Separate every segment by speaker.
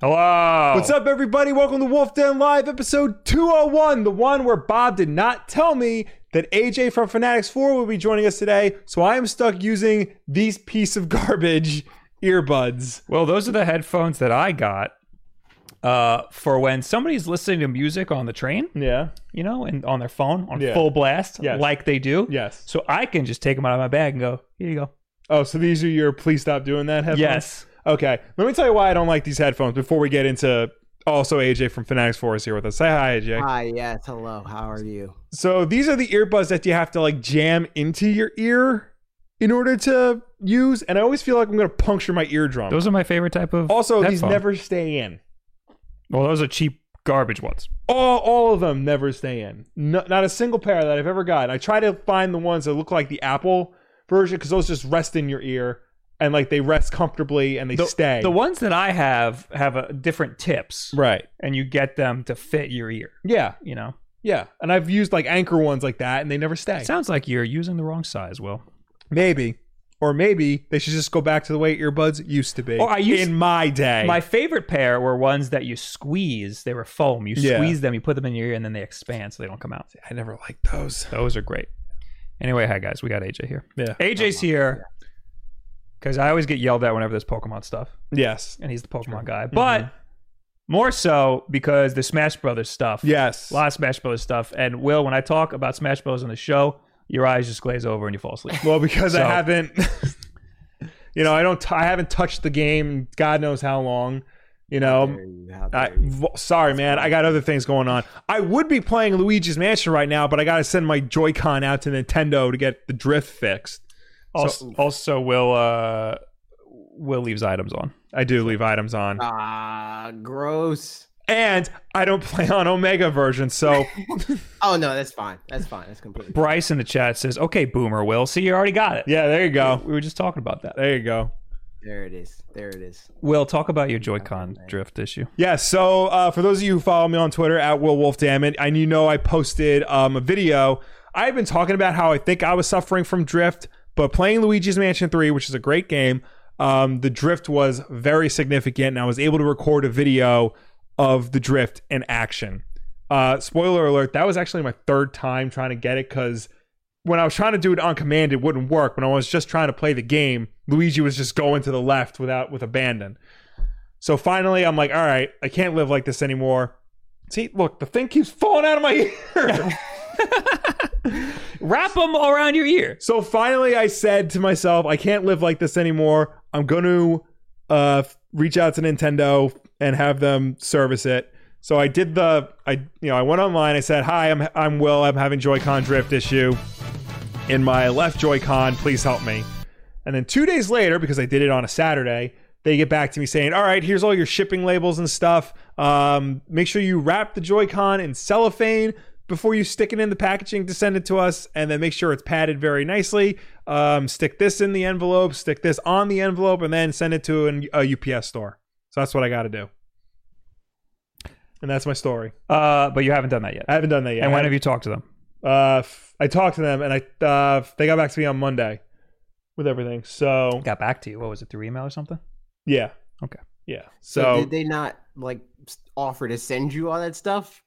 Speaker 1: Hello.
Speaker 2: What's up, everybody? Welcome to Wolf Den Live, episode 201, the one where Bob did not tell me that AJ from Fanatics 4 will be joining us today, so I am stuck using these piece of garbage earbuds.
Speaker 1: Well, those are the headphones that I got uh, for when somebody's listening to music on the train,
Speaker 2: Yeah.
Speaker 1: you know, and on their phone on
Speaker 2: Yeah.
Speaker 1: full blast,
Speaker 2: Yes.
Speaker 1: like they do.
Speaker 2: Yes.
Speaker 1: So I can just take them out of my bag and go, here you go.
Speaker 2: Oh, so these are your please stop doing that headphones?
Speaker 1: Yes.
Speaker 2: Okay. Let me tell you why I don't like these headphones before we get into also AJ from Fanatics 4 is here with us. Say hi, AJ.
Speaker 3: Hi, yes, hello. How are you?
Speaker 2: So these are the earbuds that you have to like jam into your ear in order to use, and I always feel like I'm gonna puncture my eardrum.
Speaker 1: Those are my favorite type of.
Speaker 2: also, these
Speaker 1: headphone.
Speaker 2: never stay in.
Speaker 1: Well, those are cheap garbage ones.
Speaker 2: All all of them never stay in. No, not a single pair that I've ever got. I try to find the ones that look like the Apple version because those just rest in your ear and like they rest comfortably and they
Speaker 1: The,
Speaker 2: stay.
Speaker 1: the ones that I have have a different tips,
Speaker 2: right.
Speaker 1: and you get them to fit your ear.
Speaker 2: Yeah.
Speaker 1: You know,
Speaker 2: Yeah. And I've used like anchor ones like that and they never stay.
Speaker 1: sounds like you're using the wrong size. Will
Speaker 2: Maybe. Or maybe they should just go back to the way earbuds used to be.
Speaker 1: Or Oh, I used-
Speaker 2: in my day.
Speaker 1: my favorite pair were ones that you squeeze. They were foam. You
Speaker 2: Yeah.
Speaker 1: squeeze them, you put them in your ear, and then they expand so they don't come out.
Speaker 2: I never liked those.
Speaker 1: Those are great. Anyway, hi guys, we got AJ here.
Speaker 2: Yeah.
Speaker 1: AJ's here because I always get yelled at whenever there's Pokemon stuff,
Speaker 2: Yes.
Speaker 1: and he's the Pokemon guy.
Speaker 2: Mm-hmm.
Speaker 1: But more so because the Smash Brothers stuff.
Speaker 2: Yes.
Speaker 1: a lot of Smash Brothers stuff. And Will, when I talk about Smash Bros on the show, your eyes just glaze over and you fall asleep.
Speaker 2: Well, because
Speaker 1: So-
Speaker 2: I haven't, you know, I don't, t- I haven't touched the game. God knows how long. You know,
Speaker 3: There you- how
Speaker 2: I,
Speaker 3: dare you.
Speaker 2: v- sorry, man. I got other things going on. I would be playing Luigi's Mansion right now, but I got to send my Joy-Con out to Nintendo to get the drift fixed.
Speaker 1: also, also, Will uh, Will leaves items on.
Speaker 2: I do leave items on,
Speaker 3: Ah, gross.
Speaker 2: and I don't play on Omega version. So
Speaker 3: Oh no, that's fine. That's fine. That's completely.
Speaker 1: Bryce in the chat says, "Okay, Boomer, Will, see you already got it."
Speaker 2: yeah, there you go.
Speaker 1: we were just talking about that.
Speaker 2: There you go.
Speaker 3: There it is. There it is.
Speaker 1: Will, talk about your Joy-Con drift issue.
Speaker 2: Yeah, so uh, for those of you who follow me on Twitter at Will Wolf Dammit, and you know I posted um, a video. I've been talking about how I think I was suffering from drift, but playing Luigi's Mansion 3, which is a great game, um, the drift was very significant, and I was able to record a video of the drift in action. Uh, spoiler alert, that was actually my third time trying to get it because when I was trying to do it on command, it wouldn't work. When I was just trying to play the game, Luigi was just going to the left without with abandon. So finally, I'm like, all right, I can't live like this anymore. See, look, the thing keeps falling out of my ear.
Speaker 1: Wrap them around your ear.
Speaker 2: so finally, I said to myself, I can't live like this anymore. I'm going to uh, f- reach out to Nintendo and have them service it. So I did the, I you know, I went online. I said, hi, I'm I'm Will. I'm having Joy-Con drift issue in my left Joy-Con. Please help me. And then two days later, because I did it on a Saturday, they get back to me saying, "All right, here's all your shipping labels and stuff. Um, make sure you wrap the Joy-Con in cellophane before you stick it in the packaging to send it to us, and then make sure it's padded very nicely. Um, stick this in the envelope, stick this on the envelope, and then send it to an, a UPS store. So that's what I got to do. And that's my story.
Speaker 1: Uh, but you haven't done that yet.
Speaker 2: I haven't done that yet.
Speaker 1: and
Speaker 2: I
Speaker 1: when have you talked to them?
Speaker 2: uh, f- I talked to them, and I uh, they got back to me on Monday with everything. So
Speaker 1: Got back to you. What was it through email or something?
Speaker 2: yeah.
Speaker 1: Okay.
Speaker 2: Yeah.
Speaker 3: So,
Speaker 2: So,
Speaker 3: did they not like s- offer to send you all that stuff?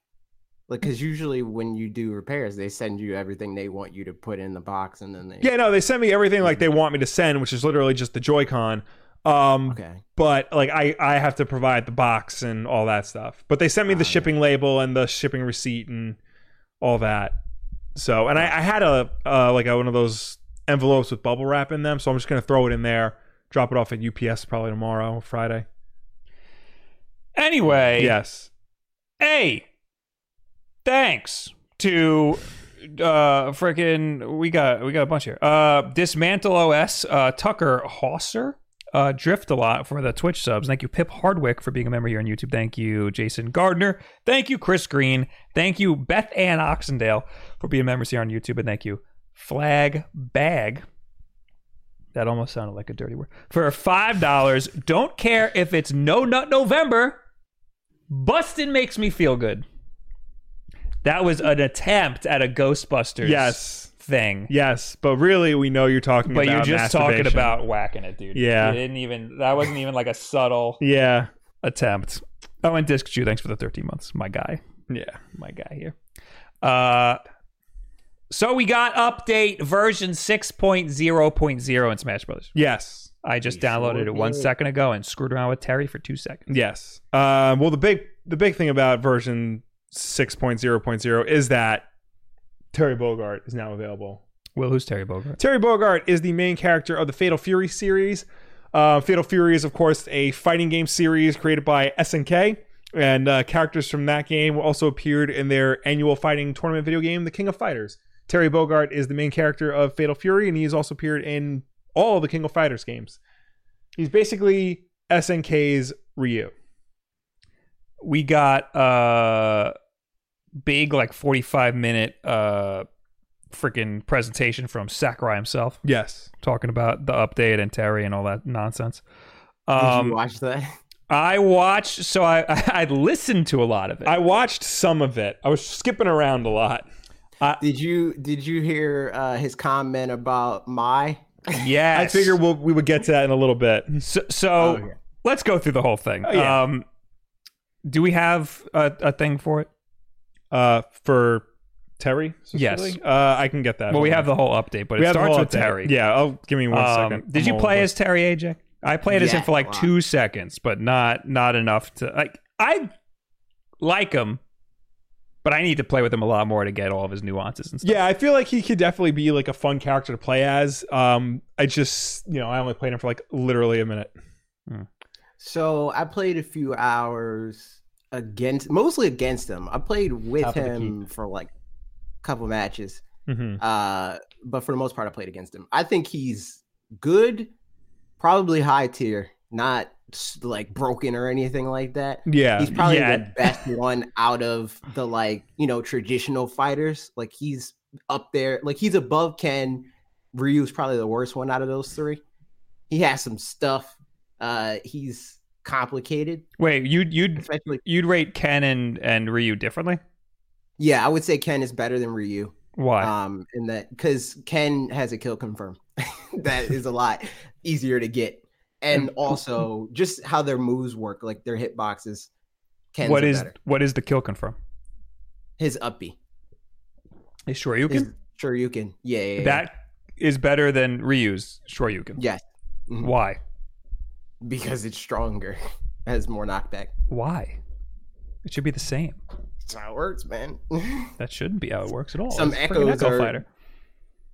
Speaker 3: Like, because usually when you do repairs, they send you everything they want you to put in the box, and then they.
Speaker 2: yeah, no, they sent me everything like
Speaker 3: Mm-hmm.
Speaker 2: they want me to send, which is literally just the Joy-Con. Um,
Speaker 3: Okay.
Speaker 2: but like I, I have to provide the box and all that stuff. But they sent me the
Speaker 3: Ah,
Speaker 2: shipping label and the shipping receipt and all that. So, and I, I had a uh, like a, one of those envelopes with bubble wrap in them, so I'm just gonna throw it in there, drop it off at UPS probably tomorrow, Friday.
Speaker 1: Anyway,
Speaker 2: Yes.
Speaker 1: hey, thanks to uh freaking we got we got a bunch here. Uh Dismantle OS, uh Tucker Hosser, uh Drift a lot for the Twitch subs. Thank you, Pip Hardwick for being a member here on YouTube. Thank you, Jason Gardner. Thank you, Chris Green. Thank you, Beth Ann Oxendale for being members here on YouTube, and thank you, Flag Bag. That almost sounded like a dirty word. For five dollars, don't care if it's no nut November. Bustin makes me feel good. That was an attempt at a Ghostbusters
Speaker 2: Yes.
Speaker 1: thing.
Speaker 2: Yes, but really, we know you're talking.
Speaker 1: But you're
Speaker 2: about
Speaker 1: just talking
Speaker 2: masturbation.
Speaker 1: about whacking it, dude.
Speaker 2: Yeah.
Speaker 1: You didn't even that wasn't even like a subtle
Speaker 2: Yeah,
Speaker 1: attempt. Oh, and Disc Jew, thanks for the 13 months. My guy.
Speaker 2: Yeah.
Speaker 1: My guy here. Uh, so we got update version 6.0.0 in Smash Brothers.
Speaker 2: Yes.
Speaker 1: I just
Speaker 3: We sure
Speaker 1: downloaded it one
Speaker 3: did.
Speaker 1: second ago and screwed around with Terry for two seconds.
Speaker 2: Yes. Um, well, the big the big thing about version 6.0.0 is that Terry Bogart is now available.
Speaker 1: Will, who's Terry Bogart?
Speaker 2: Terry Bogart is the main character of the Fatal Fury series. Uh, Fatal Fury is, of course, a fighting game series created by SNK, and uh, characters from that game also appeared in their annual fighting tournament video game, The King of Fighters. Terry Bogart is the main character of Fatal Fury, and he has also appeared in all of the King of Fighters games. He's basically SNK's Ryu.
Speaker 1: we got uh big like 45 minute uh freaking presentation from Sakurai himself
Speaker 2: Yes.
Speaker 1: talking about the update and Terry and all that nonsense.
Speaker 3: Did you
Speaker 1: Um
Speaker 3: watch that?
Speaker 1: I watched so I I listened to a lot of it.
Speaker 2: I watched some of it. I was skipping around a lot.
Speaker 3: Did you did you hear uh, his comment about my?
Speaker 1: yes.
Speaker 2: I figure we'll, we would get to that in a little bit.
Speaker 1: so, so
Speaker 3: Oh, yeah.
Speaker 1: let's go through the whole thing.
Speaker 2: Oh, yeah.
Speaker 1: Um do we have a, a thing for it?
Speaker 2: Uh, for Terry,
Speaker 1: Yes.
Speaker 2: specifically? Uh, I can get that.
Speaker 1: Well, we
Speaker 2: Hold on.
Speaker 1: have the whole update, but
Speaker 2: we
Speaker 1: it
Speaker 2: have the
Speaker 1: starts
Speaker 2: whole
Speaker 1: with
Speaker 2: update.
Speaker 1: Terry.
Speaker 2: Yeah, I'll give me one
Speaker 1: Um,
Speaker 2: second.
Speaker 1: Did you
Speaker 2: I'm
Speaker 1: play
Speaker 2: all-
Speaker 1: as Terry AJ? I played as him
Speaker 3: Yeah,
Speaker 1: for like
Speaker 3: wow.
Speaker 1: two seconds, but not not enough to like. I like him, but I need to play with him a lot more to get all of his nuances and stuff.
Speaker 2: Yeah, I feel like he could definitely be like a fun character to play as. Um, I just you know I only played him for like literally a minute.
Speaker 3: So I played a few hours against, mostly against him. I played with
Speaker 2: Top of the
Speaker 3: him for like a couple matches,
Speaker 2: Mm-hmm.
Speaker 3: uh, but for the most part, I played against him. I think he's good, probably high tier, not s- like broken or anything like that.
Speaker 2: Yeah,
Speaker 3: He's probably
Speaker 1: Um, yeah.
Speaker 3: the best one out of the like you know traditional fighters. Like he's up there, like he's above Ken. Ryu's probably the worst one out of those three. He has some stuff. Uh, he's complicated,
Speaker 1: Wait, you'd you'd
Speaker 3: especially.
Speaker 1: you'd rate Ken and and Ryu differently?
Speaker 3: Yeah, I would say Ken is better than Ryu.
Speaker 1: Why?
Speaker 3: Um, in that because Ken has a kill confirm, that is a lot easier to get, and also just how their moves work, like their hitboxes. Ken's
Speaker 1: what
Speaker 3: are
Speaker 1: is
Speaker 3: better.
Speaker 1: what is the kill confirm?
Speaker 3: his uppy?
Speaker 1: Is Shoryuken
Speaker 3: His Shoryuken. Yeah, yeah, yeah.
Speaker 1: that is better than Ryu's Shoryuken?
Speaker 3: Yes. Mhm.
Speaker 1: Why?
Speaker 3: because it's stronger, has more knockback.
Speaker 1: Why? It should be the same.
Speaker 3: That's how it works, man.
Speaker 1: That shouldn't be how it works at all.
Speaker 3: Some
Speaker 1: It's a freaking
Speaker 3: echoes
Speaker 1: Echo
Speaker 3: are-
Speaker 1: Fighter.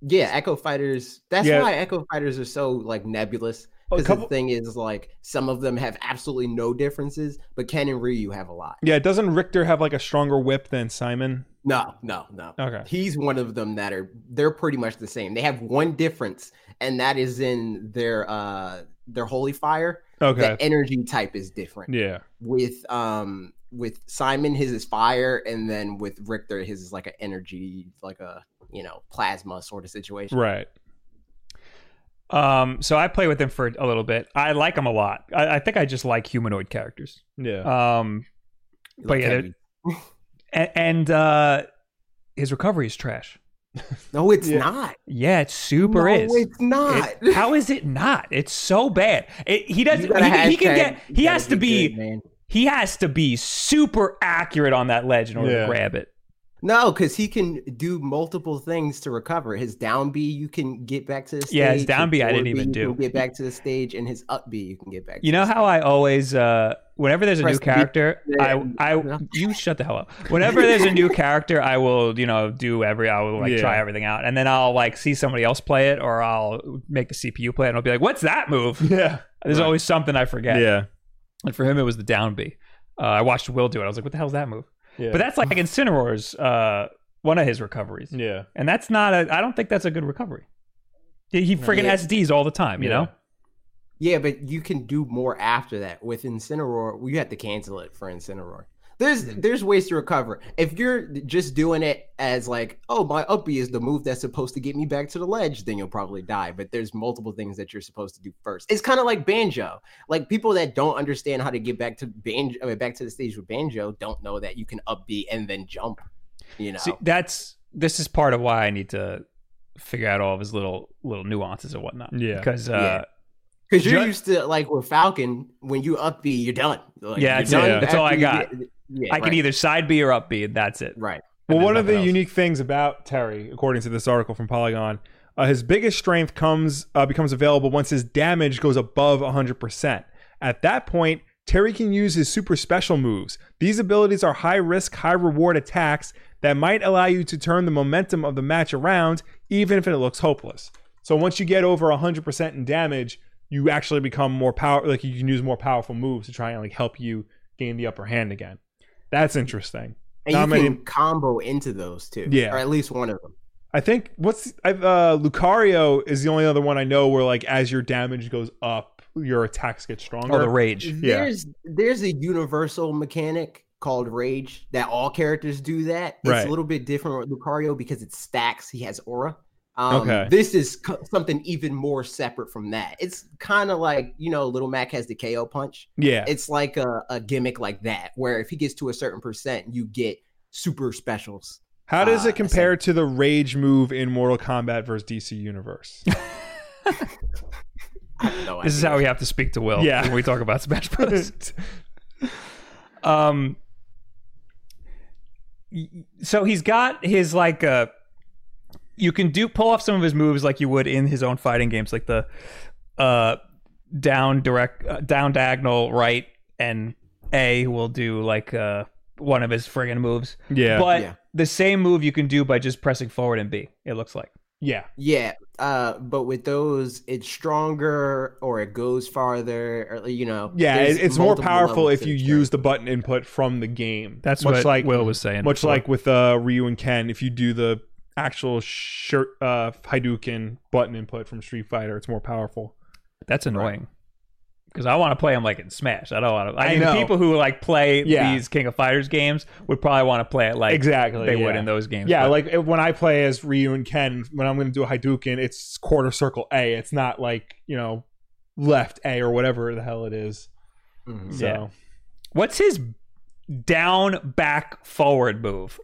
Speaker 3: yeah, Echo Fighters. That's
Speaker 2: Yeah.
Speaker 3: why Echo Fighters are so like nebulous.
Speaker 2: A
Speaker 3: Because
Speaker 2: couple-
Speaker 3: the thing Oh, is, like, some of them have absolutely no differences, but Ken and Ryu have a lot.
Speaker 2: yeah. Doesn't Richter have like a stronger whip than Simon?
Speaker 3: No, no, no.
Speaker 2: Okay.
Speaker 3: He's one of them that are they're pretty much the same. They have one difference, and that is in their uh their holy fire.
Speaker 2: Okay.
Speaker 3: The energy type is different.
Speaker 2: yeah.
Speaker 3: with um with Simon his is fire and then with Richter his is like an energy like a you know plasma sort of situation.
Speaker 2: Right.
Speaker 1: Um, so I play with him for a little bit. I like him a lot. I, I think I just like humanoid characters.
Speaker 2: Yeah.
Speaker 1: Um,
Speaker 3: Like,
Speaker 1: But yeah,
Speaker 3: have
Speaker 1: they're-
Speaker 3: you-
Speaker 1: and, and uh, his recovery is trash.
Speaker 3: no it's
Speaker 2: Yeah.
Speaker 3: not.
Speaker 1: Yeah, it super
Speaker 3: no,
Speaker 1: is.
Speaker 3: it's not.
Speaker 1: It- how is it not? It's so bad. It, he
Speaker 3: You
Speaker 1: doesn't.
Speaker 3: gotta
Speaker 1: He, he can
Speaker 3: hashtag-
Speaker 1: get.
Speaker 3: you
Speaker 1: He
Speaker 3: gotta
Speaker 1: has to be.
Speaker 3: be good, man.
Speaker 1: He has to be super accurate on that ledge in order
Speaker 2: Yeah.
Speaker 1: to grab it.
Speaker 3: No, because he can do multiple things to recover. His down B, you can get back to the stage.
Speaker 1: Yeah, his down B I
Speaker 3: forward
Speaker 1: didn't even
Speaker 3: you
Speaker 1: do.
Speaker 3: can get back to the stage, and his up B, you can get back.
Speaker 1: You
Speaker 3: to
Speaker 1: know
Speaker 3: the
Speaker 1: how I always, uh, whenever there's a
Speaker 3: Press
Speaker 1: new
Speaker 3: B
Speaker 1: character, I,
Speaker 3: and-
Speaker 1: I, you shut the hell up. Whenever there's a new character, I will, you know, do every, I will like
Speaker 2: Yeah.
Speaker 1: try everything out, and then I'll like see somebody else play it, or I'll make the CPU play it, and I'll be like, "What's that move?"
Speaker 2: Yeah.
Speaker 1: There's
Speaker 2: Right.
Speaker 1: always something I forget.
Speaker 2: Yeah.
Speaker 1: And for him, it was the down B. Uh, I watched Will do it. I was like, "What the hell's that move?"
Speaker 2: Yeah.
Speaker 1: But that's like Incineroar's uh, one of his recoveries,
Speaker 2: yeah.
Speaker 1: and that's not a. I don't think that's a good recovery. He, he freaking
Speaker 3: Yeah.
Speaker 1: SDs all the time, you
Speaker 2: Yeah.
Speaker 1: know.
Speaker 3: Yeah, but you can do more after that. With Incineroar, well, you have to cancel it for Incineroar. There's
Speaker 1: Hmm.
Speaker 3: there's ways to recover. If you're just doing it as like, oh, my uppie is the move that's supposed to get me back to the ledge, then you'll probably die. But there's multiple things that you're supposed to do first. It's kind of like banjo. Like people that don't understand how to get back to banjo, I mean, back to the stage with banjo, don't know that you can up B and then jump. You know,
Speaker 1: See, that's this is part of why I need to figure out all of his little little nuances and whatnot.
Speaker 2: Yeah.
Speaker 1: because uh,
Speaker 3: Yeah. Because you're
Speaker 1: Ju-
Speaker 3: used to like with Falcon, when you up B, you're done. Like,
Speaker 1: Yeah,
Speaker 3: you're
Speaker 1: that's it.
Speaker 3: done
Speaker 1: That's all
Speaker 3: after
Speaker 1: I
Speaker 3: you
Speaker 1: got.
Speaker 3: get- yeah,
Speaker 1: I can
Speaker 3: right,
Speaker 1: either side B or up B, and that's it.
Speaker 3: right.
Speaker 2: Well,
Speaker 1: And
Speaker 2: one
Speaker 1: there's
Speaker 2: of the
Speaker 1: nothing else.
Speaker 2: unique things about Terry, according to this article from Polygon, uh, his biggest strength comes uh, becomes available once his damage goes above 100%. At that point, Terry can use his super special moves. These abilities are high risk, high reward attacks that might allow you to turn the momentum of the match around, even if it looks hopeless. So once you get over 100% in damage, you actually become more power. Like you can use more powerful moves to try and like help you gain the upper hand again. That's interesting.
Speaker 3: And
Speaker 2: Not
Speaker 3: you
Speaker 2: many-
Speaker 3: can combo into those too.
Speaker 2: Yeah.
Speaker 3: Or at least one of them.
Speaker 2: I think what's I've, uh, Lucario is the only other one I know where like as your damage goes up, your attacks get stronger.
Speaker 1: Or Oh, the rage.
Speaker 2: Yeah.
Speaker 3: There's there's a universal mechanic called rage that all characters do that. It's
Speaker 2: Right.
Speaker 3: a little bit different with Lucario because it stacks. He has aura. Um,
Speaker 2: Okay.
Speaker 3: This is co- something even more separate from that. It's kind of like you know, Little Mac has the KO punch.
Speaker 2: yeah,
Speaker 3: It's like a, a gimmick like that, where if he gets to a certain percent, you get super specials.
Speaker 2: how does
Speaker 3: uh,
Speaker 2: it compare to the rage move in Mortal Kombat versus DC Universe?
Speaker 3: I have no
Speaker 1: This is
Speaker 3: idea.
Speaker 1: how we have to speak to Will
Speaker 2: Yeah.
Speaker 1: when we talk about Smash Bros. um, y- so he's got his like uh, you can do pull off some of his moves like you would in his own fighting games, like the uh down direct uh, down diagonal right and A will do like uh one of his friggin' moves,
Speaker 2: yeah,
Speaker 1: but
Speaker 3: Yeah.
Speaker 1: the same move you can do by just pressing forward and B. It looks like.
Speaker 2: yeah,
Speaker 3: Yeah, uh, but with those, it's stronger or it goes farther. Or, you know,
Speaker 2: yeah.
Speaker 3: there's
Speaker 2: it- it's more
Speaker 3: multiple
Speaker 2: powerful
Speaker 3: levels
Speaker 2: if
Speaker 3: to
Speaker 2: you
Speaker 3: the
Speaker 2: use the button input from the game.
Speaker 1: That's
Speaker 2: much
Speaker 1: what
Speaker 2: like
Speaker 1: Will was saying.
Speaker 2: much
Speaker 1: before.
Speaker 2: like with uh, Ryu and Ken. If you do the actual shirt uh, Hadouken button input from Street Fighter, it's more powerful.
Speaker 1: That's annoying. Because I want to play them like in Smash. I don't want to. I,
Speaker 2: I
Speaker 1: mean,
Speaker 2: know.
Speaker 1: people who like play
Speaker 2: Yeah.
Speaker 1: these King of Fighters games would probably want to play it like
Speaker 2: exactly,
Speaker 1: they would
Speaker 2: yeah.
Speaker 1: in those games.
Speaker 2: Yeah,
Speaker 1: but-
Speaker 2: like if- when I play as Ryu and Ken, when I'm going to do a Hadouken, it's quarter circle A. It's not like you know left A or whatever the hell it is.
Speaker 3: character. Mhm.
Speaker 2: So
Speaker 1: Yeah. what's his down back forward move?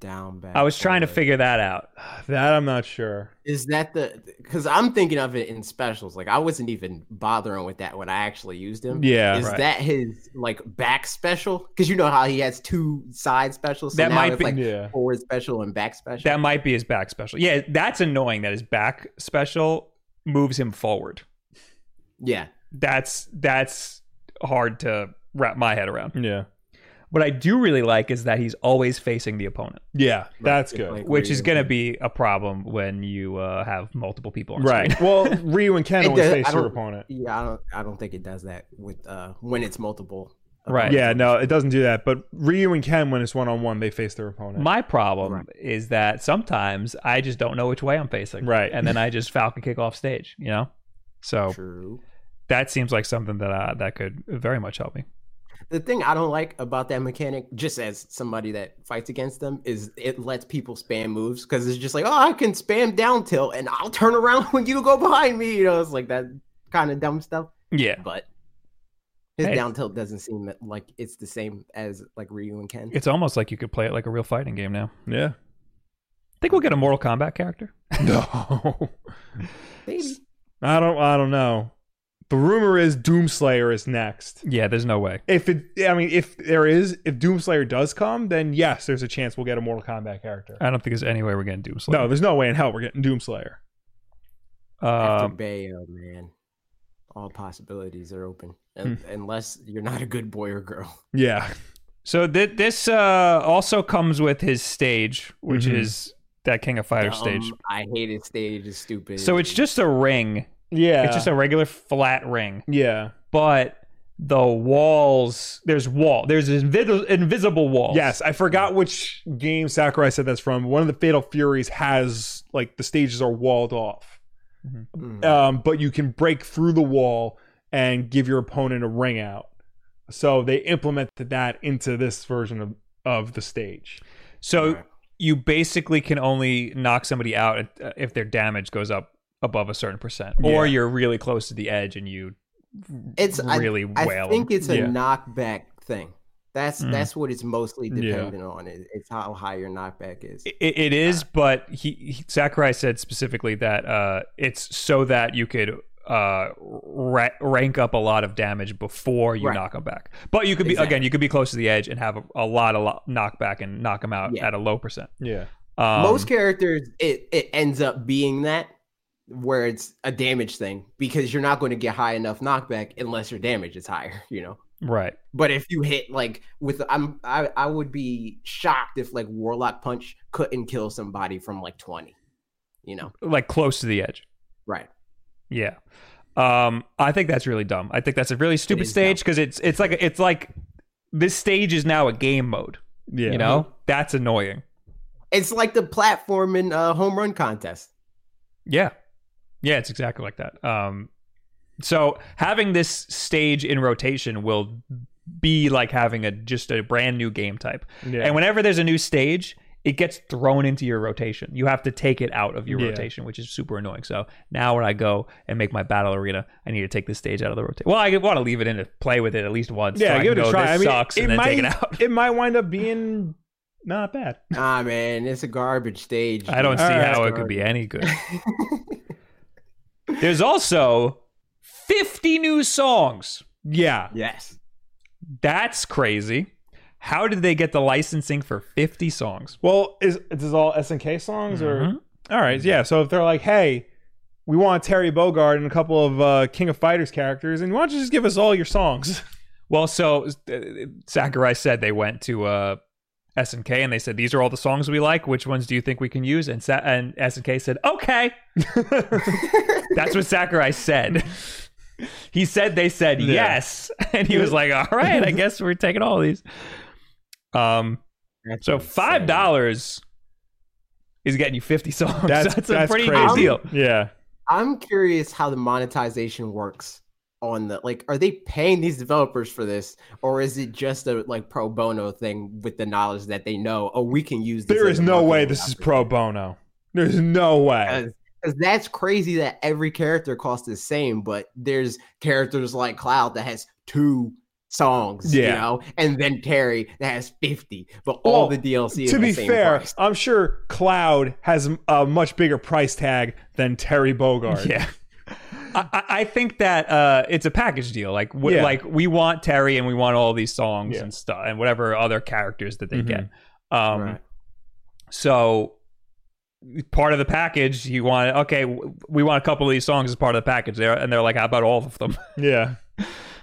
Speaker 3: Down back.
Speaker 1: I was trying to
Speaker 3: forward.
Speaker 1: figure that out.
Speaker 2: that I'm not sure.
Speaker 3: Is that the? Because I'm thinking of it in specials. Like I wasn't even bothering with that when I actually used him.
Speaker 2: Yeah,
Speaker 3: Is
Speaker 1: right.
Speaker 3: that his like back special? Because you know how he has two side specials. So
Speaker 1: That
Speaker 3: now
Speaker 1: might
Speaker 3: it's,
Speaker 1: be-
Speaker 3: like
Speaker 2: yeah.
Speaker 3: forward special and back special.
Speaker 1: That might be his back special. Yeah, that's annoying. That his back special moves him forward.
Speaker 3: yeah.
Speaker 1: That's that's hard to wrap my head around.
Speaker 2: Yeah,
Speaker 1: What I do really like is that he's always facing the opponent.
Speaker 2: yeah, that's
Speaker 3: It's
Speaker 2: good.
Speaker 3: like
Speaker 1: which
Speaker 3: where
Speaker 1: is
Speaker 3: you-
Speaker 1: going to be a problem when you uh, have multiple people on
Speaker 2: Right.
Speaker 1: screen.
Speaker 2: well, Ryu and Ken
Speaker 3: It
Speaker 2: always
Speaker 3: does-
Speaker 2: face
Speaker 3: I
Speaker 2: your
Speaker 3: don't-
Speaker 2: opponent.
Speaker 3: Yeah, I don't. I don't think it does that with uh when it's multiple. uh,
Speaker 1: Right.
Speaker 2: Yeah, no, it doesn't do that. But Ryu and Ken, when it's one on one, they face their opponent.
Speaker 1: My problem
Speaker 3: Right.
Speaker 1: is that sometimes I just don't know which way I'm facing.
Speaker 2: Right.
Speaker 1: And then I just falcon kick off stage, you know? So
Speaker 3: True.
Speaker 1: that seems like something that uh, that could very much help me.
Speaker 3: The thing I don't like about that mechanic, just as somebody that fights against them, is it lets people spam moves because it's just like, oh, I can spam down tilt and I'll turn around when you go behind me. You know, it's like that kind of dumb stuff.
Speaker 1: Yeah.
Speaker 3: But his
Speaker 1: Hey.
Speaker 3: down tilt doesn't seem like it's the same as like Ryu and Ken.
Speaker 1: It's almost like you could play it like a real fighting game now.
Speaker 2: yeah.
Speaker 1: think we'll get a Mortal Kombat character.
Speaker 2: No.
Speaker 3: Maybe.
Speaker 2: I don't. I don't know. The rumor is Doomslayer is next.
Speaker 1: Yeah, there's no way.
Speaker 2: If it, I mean, if there is, if Doomslayer does come, then yes, there's a chance we'll get a Mortal Kombat character.
Speaker 1: I don't think there's any way we're getting
Speaker 2: No,
Speaker 1: Doomslayer.
Speaker 2: there's no way in hell we're getting Doomslayer.
Speaker 1: No.
Speaker 3: After
Speaker 1: Um,
Speaker 3: Bayo, man, all possibilities are open. Un-
Speaker 1: Hmm.
Speaker 3: Unless you're not a good boy or girl.
Speaker 2: Yeah.
Speaker 1: so th- this uh, also comes with his stage, which
Speaker 3: Mm-hmm.
Speaker 2: Mhm.
Speaker 1: is that King of Fighters stage.
Speaker 3: Dumb. um, I hate it. Stage is stupid.
Speaker 1: So it's just a ring.
Speaker 2: Yeah.
Speaker 1: It's just a regular flat ring,
Speaker 2: Yeah.
Speaker 1: but the walls there's wall there's invi- invisible walls.
Speaker 2: Yes, I forgot which game Sakurai said that's from. One of the Fatal Furies has like the stages are walled off.
Speaker 3: Mm.
Speaker 1: uh,
Speaker 2: Um, but you can break through the wall and give your opponent a ring out. So they implemented that into this version of, of the stage.
Speaker 1: So
Speaker 3: Right.
Speaker 1: you basically can only knock somebody out at- uh, if their damage goes up above a certain percent, or
Speaker 2: Yeah.
Speaker 1: you're really close to the edge and you
Speaker 3: It's I-
Speaker 1: really
Speaker 3: I
Speaker 1: wail.
Speaker 3: think it's a
Speaker 2: Yeah.
Speaker 3: knockback thing. That's
Speaker 1: Mm.
Speaker 3: that's what it's mostly
Speaker 2: Yeah.
Speaker 3: dependent on. It, it's how high your knockback is.
Speaker 1: it, it is, but he, he Sakurai said specifically that uh, it's so that you could uh ra- rank up a lot of damage before you
Speaker 3: Right.
Speaker 1: knock them back. But you could be
Speaker 3: Exactly.
Speaker 1: again, you could be close to the edge and have a, a lot of lo- knockback and knock them out
Speaker 3: Yeah.
Speaker 1: at a low percent.
Speaker 2: Yeah.
Speaker 1: Um,
Speaker 3: Most characters, it, it ends up being that where it's a damage thing because you're not going to get high enough knockback unless your damage is higher, you know.
Speaker 1: Um, right.
Speaker 3: But if you hit like with I'm I, I would be shocked if like Warlock Punch couldn't kill somebody from like 20. You know.
Speaker 1: like close to the edge.
Speaker 3: Right.
Speaker 1: Yeah. Um, I think that's really dumb. I think that's a really stupid
Speaker 3: is
Speaker 1: stage because it's it's like it's like this stage is now a game mode.
Speaker 2: Yeah.
Speaker 1: You know,
Speaker 3: Mm-hmm.
Speaker 1: that's annoying.
Speaker 3: It's like the platform in uh, home run contest.
Speaker 1: Yeah, yeah, it's exactly like that. Um, so having this stage in rotation will be like having a just a brand new game type.
Speaker 2: Yeah.
Speaker 1: And whenever there's a new stage, it gets thrown into your rotation. You have to take it out of your
Speaker 2: Yeah.
Speaker 1: rotation, which is super annoying. So now when I go and make my battle arena, I need to take this stage out of the rotation. Well, I want to leave it in to play with it at least once. so
Speaker 2: yeah,
Speaker 1: I
Speaker 2: give
Speaker 1: can
Speaker 2: it a
Speaker 1: go,
Speaker 2: try.
Speaker 1: This
Speaker 2: I mean,
Speaker 1: sucks,
Speaker 2: it
Speaker 1: and then
Speaker 2: might
Speaker 1: take it out.
Speaker 2: it might wind up being not bad.
Speaker 3: Nah, Ah, man, it's a garbage stage.
Speaker 1: I don't see
Speaker 2: All right.
Speaker 1: how it could be any good. There's also 50 new songs.
Speaker 2: Yeah.
Speaker 3: Yes.
Speaker 1: That's crazy. How did they get the licensing for 50 songs?
Speaker 2: Well, is is this all SNK songs
Speaker 1: Mhm.
Speaker 2: or Mm-hmm. all right? Yeah. So if they're like, hey, we want Terry Bogard and a couple of uh, King of Fighters characters, and why don't you just give us all your songs?
Speaker 1: Well, so uh, Sakurai said they went to uh, SNK and they said these are all the songs we like. Which ones do you think we can use? And Sa- and SNK said okay. That's what Sakurai said. He said they said
Speaker 2: Yeah.
Speaker 1: yes, and he was like, "All right, I guess we're taking all these." Um,
Speaker 3: That's
Speaker 1: so
Speaker 3: insane.
Speaker 1: five dollars is getting you fifty songs. That's,
Speaker 2: That's-
Speaker 1: a
Speaker 2: that's
Speaker 1: pretty good
Speaker 2: crazy.
Speaker 1: deal.
Speaker 2: yeah.
Speaker 3: I'm curious how the monetization works on the like are they paying these developers for this or is it just a like pro bono thing with the knowledge that they know oh we can use this
Speaker 2: There
Speaker 3: as
Speaker 2: is
Speaker 3: a
Speaker 2: no way
Speaker 3: marketing
Speaker 2: this is
Speaker 3: opportunity?
Speaker 2: pro bono. There's no way.
Speaker 3: Because that's crazy that every character costs the same, but there's characters like Cloud that has two songs, you
Speaker 2: Yeah.
Speaker 3: know, and then Terry that has 50, but all
Speaker 2: Well,
Speaker 3: the DLC is
Speaker 2: to
Speaker 3: the
Speaker 2: be
Speaker 3: same
Speaker 2: fair,
Speaker 3: price.
Speaker 2: I'm sure Cloud has a much bigger price tag than Terry Bogard.
Speaker 1: Yeah. I, I- I think that uh, it's a package deal. Like, w-
Speaker 2: Yeah.
Speaker 1: like we want Terry and we want all these songs
Speaker 2: Yeah.
Speaker 1: and stuff and whatever other characters that they
Speaker 2: Mhm.
Speaker 1: get. Um,
Speaker 3: Right.
Speaker 1: So part of the package, you want okay, w- we want a couple of these songs as part of the package there, and they're like, how about all of them?
Speaker 2: Yeah.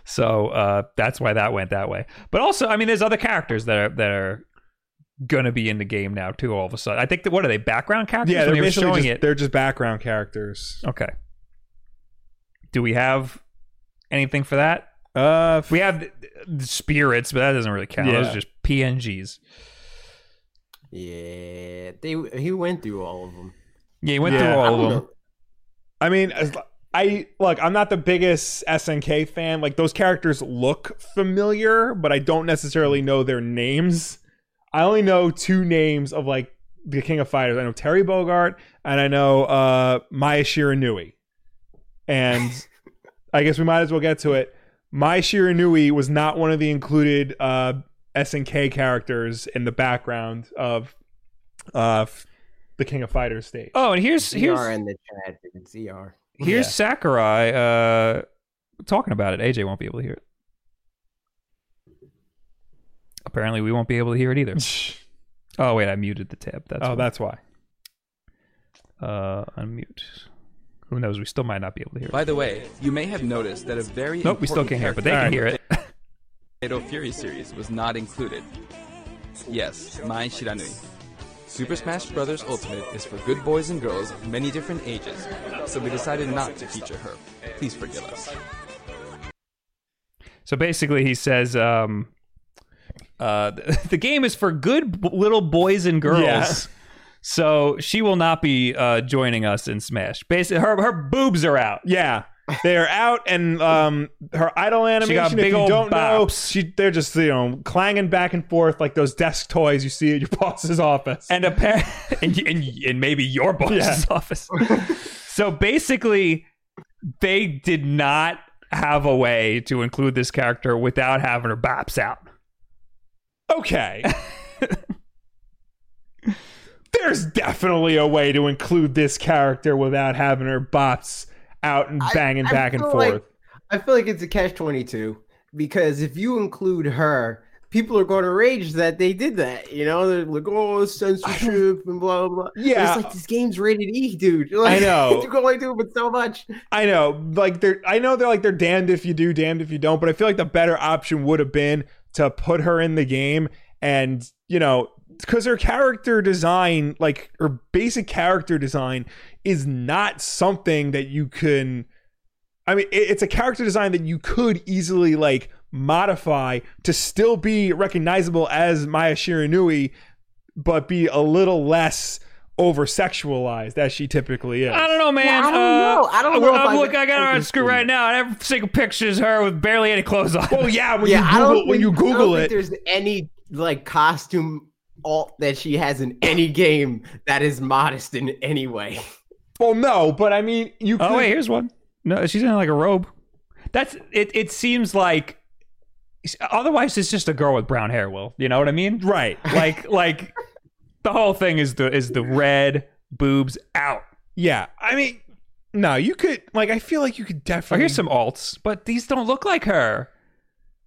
Speaker 1: so uh, that's why that went that way. But also, I mean, there's other characters that are that are gonna be in the game now too. All of a sudden, I think that what are they background characters?
Speaker 2: Yeah,
Speaker 1: when
Speaker 2: they're
Speaker 1: they were
Speaker 2: basically
Speaker 1: showing
Speaker 2: just,
Speaker 1: it.
Speaker 2: they're just background characters.
Speaker 1: Okay. Do we have anything for that?
Speaker 2: Uh,
Speaker 1: We have th- th- spirits, but that doesn't really count. Those
Speaker 2: Yeah.
Speaker 1: are just PNGs.
Speaker 3: yeah, they he went through all of them.
Speaker 1: Yeah, you went
Speaker 2: Yeah.
Speaker 1: through
Speaker 3: I
Speaker 1: all
Speaker 3: don't
Speaker 1: of them.
Speaker 3: know.
Speaker 2: I mean, as- I look. I'm not the biggest SNK fan. Like those characters look familiar, but I don't necessarily know their names. I only know two names of like the King of Fighters. I know Terry Bogart and I know uh, Maya Shiranui. And I guess we might as well get to it. Maya Shiranui was not one of the included uh, SNK characters in the background of uh, the King of Fighters stage.
Speaker 1: Oh, and here's
Speaker 3: ZR
Speaker 1: here's
Speaker 3: in the chat, dude, ZR.
Speaker 1: here's
Speaker 2: Yeah.
Speaker 1: Sakurai uh, talking about it. AJ won't be able to hear it. Apparently, we won't be able to hear it either. Oh wait, I muted the tab. That's
Speaker 2: oh,
Speaker 1: why.
Speaker 2: that's why.
Speaker 1: uh, unmute. Who knows? We still might not be able to hear it.
Speaker 4: By the way, you may have noticed that a very
Speaker 1: Nope, we still can't hear it, but they can
Speaker 2: Alright.
Speaker 1: hear it.
Speaker 4: Fatal Fury series was not included. Yes, Mai Shiranui. Super Smash Bros. Ultimate is for good boys and girls of many different ages, so we decided not to feature her. Please forgive us.
Speaker 1: So basically, he says, um, uh, the game is for good b- little boys and girls.
Speaker 2: Yeah.
Speaker 1: So she will not be uh, joining us in Smash. Basically, her her boobs are out.
Speaker 2: Yeah, they are out, and um, her idle animation.
Speaker 1: got big
Speaker 2: if you
Speaker 1: old
Speaker 2: don't know,
Speaker 1: bops.
Speaker 2: she they're just you know clanging back and forth like those desk toys you see at your boss's office.
Speaker 1: And apparently, and, and, and maybe your boss's office. so basically, they did not have a way to include this character without having her bops out.
Speaker 2: okay, there's definitely a way to include this character without having her bots out and
Speaker 3: I-
Speaker 2: banging
Speaker 3: I
Speaker 2: back and
Speaker 3: feel
Speaker 2: forth.
Speaker 3: like- I feel like it's a catch twenty two because if you include her, people are going to rage that they did that. You know, they're like, oh, censorship and blah blah. blah.
Speaker 2: Yeah.
Speaker 3: it's like this game's rated E, dude. Like,
Speaker 2: know.
Speaker 3: you're going to, but so much.
Speaker 2: I know, like they're. I know they're like they're damned if you do, damned if you don't. But I feel like the better option would have been to put her in the game, and you know, because her character design, like her basic character design, is not something that you can. I mean, it- it's a character design that you could easily like modify to still be recognizable as Maya Shiranui, but be a little less over sexualized as she typically is.
Speaker 1: I don't know, man.
Speaker 3: Yeah, I don't
Speaker 1: uh,
Speaker 3: know. I don't know if
Speaker 1: I'm
Speaker 3: I
Speaker 1: look,
Speaker 3: could
Speaker 1: I got her on
Speaker 3: focus
Speaker 1: screen
Speaker 3: on
Speaker 1: right
Speaker 3: it.
Speaker 1: now, and every single picture is her with barely any clothes on.
Speaker 2: Well, yeah, when
Speaker 3: yeah,
Speaker 2: you
Speaker 3: I don't.
Speaker 2: Google, when
Speaker 3: think-
Speaker 2: you
Speaker 3: I don't
Speaker 2: Google
Speaker 3: think
Speaker 2: it,
Speaker 3: there's any like costume alt that she has in any game that is modest in any way.
Speaker 2: well, no, but I mean, you. Could,
Speaker 1: Oh wait, here's one. No, she's in like a robe. That's it. It seems like otherwise it's just a girl with brown hair. Will you know what I mean?
Speaker 2: right?
Speaker 1: Like like the whole thing is the is the red boobs out.
Speaker 2: Yeah, I mean, no, you could like. I feel like you could
Speaker 1: Oh,
Speaker 2: definitely.
Speaker 1: here's some alts, but these don't look like her.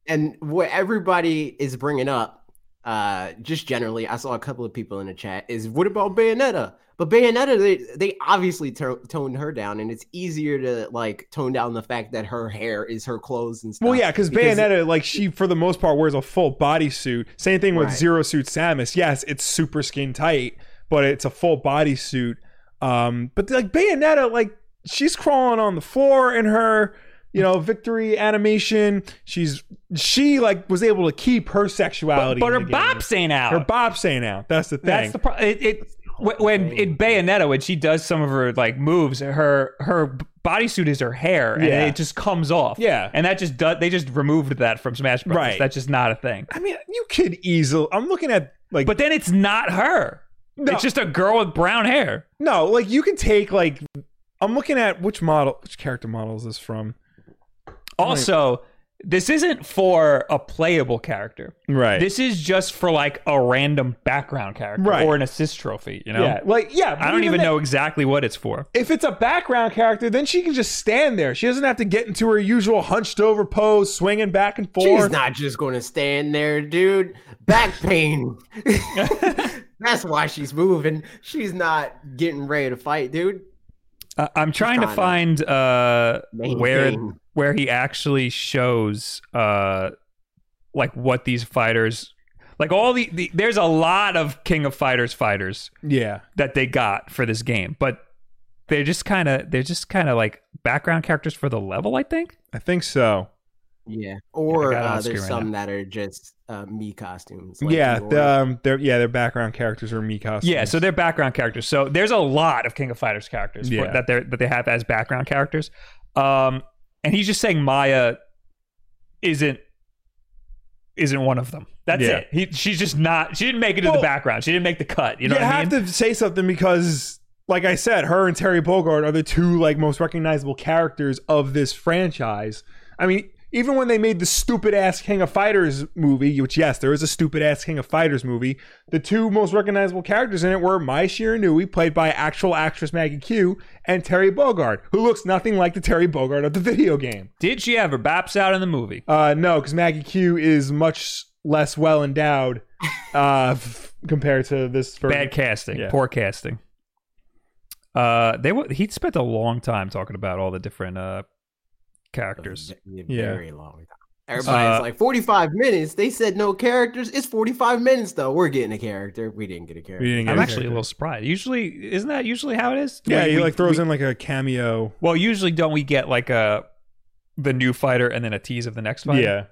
Speaker 3: and what everybody is bringing up uh just generally i saw a couple of people in the chat is what about bayonetta but bayonetta they, they obviously to- toned her down and it's easier to like tone down the fact that her hair is her clothes and stuff
Speaker 2: Well, yeah, because Bayonetta, like she for the most part wears a full bodysuit. Same thing with
Speaker 3: Right.
Speaker 2: Zero Suit Samus. Yes, it's super skin tight, but it's a full bodysuit. Um, but like Bayonetta, like she's crawling on the floor in her, you know, victory animation. She's she like was able to keep her sexuality,
Speaker 1: But her
Speaker 2: in the game.
Speaker 1: bops ain't out.
Speaker 2: her bob saying out. That's the thing.
Speaker 1: That's the problem. It, it when-
Speaker 2: Oh.
Speaker 1: when in Bayonetta when she does some of her like moves, her her bodysuit is her hair, and
Speaker 2: Yeah.
Speaker 1: it just comes off.
Speaker 2: Yeah.
Speaker 1: and that just does, they just removed that from Smash Bros.
Speaker 2: Right.
Speaker 1: That's just not a thing.
Speaker 2: I mean, you could easily. I'm looking at like,
Speaker 1: But then it's not her.
Speaker 2: No.
Speaker 1: It's just a girl with brown hair.
Speaker 2: no, like you can take like. I'm looking at which model, which character model is this from?
Speaker 1: Also, this isn't for a playable character.
Speaker 2: Right.
Speaker 1: This is just for like a random background character
Speaker 2: Right.
Speaker 1: or an assist trophy, you know?
Speaker 2: Yeah, like yeah. but
Speaker 1: I don't even
Speaker 2: then-
Speaker 1: know exactly what it's for.
Speaker 2: if it's a background character. Then she can just stand there. She doesn't have to get into her usual hunched over pose, swinging back and forth.
Speaker 3: she's not just gonna stand there dude back pain that's why she's moving she's not getting ready to fight dude
Speaker 1: Uh, I'm trying to
Speaker 3: trying
Speaker 1: find uh,
Speaker 3: Main
Speaker 1: where
Speaker 3: thing.
Speaker 1: where he actually shows uh, like what these fighters like all the, the there's a lot of King of Fighters fighters
Speaker 2: yeah,
Speaker 1: that they got for this game, but they're just kind of they're just kind of like background characters for the level, I think.
Speaker 2: I think so.
Speaker 3: yeah or
Speaker 1: got it on
Speaker 3: uh,
Speaker 1: screen
Speaker 3: there's
Speaker 1: right
Speaker 3: some that are just uh, me costumes
Speaker 2: yeah,
Speaker 3: you
Speaker 2: the,
Speaker 3: already-
Speaker 2: um, they're yeah, their background characters are Mikasa.
Speaker 1: Yeah, so they're background characters. So there's a lot of King of Fighters characters for-
Speaker 2: Yeah.
Speaker 1: that they that they have as background characters. Um, and he's just saying Maya isn't isn't one of them. That's
Speaker 2: Yeah.
Speaker 1: it. He, she's just not. She didn't make it to
Speaker 2: Well,
Speaker 1: the background. She didn't make the cut. You know
Speaker 2: you
Speaker 1: what I mean?
Speaker 2: have to say something because, like I said, her and Terry Bogard are the two like most recognizable characters of this franchise. I mean, even when they made the stupid ass King of Fighters movie, which yes, there is a stupid ass King of Fighters movie, the two most recognizable characters in it were Mai Shiranui, played by actual actress Maggie Q, and Terry Bogard, who looks nothing like the Terry Bogard of the video game.
Speaker 1: Did she have her baps out in the movie?
Speaker 2: Uh, no, because Maggie Q is much less well endowed uh, f- compared to this. ver-
Speaker 1: Bad casting,
Speaker 2: Yeah.
Speaker 1: poor casting. Uh, they were, he spent a long time talking about all the different uh characters.
Speaker 3: Yeah,
Speaker 2: Yeah.
Speaker 3: Very long time. Everybody's
Speaker 1: Uh,
Speaker 3: like 45 minutes. They said no characters. It's 45 minutes though. We're getting a character. We didn't get a character.
Speaker 1: I'm actually a little surprised. Usually, isn't that usually how it is?
Speaker 2: Yeah,
Speaker 1: We-
Speaker 2: he
Speaker 1: we-
Speaker 2: like throws
Speaker 1: we-
Speaker 2: in like a cameo.
Speaker 1: Well, usually don't we get like a the new fighter and then a tease of the next fighter?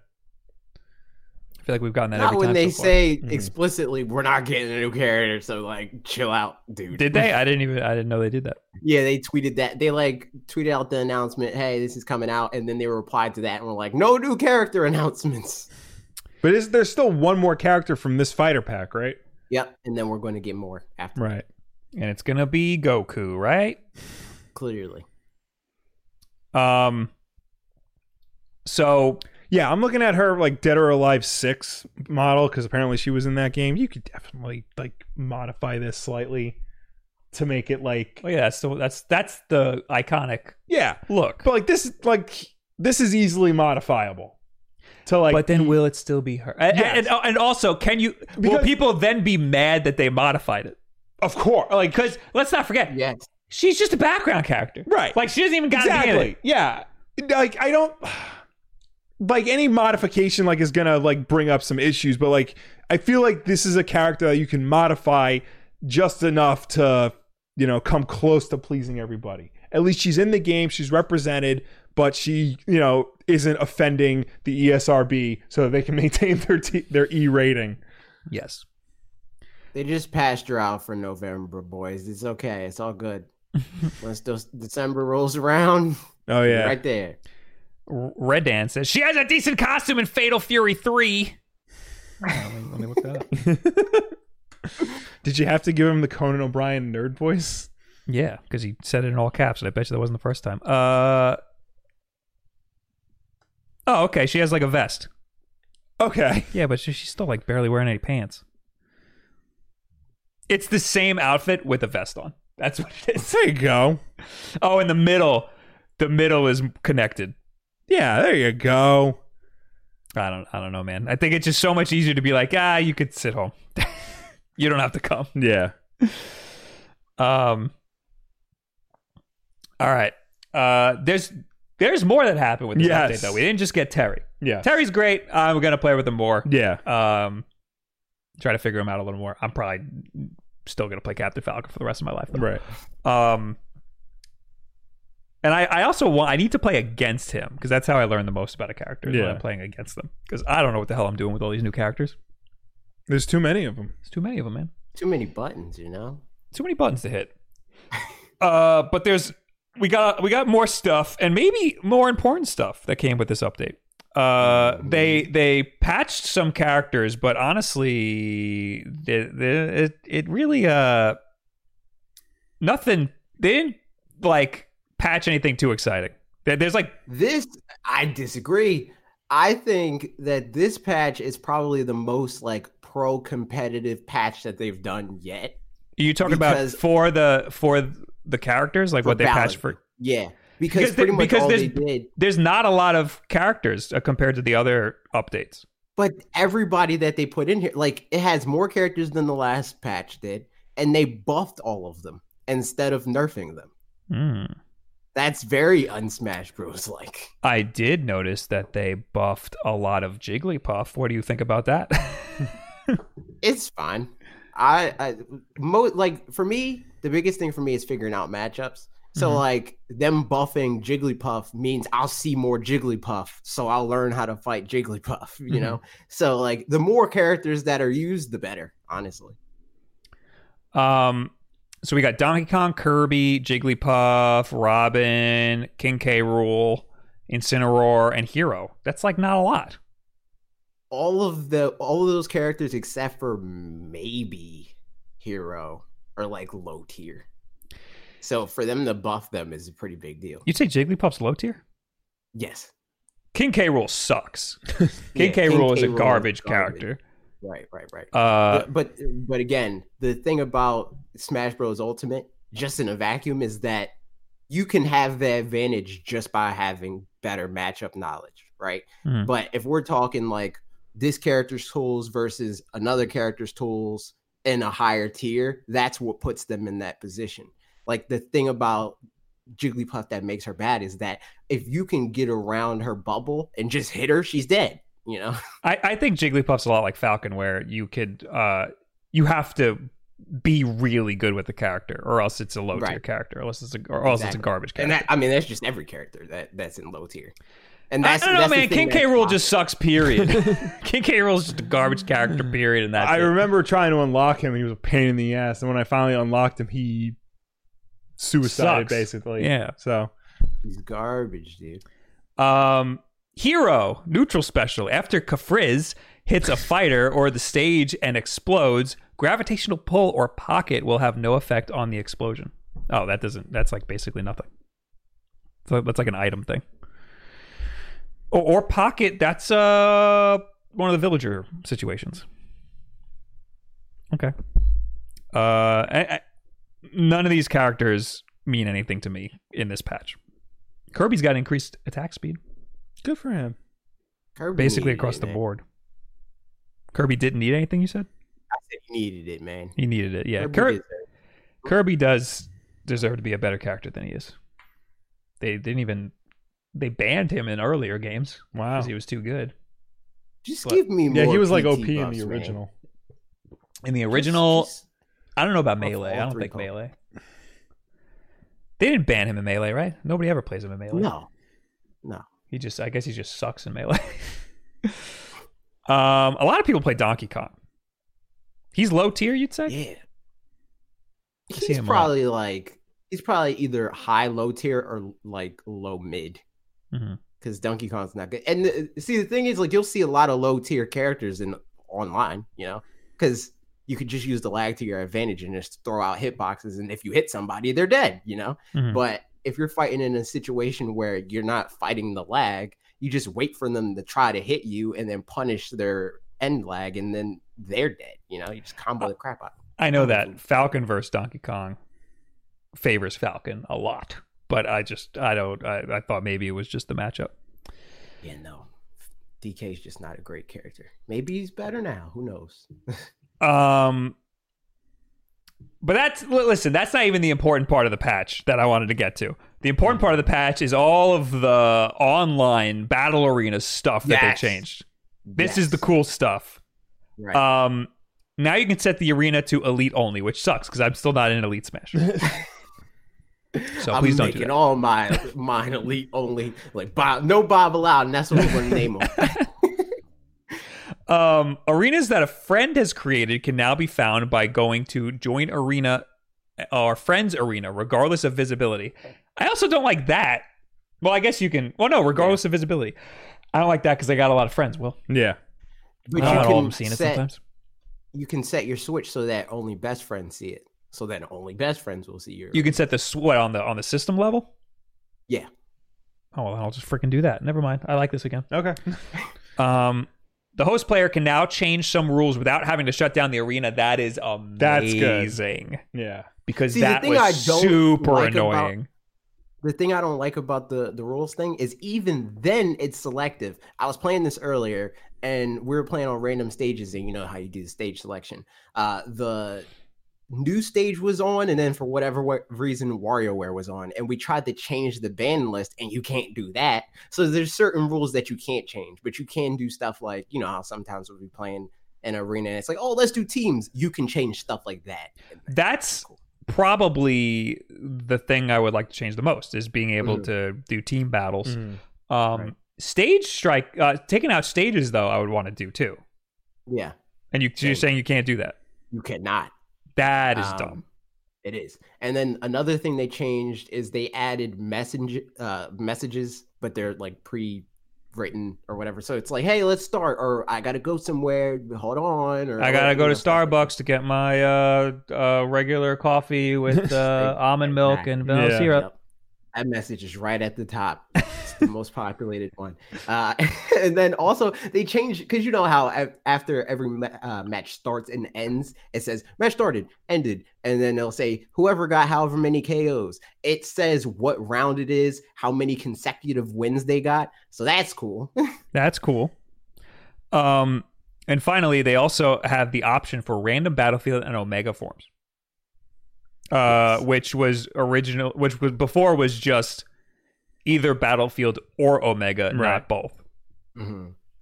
Speaker 1: I feel like we've gotten that
Speaker 3: Not
Speaker 1: every
Speaker 3: when
Speaker 1: time
Speaker 3: they
Speaker 1: so far. Mm-hmm.
Speaker 3: say
Speaker 2: Mhm.
Speaker 3: explicitly we're not getting a new character. So like, chill out, dude.
Speaker 1: Did they? I didn't even. I didn't know they did that.
Speaker 3: yeah, they tweeted that. They like tweeted out the announcement. Hey, this is coming out, and then they replied to that and were like, no new character announcements.
Speaker 2: But is there's still one more character from this fighter pack, right?
Speaker 3: Yep. And then we're going to get more after.
Speaker 2: Right.
Speaker 1: And it's gonna be Goku, right?
Speaker 3: Clearly,
Speaker 1: Um. So
Speaker 2: Yeah, I'm looking at her like Dead or Alive 6 model because apparently she was in that game. You could definitely like modify this slightly to make it like
Speaker 1: Oh yeah, that's the that's that's the iconic
Speaker 2: yeah.
Speaker 1: look.
Speaker 2: But like this is like this is easily modifiable to like
Speaker 1: but then will it still be her? And,
Speaker 2: Yes.
Speaker 1: and, and also, can you? will
Speaker 2: Because-
Speaker 1: people then be mad that they modified it?
Speaker 2: of course
Speaker 1: Like, because let's not forget,
Speaker 3: Yes.
Speaker 1: she's just a background character,
Speaker 2: Right.
Speaker 1: Like she doesn't even got to be in
Speaker 2: exactly
Speaker 1: it.
Speaker 2: yeah like i don't like any modification like is gonna like bring up some issues but like i feel like this is a character that you can modify just enough to you know come close to pleasing everybody at least she's in the game she's represented but she you know isn't offending the E esrb so that they can maintain their t- their e rating
Speaker 1: Yes.
Speaker 3: They just passed her out for November, boys. It's okay. It's all good. Once those December rolls around,
Speaker 2: oh
Speaker 3: you're
Speaker 2: yeah
Speaker 3: right there.
Speaker 1: R- Red Dan says she has a decent costume in Fatal Fury Three. let, me, look that up.
Speaker 2: did you have to give him the conan o'brien nerd voice
Speaker 1: Yeah, because he said it in all caps, and I bet you that wasn't the first time. Uh. Oh, okay. She has like a vest.
Speaker 2: okay
Speaker 1: Yeah, but she, she's still like barely wearing any pants. It's the same outfit with a vest on. That's what it is.
Speaker 2: there you go
Speaker 1: Oh, in the middle, the middle is connected.
Speaker 2: yeah there you go
Speaker 1: I don't, I don't know, man. I think it's just so much easier to be like, ah, you could sit home. you don't have to come.
Speaker 2: yeah
Speaker 1: Um. All right. Uh, there's there's more that happened with this
Speaker 2: Yes.
Speaker 1: update though. We didn't just get Terry.
Speaker 2: yeah
Speaker 1: Terry's great. I'm gonna play with him more.
Speaker 2: Yeah.
Speaker 1: um try to figure him out a little more i'm probably still gonna play captain falcon for the rest of my life though.
Speaker 2: Right.
Speaker 1: um and I, I also want I need to play against him because that's how I learn the most about a character. is when
Speaker 2: Yeah.
Speaker 1: I'm playing against them because I don't know what the hell I'm doing with all these new characters.
Speaker 2: There's too many of them.
Speaker 1: It's too many of them, man.
Speaker 3: Too many buttons, you know?
Speaker 1: Too many buttons to hit. Uh, but there's we got we got more stuff and maybe more important stuff that came with this update. Uh, they they patched some characters, but honestly, the the it, it really uh nothing. They didn't like patch anything too exciting. There- There's like
Speaker 3: This, I disagree. I think that this patch is probably the most like pro competitive patch that they've done yet.
Speaker 1: are you talking
Speaker 3: Because-
Speaker 1: about for the for the characters like
Speaker 3: For
Speaker 1: what they patched
Speaker 3: Valid.
Speaker 1: for.
Speaker 3: Yeah.
Speaker 1: Because
Speaker 3: Because,
Speaker 1: they-
Speaker 3: pretty much
Speaker 1: because
Speaker 3: all
Speaker 1: there's-
Speaker 3: they did
Speaker 1: There's not a lot of characters uh, compared to the other updates.
Speaker 3: But everybody that they put in here, like it has more characters than the last patch did, and they buffed all of them instead of nerfing them.
Speaker 1: Hmm.
Speaker 3: That's very unsmash bros like.
Speaker 1: I did notice that they buffed a lot of Jigglypuff. What do you think about that?
Speaker 3: It's fine. I, I mo like for me, the biggest thing for me is figuring out matchups. So
Speaker 1: Mhm.
Speaker 3: like them buffing Jigglypuff means I'll see more Jigglypuff, so I'll learn how to fight Jigglypuff, you
Speaker 1: Mhm.
Speaker 3: know? So like the more characters that are used, the better, honestly.
Speaker 1: um, so we got Donkey Kong, Kirby, Jigglypuff, Robin, King K. Rule, Incineroar, and Hero. That's like not a lot.
Speaker 3: all of the all of those characters except for maybe hero are like low tier so for them to buff them is a pretty big deal
Speaker 1: You'd say Jigglypuff's low tier?
Speaker 3: yes
Speaker 1: King K. Rule sucks. King
Speaker 3: Yeah,
Speaker 1: K. Rule is a
Speaker 3: Rool is
Speaker 1: garbage,
Speaker 3: garbage.
Speaker 1: character.
Speaker 3: right right right
Speaker 1: Uh,
Speaker 3: But- but but again the thing about smash bros ultimate just in a vacuum is that you can have the advantage just by having better matchup knowledge right
Speaker 1: Mhm.
Speaker 3: but if we're talking like this character's tools versus another character's tools in a higher tier that's what puts them in that position like the thing about jigglypuff that makes her bad is that if you can get around her bubble and just hit her she's dead you know
Speaker 1: I, I think Jigglypuff's a lot like Falcon, where you could uh, you have to be really good with the character, or else it's a low tier
Speaker 3: Right.
Speaker 1: character, unless it's a, or else it's a
Speaker 3: Exactly.
Speaker 1: garbage character.
Speaker 3: And that, I mean, that's just every character that that's in low tier. And
Speaker 1: I
Speaker 3: that's
Speaker 1: don't know,
Speaker 3: that's the
Speaker 1: man.
Speaker 3: thing
Speaker 1: King
Speaker 3: that's
Speaker 1: K. Rule
Speaker 3: not-
Speaker 1: just sucks. Period. King K. Rule is just a garbage character. Period. And that's
Speaker 2: I
Speaker 1: it.
Speaker 2: remember trying to unlock him, and he was a pain in the ass. And when I finally unlocked him, he suicided
Speaker 1: Sucks.
Speaker 2: basically.
Speaker 1: Yeah.
Speaker 2: So
Speaker 3: he's garbage, dude.
Speaker 1: Um, Hero neutral special. After Kafriz hits a fighter or the stage and explodes, gravitational pull or pocket will have no effect on the explosion. Oh, that doesn't. That's like basically nothing. So that's like an item thing. Or, or pocket. That's uh one of the villager situations. Okay. Uh, I, I, none of these characters mean anything to me in this patch. Kirby's got increased attack speed
Speaker 2: Good for him.
Speaker 3: Kirby
Speaker 1: basically
Speaker 3: needed
Speaker 1: across
Speaker 3: it,
Speaker 1: the
Speaker 3: man.
Speaker 1: board. Kirby didn't need anything, you said?
Speaker 3: I said he needed it, man.
Speaker 1: He needed it. Yeah.
Speaker 3: Kirby
Speaker 1: Kirby,
Speaker 3: deserved it.
Speaker 1: Kirby does deserve to be a better character than he is. They didn't even they banned him in earlier games
Speaker 2: Wow.
Speaker 1: because he was too good.
Speaker 3: Just
Speaker 1: But-
Speaker 3: give me more.
Speaker 2: Yeah, he was like
Speaker 3: PT
Speaker 2: OP in
Speaker 3: buffs,
Speaker 2: the
Speaker 3: man.
Speaker 2: original.
Speaker 1: In the
Speaker 3: Just-
Speaker 1: original,
Speaker 3: just-
Speaker 1: I don't know about
Speaker 3: Of
Speaker 1: melee. I
Speaker 3: all
Speaker 1: don't
Speaker 3: three
Speaker 1: think
Speaker 3: Pokemon.
Speaker 1: melee. They didn't ban him in melee, right? Nobody ever plays him in melee.
Speaker 3: no.
Speaker 1: He just, I guess, he just sucks in melee. um, a lot of people play Donkey Kong. He's low tier, you'd say.
Speaker 3: Yeah.
Speaker 1: see
Speaker 3: He's
Speaker 1: him a lot.
Speaker 3: probably like he's probably either high low tier or like low mid
Speaker 1: Mhm.
Speaker 3: because Donkey Kong's not good. And the, see, the thing is, like you'll see a lot of low tier characters in online, you know, because you could just use the lag to your advantage and just throw out hitboxes, and if you hit somebody, they're dead, you know.
Speaker 1: Mhm.
Speaker 3: But if you're fighting in a situation where you're not fighting the lag, you just wait for them to try to hit you and then punish their end lag, and then they're dead. You know, you just
Speaker 1: Uh,
Speaker 3: combo the crap out. of them.
Speaker 1: I know that Falcon versus Donkey Kong favors Falcon a lot, but I just, I don't, I, I thought maybe it was just the matchup.
Speaker 3: Yeah, no. DK's just not a great character. Maybe he's better now. Who knows?
Speaker 1: Um, but that's li- listen. That's not even the important part of the patch that I wanted to get to. The important part of the patch is all of the online battle arena stuff that
Speaker 3: Yes.
Speaker 1: they changed. This is the cool stuff.
Speaker 3: Right.
Speaker 1: Um, now you can set the arena to elite only, which sucks because I'm still not in elite smash. so
Speaker 3: I'm
Speaker 1: please don't do
Speaker 3: making
Speaker 1: that.
Speaker 3: all my mine elite only. Like Bob, no Bob allowed, and that's what we're gonna name him.
Speaker 1: Um, arenas that a friend has created can now be found by going to join arena or friends arena, regardless of visibility. I also don't like that. Well, I guess you can. Well, no, regardless of visibility, I don't like that because I got a lot of friends. Well,
Speaker 2: Yeah.
Speaker 3: But
Speaker 1: I don't know,
Speaker 3: you
Speaker 1: I'm
Speaker 3: can
Speaker 1: seeing it
Speaker 3: set
Speaker 1: sometimes.
Speaker 3: you can set your switch so that only best friends see it. So then only best friends will see your.
Speaker 1: You can set the sweat on the on the system level.
Speaker 3: Yeah.
Speaker 1: Oh, well, I'll just freaking do that. Never mind. I like this again.
Speaker 2: Okay.
Speaker 1: Um, the host player can now change some rules without having to shut down the arena. That is amazing.
Speaker 2: That's good. Yeah.
Speaker 1: Because
Speaker 3: See, the
Speaker 1: that
Speaker 3: thing
Speaker 1: was
Speaker 3: I don't
Speaker 1: super
Speaker 3: like about-
Speaker 1: annoying.
Speaker 3: the thing I don't like about the the rules thing is even then it's selective. I was playing this earlier and we were playing on random stages and you know how you do the stage selection. Uh the new stage was on and then for whatever wa- reason WarioWare was on and we tried to change the ban list and you can't do that. So there's certain rules that you can't change, but you can do stuff like, you know how sometimes we'll be playing an arena and it's like, "Oh, let's do teams." You can change stuff like that.
Speaker 1: That's probably the thing I would like to change the most is being able
Speaker 3: Mhm.
Speaker 1: to do team battles.
Speaker 2: Mm.
Speaker 1: Um,
Speaker 3: Right.
Speaker 1: Stage strike, uh, taking out stages though, I would want to do too.
Speaker 3: Yeah,
Speaker 1: And you, you're
Speaker 3: Yeah.
Speaker 1: saying you can't do that.
Speaker 3: you cannot.
Speaker 1: That is
Speaker 3: Um,
Speaker 1: dumb.
Speaker 3: It is. And then another thing they changed is they added message uh, messages, but they're like pre written or whatever. So it's like, hey, let's start, or I gotta go somewhere, hold on, or
Speaker 1: I gotta
Speaker 3: you
Speaker 1: go
Speaker 3: know,
Speaker 1: to
Speaker 3: stuff like
Speaker 1: Starbucks to get my uh, uh, regular coffee with uh, almond milk and vanilla
Speaker 2: Yeah.
Speaker 1: syrup.
Speaker 3: Yep. That message is right at the top. It's the most populated one. Uh, and then also they changed because you know how a- after every ma- uh, match starts and ends, it says match started, ended, and then they'll say whoever got however many KOs. It says what round it is, how many consecutive wins they got. So that's cool.
Speaker 1: That's cool. Um, and finally, they also have the option for random battlefield and omega forms, uh,
Speaker 3: Yes.
Speaker 1: which was original, which was before was just either battlefield or omega,
Speaker 2: Right.
Speaker 1: not both.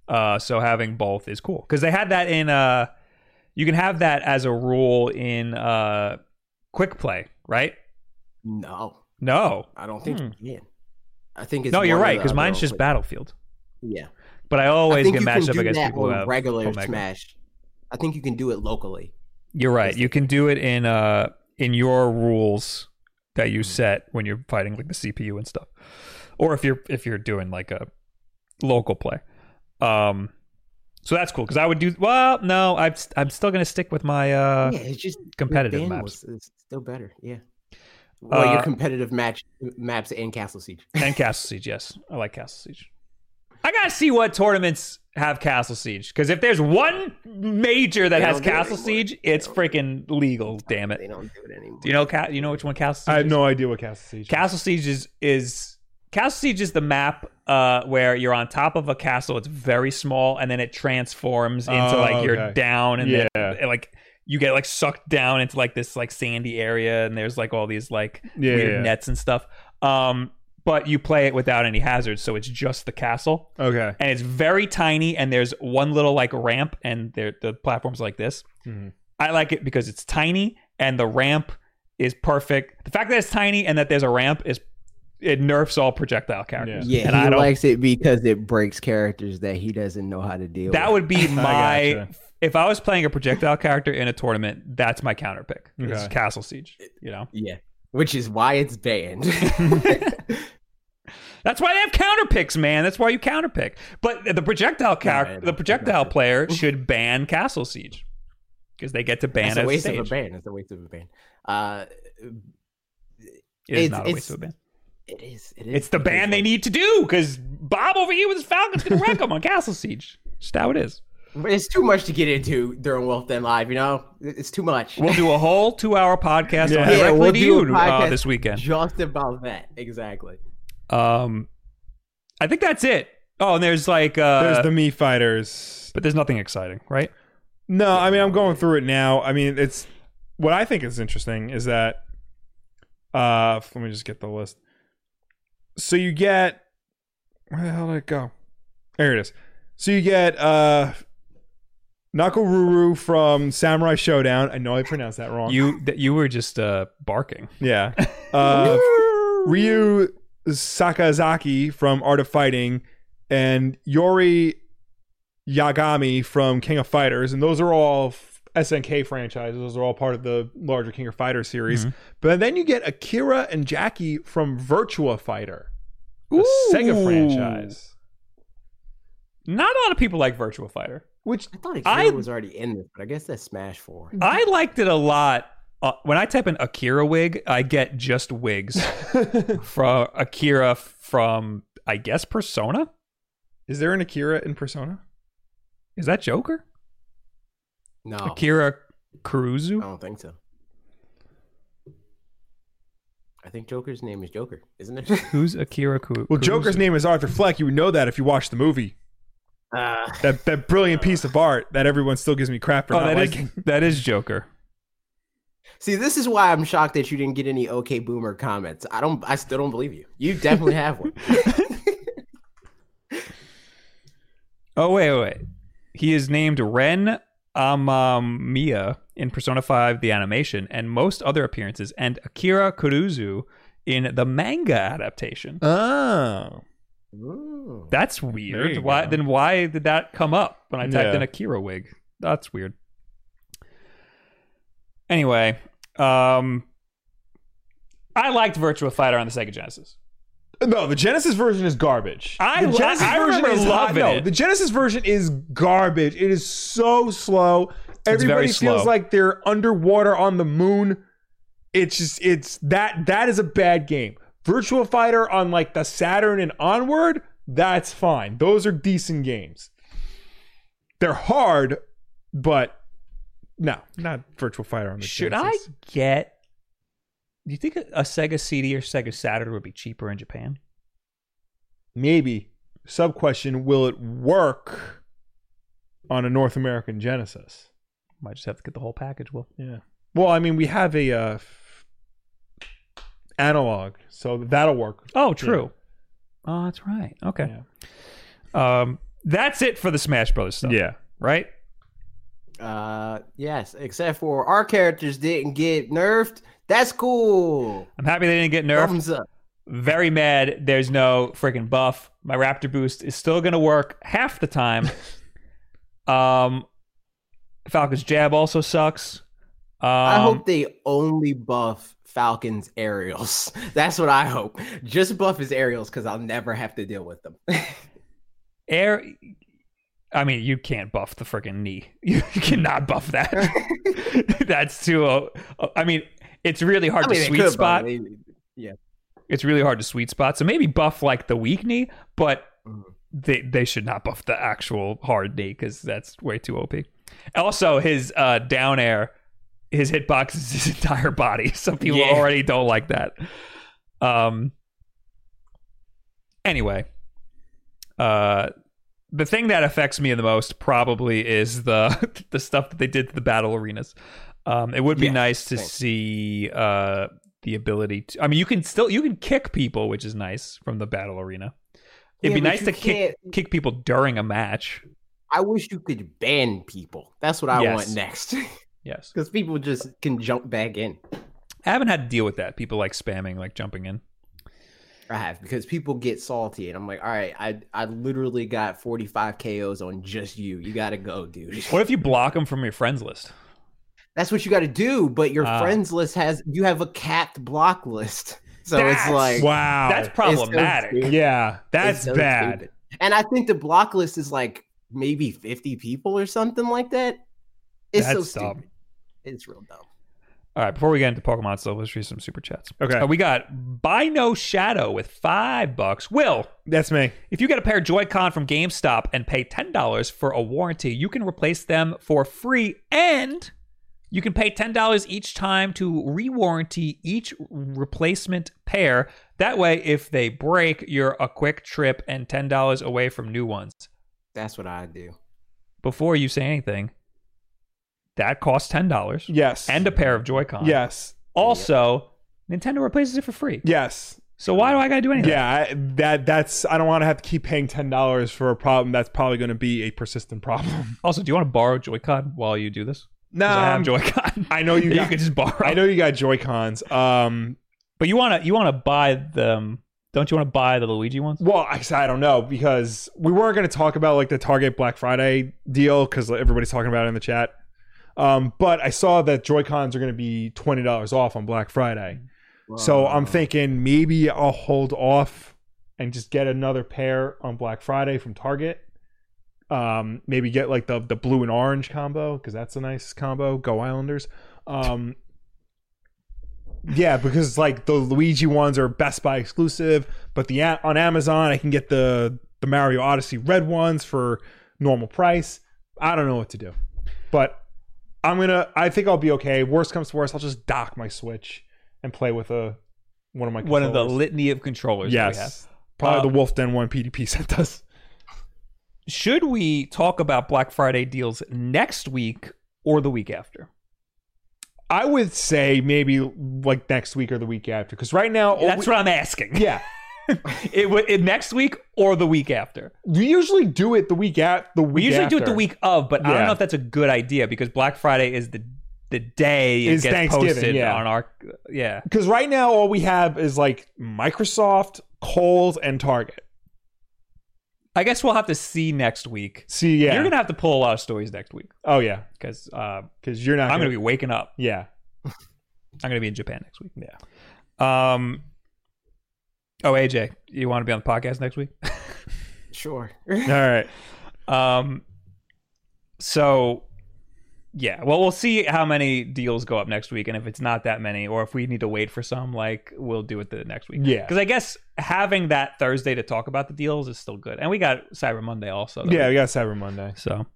Speaker 1: Uh, so having both is cool because they had that in. Uh, you can have that as a rule in uh, quick play, right?
Speaker 3: No,
Speaker 1: No,
Speaker 3: I don't think.
Speaker 1: Hmm.
Speaker 3: Yeah, I think it's
Speaker 1: no, you're
Speaker 3: one or
Speaker 1: right
Speaker 3: the
Speaker 1: because
Speaker 3: other
Speaker 1: mine's
Speaker 3: real
Speaker 1: just
Speaker 3: quick.
Speaker 1: battlefield.
Speaker 3: Yeah.
Speaker 1: But I
Speaker 3: I
Speaker 1: always
Speaker 3: think
Speaker 1: get
Speaker 3: you can
Speaker 1: matched up
Speaker 3: do
Speaker 1: against
Speaker 3: that
Speaker 1: people who
Speaker 3: on
Speaker 1: have
Speaker 3: regular
Speaker 1: Omega.
Speaker 3: Smash. I think you can do it locally.
Speaker 1: You're right.
Speaker 3: Is
Speaker 1: You can do it in uh in your rules that
Speaker 3: Mm-hmm.
Speaker 1: you set when you're fighting like the CPU and stuff, or if you're if you're doing like a local play. Um, so that's cool because I would do well. No, I'm st- I'm still gonna stick with my uh
Speaker 3: yeah, it's just
Speaker 1: competitive
Speaker 3: Dan
Speaker 1: maps
Speaker 3: was- It's still better. Yeah. Well, your
Speaker 1: Uh,
Speaker 3: competitive match maps and Castle Siege.
Speaker 1: and Castle Siege. Yes, I like Castle Siege. I gotta see what tournaments have Castle Siege because if there's one major that
Speaker 3: They
Speaker 1: has
Speaker 3: don't do it
Speaker 1: Castle
Speaker 3: anymore.
Speaker 1: Siege, it's freaking legal. Damn
Speaker 3: They
Speaker 1: it!
Speaker 3: don't do it anymore.
Speaker 1: Do you know Ca- you know which one Castle Siege?
Speaker 2: I have
Speaker 1: is?
Speaker 2: no idea what Castle Siege. is.
Speaker 1: Castle Siege is is Castle Siege is the map uh, where you're on top of a castle. It's very small, and then it transforms into
Speaker 2: Oh,
Speaker 1: like you're
Speaker 2: okay.
Speaker 1: down, and
Speaker 2: Yeah.
Speaker 1: then, and, like you get like sucked down into like this like sandy area, and there's like all these like
Speaker 2: Yeah,
Speaker 1: weird
Speaker 2: yeah.
Speaker 1: nets and stuff. Um, but you play it without any hazards, so it's just the castle,
Speaker 2: Okay.
Speaker 1: and it's very tiny. And there's one little like ramp, and there the platforms like this.
Speaker 2: Mhm.
Speaker 1: I like it because it's tiny and the ramp is perfect. The fact that it's tiny and that there's a ramp is it nerfs all projectile characters.
Speaker 3: Yeah,
Speaker 1: and I
Speaker 3: he
Speaker 1: don't.
Speaker 3: likes it because it breaks characters that he doesn't know how to deal.
Speaker 1: that
Speaker 3: with.
Speaker 1: would be my
Speaker 2: gotcha.
Speaker 1: if I was playing a projectile character in a tournament. That's my counter pick. It's
Speaker 2: Okay.
Speaker 1: Castle Siege. You know,
Speaker 3: yeah, which is why it's banned.
Speaker 1: that's why they have counter picks, man. That's why you counter pick. But the projectile
Speaker 3: I
Speaker 1: character, the
Speaker 3: don't-
Speaker 1: projectile player should ban Castle Siege because they get to ban
Speaker 3: it's a
Speaker 1: as
Speaker 3: waste
Speaker 1: stage.
Speaker 3: of a ban. It's a waste of a ban. Uh,
Speaker 1: It is
Speaker 3: It's-
Speaker 1: not a waste
Speaker 3: it's-
Speaker 1: of a ban.
Speaker 3: it is. It is.
Speaker 1: It's the ban they need to do because Bob over here with his Falcons gonna wreck him on Castle Siege. Just how it is.
Speaker 3: But it's too much to get into during Wolf Den Live. You know, it's too much.
Speaker 1: We'll do a whole two-hour podcast
Speaker 2: Yeah.
Speaker 1: on
Speaker 2: Yeah,
Speaker 1: directly
Speaker 3: we'll
Speaker 1: to
Speaker 3: do a
Speaker 1: you uh,
Speaker 3: podcast
Speaker 1: this weekend.
Speaker 3: Just about that. Exactly.
Speaker 1: Um, I think that's it. Oh, and there's like, uh,
Speaker 2: There's the Mii Fighters.
Speaker 1: but there's nothing exciting, right?
Speaker 2: No, I mean I'm going through it now. I mean it's what I think is interesting is that uh let me just get the list. So you get where the hell did it go? There it is. So you get uh Nakoruru from Samurai Showdown. I know I pronounced that wrong.
Speaker 1: You that you were just uh, barking.
Speaker 2: yeah. Uh Ryu Sakazaki from Art of Fighting and Yori Yagami from King of Fighters, and those are all f- SNK franchises. Those are all part of the larger King of Fighters series.
Speaker 1: Mm-hmm.
Speaker 2: But then you get Akira and Jackie from Virtua Fighter, the Sega
Speaker 1: Ooh.
Speaker 2: franchise.
Speaker 1: Not a lot of people like Virtual Fighter.
Speaker 2: Which
Speaker 3: I thought
Speaker 1: I-
Speaker 3: Akira was already in this, but I guess that's Smash Four.
Speaker 1: I liked it a lot. Uh, when I type in Akira wig, I get just wigs from Akira from I guess Persona.
Speaker 2: is there an Akira in Persona?
Speaker 1: Is that Joker?
Speaker 3: No,
Speaker 1: Akira
Speaker 3: I
Speaker 1: Kuruzu?
Speaker 3: don't think so. I think Joker's name is Joker, isn't it?
Speaker 1: Who's Akira Kuruzu?
Speaker 2: Well, Joker's name is Arthur Fleck. You would know that if you watched the movie.
Speaker 3: uh,
Speaker 2: That that brilliant piece of art that everyone still gives me crap for
Speaker 1: Oh,
Speaker 2: not
Speaker 1: that is
Speaker 2: liking.
Speaker 1: that is Joker.
Speaker 3: see, this is why I'm shocked that you didn't get any OK Boomer comments. I don't. I still don't believe you. You definitely have one.
Speaker 1: Oh wait, wait, wait. He is named Ren Amamiya in Persona 5 the animation and most other appearances and Akira Kuruzu in the manga adaptation.
Speaker 2: Oh.
Speaker 3: Ooh.
Speaker 1: That's
Speaker 2: There you
Speaker 1: weird. Why
Speaker 2: go.
Speaker 1: then why did that come up when I typed
Speaker 2: Yeah.
Speaker 1: in Akira wig? That's weird. Anyway, um I liked Virtua Fighter on the Sega Genesis.
Speaker 2: No, the Genesis version is garbage.
Speaker 1: I
Speaker 2: the
Speaker 1: li-
Speaker 2: Genesis
Speaker 1: I remember
Speaker 2: is hot-
Speaker 1: loving
Speaker 2: no,
Speaker 1: it.
Speaker 2: the Genesis version is garbage. It is so slow. Everybody
Speaker 1: very
Speaker 2: feels
Speaker 1: slow.
Speaker 2: like they're underwater on the moon. It's just it's that that is a bad game. Virtual Fighter on like the Saturn and onward, that's fine. Those are decent games. They're hard, but no, not Virtual Fighter on the
Speaker 1: Should I
Speaker 2: Genesis.
Speaker 1: get? Do you think a, a Sega CD or Sega Saturn would be cheaper in Japan?
Speaker 2: Maybe. Sub question, will it work on a North American Genesis?
Speaker 1: Might just have to get the whole package. Well,
Speaker 2: Yeah. Well, I mean, we have a uh, f- analog, so that'll work.
Speaker 1: oh, true. Oh, that's right. Okay. Um, that's it for the Smash Brothers stuff.
Speaker 2: Yeah.
Speaker 1: Right.
Speaker 3: Uh, yes, except for our characters didn't get nerfed. That's cool.
Speaker 1: I'm happy they didn't get
Speaker 2: Um,
Speaker 1: nerfed.
Speaker 3: Thumbs up.
Speaker 1: Very mad. There's no freaking buff. My Raptor boost is still gonna work half the time. um, Falcon's jab also sucks. Um,
Speaker 3: I hope they only buff Falcon's aerials. That's what I hope. Just buff his aerials because I'll never have to deal with them.
Speaker 1: air i mean you can't buff the freaking knee you, you cannot buff that that's too uh, i mean it's really hard
Speaker 3: I mean,
Speaker 1: to
Speaker 3: they
Speaker 1: sweet
Speaker 3: could, but
Speaker 1: spot
Speaker 3: they-
Speaker 1: it's really hard to sweet spot so maybe buff like the weak knee but
Speaker 3: Mhm.
Speaker 1: they they should not buff the actual hard knee because that's way too OP. Also, his uh, down air, his hitbox is his entire body. Some people
Speaker 3: Yeah.
Speaker 1: already don't like that. Um. Anyway, uh, the thing that affects me the most probably is the the stuff that they did to the battle arenas. Um, it would be
Speaker 3: Yeah,
Speaker 1: nice to
Speaker 3: same.
Speaker 1: see uh, the ability to. I mean, you can still you can kick people, which is nice from the battle arena. It'd
Speaker 3: Yeah,
Speaker 1: be
Speaker 3: but
Speaker 1: nice
Speaker 3: you
Speaker 1: to kick
Speaker 3: can't-
Speaker 1: kick people during a match.
Speaker 3: I wish you could ban people. That's what I
Speaker 1: Yes.
Speaker 3: want next.
Speaker 1: Yes,
Speaker 3: Because people just can jump back in.
Speaker 1: I haven't had to deal with that. People like spamming, like jumping in.
Speaker 3: I have because people get salty, and I'm like, all right, I I literally got 45 KOs on just you. You gotta go, dude.
Speaker 1: What if you block them from your friends list?
Speaker 3: That's what you gotta do. But your
Speaker 1: Ah.
Speaker 3: friends list has you have a capped block list, so
Speaker 1: That's
Speaker 3: it's like
Speaker 2: Wow.
Speaker 1: That's
Speaker 3: it's so
Speaker 1: problematic.
Speaker 3: stupid.
Speaker 2: yeah,
Speaker 3: It's
Speaker 2: that's
Speaker 3: so
Speaker 2: bad.
Speaker 3: stupid. And I think the block list is like maybe 50 people or something like that. It's so
Speaker 1: That's dumb.
Speaker 3: stupid. It's real dumb.
Speaker 1: All right, before we get into Pokemon stuff, let's read some super chats.
Speaker 2: Okay.
Speaker 1: Uh, we got Bino Shadow with five bucks. Will,
Speaker 2: That's me.
Speaker 1: if you get a pair of Joy-Con from GameStop and pay ten dollars for a warranty, you can replace them for free, and you can pay ten dollars each time to re-warranty each replacement pair. That way, if they break, you're a quick trip and ten dollars away from new ones.
Speaker 3: That's what I do.
Speaker 1: Before you say anything, that costs ten dollars
Speaker 2: Yes.
Speaker 1: and a pair of Joy-Con.
Speaker 2: yes.
Speaker 1: Also, Nintendo replaces it for free.
Speaker 2: Yes.
Speaker 1: So why do I gotta do anything?
Speaker 2: Yeah, I, that that's I don't want to have to keep paying ten dollars for a problem that's probably going to be a persistent problem.
Speaker 1: Also, do you want to borrow Joy-Con while you do this? 'Cause I have
Speaker 2: No,
Speaker 1: Joy-Con.
Speaker 2: Um, I know you.
Speaker 1: you
Speaker 2: Got,
Speaker 1: could just borrow.
Speaker 2: I know you got Joy Cons. Um,
Speaker 1: But you wanna you wanna buy them? Don't you wanna buy the Luigi ones?
Speaker 2: well, I, I don't know because we weren't going to talk about like the Target Black Friday deal because everybody's talking about it in the chat. Um, but I saw that Joy Cons are going to be twenty dollars off on Black Friday, so I'm thinking maybe I'll hold off and just get another pair on Black Friday from Target. Um, maybe get like the the blue and orange combo because that's a nice combo. Go Islanders. Um, yeah, because like the Luigi ones are Best Buy exclusive, but the a- on Amazon I can get the the Mario Odyssey red ones for normal price. I don't know what to do, but I'm gonna. I think I'll be okay. Worst comes to worst, I'll just dock my Switch and play with a one of my
Speaker 1: One of the
Speaker 2: controllers.
Speaker 1: litany of controllers. that we have.
Speaker 2: Yes. Probably
Speaker 1: Uh,
Speaker 2: the Wolf Den one PDP sent us.
Speaker 1: Should we talk about Black Friday deals next week or the week after?
Speaker 2: I would say maybe like next week or the week after, because right now,
Speaker 1: That's what I'm asking.
Speaker 2: yeah,
Speaker 1: It, would it next week or the week after?
Speaker 2: we usually do it the week at the week.
Speaker 1: We usually do it the
Speaker 2: after.
Speaker 1: week of, but I don't
Speaker 2: Yeah.
Speaker 1: know if that's a good idea because Black Friday is the the day it
Speaker 2: Is
Speaker 1: gets
Speaker 2: Thanksgiving,
Speaker 1: posted
Speaker 2: yeah.
Speaker 1: on our yeah.
Speaker 2: because right now all we have is like Microsoft, Kohl's, and Target.
Speaker 1: I guess we'll have to see next week.
Speaker 2: See, yeah,
Speaker 1: You're gonna have to pull a lot of stories next week
Speaker 2: oh yeah,
Speaker 1: because uh,
Speaker 2: because you're not.
Speaker 1: I'm gonna be waking up.
Speaker 2: be yeah.
Speaker 1: I'm gonna be in Japan next week. Yeah. Um. Oh, AJ, you want to be on the podcast next week?
Speaker 3: Sure.
Speaker 2: All right,
Speaker 1: Um. So, yeah. Well, we'll see how many deals go up next week, and if it's not that many, or if we need to wait for some, like we'll do it the next week.
Speaker 2: yeah,
Speaker 1: Because I guess having that Thursday to talk about the deals is still good, and we got Cyber Monday also. that
Speaker 2: yeah. We got Cyber Monday.
Speaker 1: So,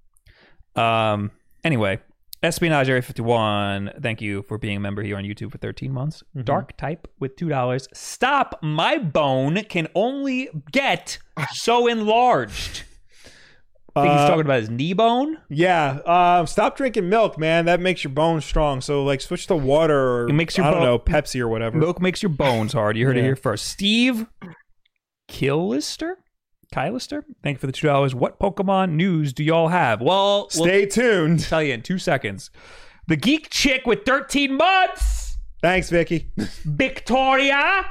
Speaker 1: um, anyway, Espionage Area 51, thank you for being a member here on YouTube for 13 months.
Speaker 2: Mhm.
Speaker 1: Dark Type with $2. Stop, my bone can only get so enlarged. I think he's
Speaker 2: Uh,
Speaker 1: talking about his knee bone.
Speaker 2: yeah, uh, stop drinking milk, man. That makes your bones strong. So like, switch to water or
Speaker 1: It makes your
Speaker 2: I don't
Speaker 1: bone-
Speaker 2: know Pepsi or whatever.
Speaker 1: Milk makes your bones hard. You heard it
Speaker 2: Yeah.
Speaker 1: here first. Steve Killister? Kylister? Thank you for the $2. What Pokemon news do y'all have? Well, we'll
Speaker 2: Stay tuned.
Speaker 1: tell you in two seconds. The Geek Chick with 13 months.
Speaker 2: Thanks, Vicky.
Speaker 1: Victoria.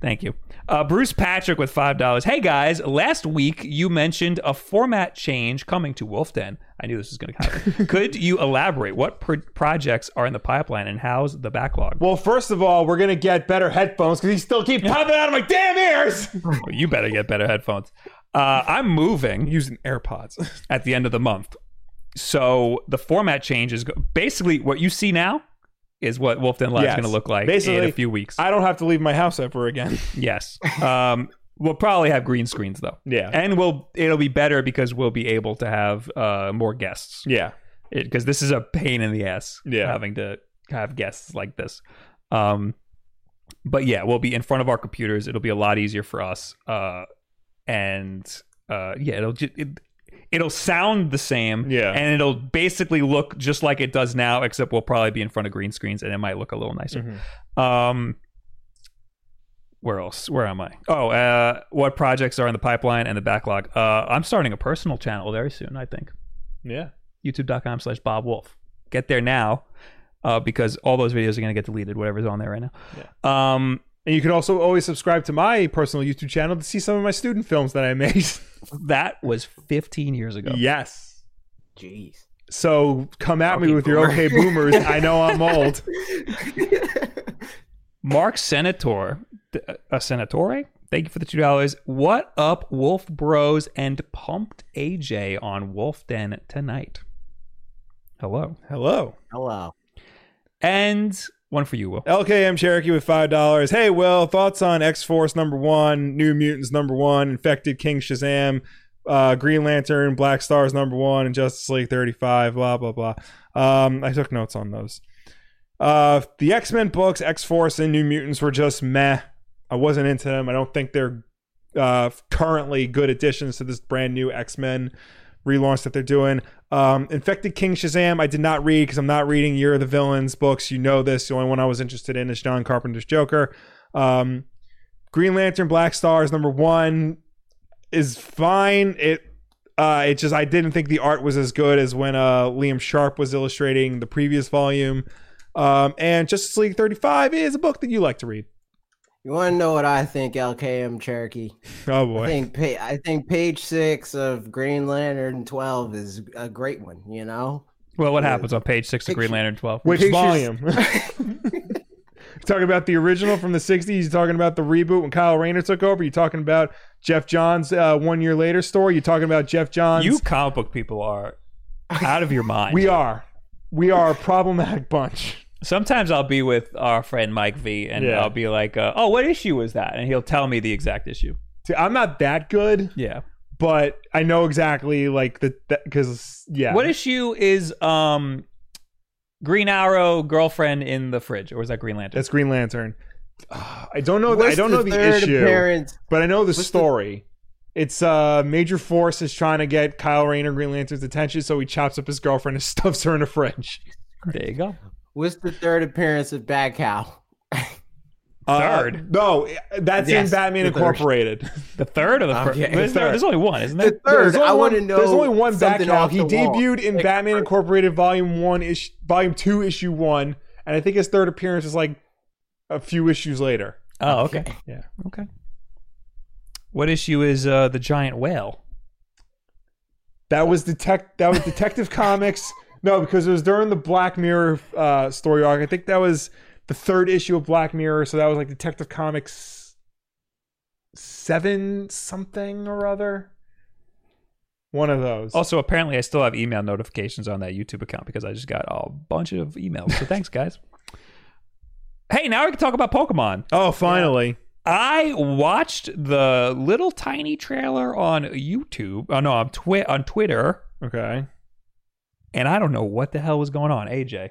Speaker 1: Thank you. Uh, Bruce Patrick with $5. Hey guys, last week you mentioned a format change coming to Wolf Den. I knew this was going to happen. Could you elaborate? What pro- projects are in the pipeline and how's the backlog?
Speaker 2: Well, first of all, we're gonna get better headphones because he still keep popping out of my damn ears.
Speaker 1: Oh, you better get better headphones. Uh, I'm moving
Speaker 2: Using AirPods.
Speaker 1: at the end of the month. So the format change is go- basically what you see now is what Wolf Den Live
Speaker 2: Yes.
Speaker 1: is going to look like in
Speaker 2: Basically,
Speaker 1: a few weeks.
Speaker 2: I don't have to leave my house ever again.
Speaker 1: Yes. Um, We'll probably have green screens though.
Speaker 2: Yeah.
Speaker 1: And we'll it'll be better because we'll be able to have uh more guests.
Speaker 2: Yeah.
Speaker 1: Because this is a pain in the ass
Speaker 2: Yeah.
Speaker 1: having to have guests like this. Um but yeah, we'll be in front of our computers. It'll be a lot easier for us. Uh and uh yeah, it'll just it, it'll sound the same
Speaker 2: Yeah.
Speaker 1: and it'll basically look just like it does now except we'll probably be in front of green screens and it might look a little nicer.
Speaker 2: Mhm.
Speaker 1: Um, where else? Where am I? Oh, uh, what projects are in the pipeline and the backlog? Uh, I'm starting a personal channel very soon, I think.
Speaker 2: Yeah.
Speaker 1: YouTube.com slash Bob Wolf. Get there now uh, because all those videos are going to get deleted, whatever's on there right now. Um,
Speaker 2: And you can also always subscribe to my personal YouTube channel to see some of my student films that I made.
Speaker 1: that was 15 years ago.
Speaker 2: yes.
Speaker 3: Jeez.
Speaker 2: So come at me
Speaker 1: Okay,
Speaker 2: with your
Speaker 1: boomer.
Speaker 2: okay boomers. I know I'm old.
Speaker 1: Mark Senator, th- uh, Senatore, thank you for the $2. What up, Wolf Bros and Pumped AJ on Wolf Den tonight? Hello.
Speaker 2: Hello.
Speaker 3: Hello.
Speaker 1: And one for you, Will.
Speaker 2: LKM Cherokee with five dollars. Hey, Will, thoughts on X Force number one, New Mutants number one, Infected King Shazam, uh, Green Lantern, Black Stars number one, and Justice League thirty five. Blah blah blah. Um, I took notes on those. Uh, the X Men books, X Force and New Mutants were just meh. I wasn't into them. I don't think they're uh, currently good additions to this brand new X Men relaunch that they're doing. Um, Infected King Shazam, I did not read because I'm not reading Year of the Villains books. You know this. The only one I was interested in is John Carpenter's Joker. Um, Green Lantern, Black Stars, number one is fine. It uh, it just I didn't think the art was as good as when uh, Liam Sharp was illustrating the previous volume. Um, and Justice League 35 is a book that you like to read.
Speaker 3: You want to know what I think, LKM Cherokee?
Speaker 2: Oh
Speaker 3: I
Speaker 2: boy,
Speaker 3: think pa- I think page six of Green Lantern twelve is a great one. You know,
Speaker 1: Well, what happens on page six of
Speaker 3: Picture-
Speaker 1: Green Lantern 12?
Speaker 2: which
Speaker 3: Pictures-
Speaker 2: volume? talking about the original from the 60s. You're talking about the reboot when Kyle Rayner took over. You're talking about Jeff Johns' uh, one year later story. You're talking about Jeff Johns.
Speaker 1: You comic book people are out of your mind.
Speaker 2: we are. We are a problematic bunch.
Speaker 1: Sometimes I'll be with our friend Mike V, and
Speaker 2: Yeah.
Speaker 1: I'll be like, uh, "Oh, what issue was that?" And he'll tell me the exact issue.
Speaker 2: See, I'm not that good,
Speaker 1: Yeah.
Speaker 2: but I know exactly like the because yeah.
Speaker 1: What issue is um, Green Arrow girlfriend in the fridge, or was that Green Lantern?
Speaker 2: That's Green Lantern. Ah, I don't know. The, I
Speaker 3: What's
Speaker 2: don't know the
Speaker 3: third
Speaker 2: issue,
Speaker 3: appearance?
Speaker 2: but I know the
Speaker 3: the-
Speaker 2: story. It's uh, Major Force is trying to get Kyle Rayner Green Lantern's attention, so he chops up his girlfriend and stuffs her in a fridge.
Speaker 1: there you go.
Speaker 3: What's the third appearance of Bad Cow?
Speaker 1: Third.
Speaker 2: Uh, no, that's
Speaker 3: Yes,
Speaker 2: in Batman
Speaker 3: the third.
Speaker 2: Incorporated.
Speaker 1: The third of the fridge.
Speaker 3: Okay.
Speaker 1: There's,
Speaker 2: The
Speaker 1: there-
Speaker 2: third.
Speaker 1: there's only one, isn't there?
Speaker 3: The third,
Speaker 2: There's only
Speaker 3: I want to
Speaker 2: one-
Speaker 3: know.
Speaker 2: There's only one
Speaker 3: something
Speaker 2: Batman.
Speaker 3: off
Speaker 2: He
Speaker 3: the wall.
Speaker 2: debuted in
Speaker 3: Like, uh,
Speaker 2: Batman Incorporated Volume One, ish, Volume Two, Issue One, and I think his third appearance is like a few issues later.
Speaker 1: Oh, okay.
Speaker 2: Yeah.
Speaker 1: Okay. What issue is uh, the giant whale?
Speaker 2: That was detect. That was Detective Comics. No, because it was during the Black Mirror uh, story arc. I think that was the third issue of Black Mirror. So that was like Detective Comics seven something or other. One of those.
Speaker 1: Also, apparently, I still have email notifications on that YouTube account because I just got a bunch of emails. So thanks, guys. Hey, now we can talk about Pokemon.
Speaker 2: oh, finally.
Speaker 1: I watched the little tiny trailer on YouTube. Oh no, on twi- on Twitter,
Speaker 2: Okay.
Speaker 1: and I don't know what the hell was going on. AJ,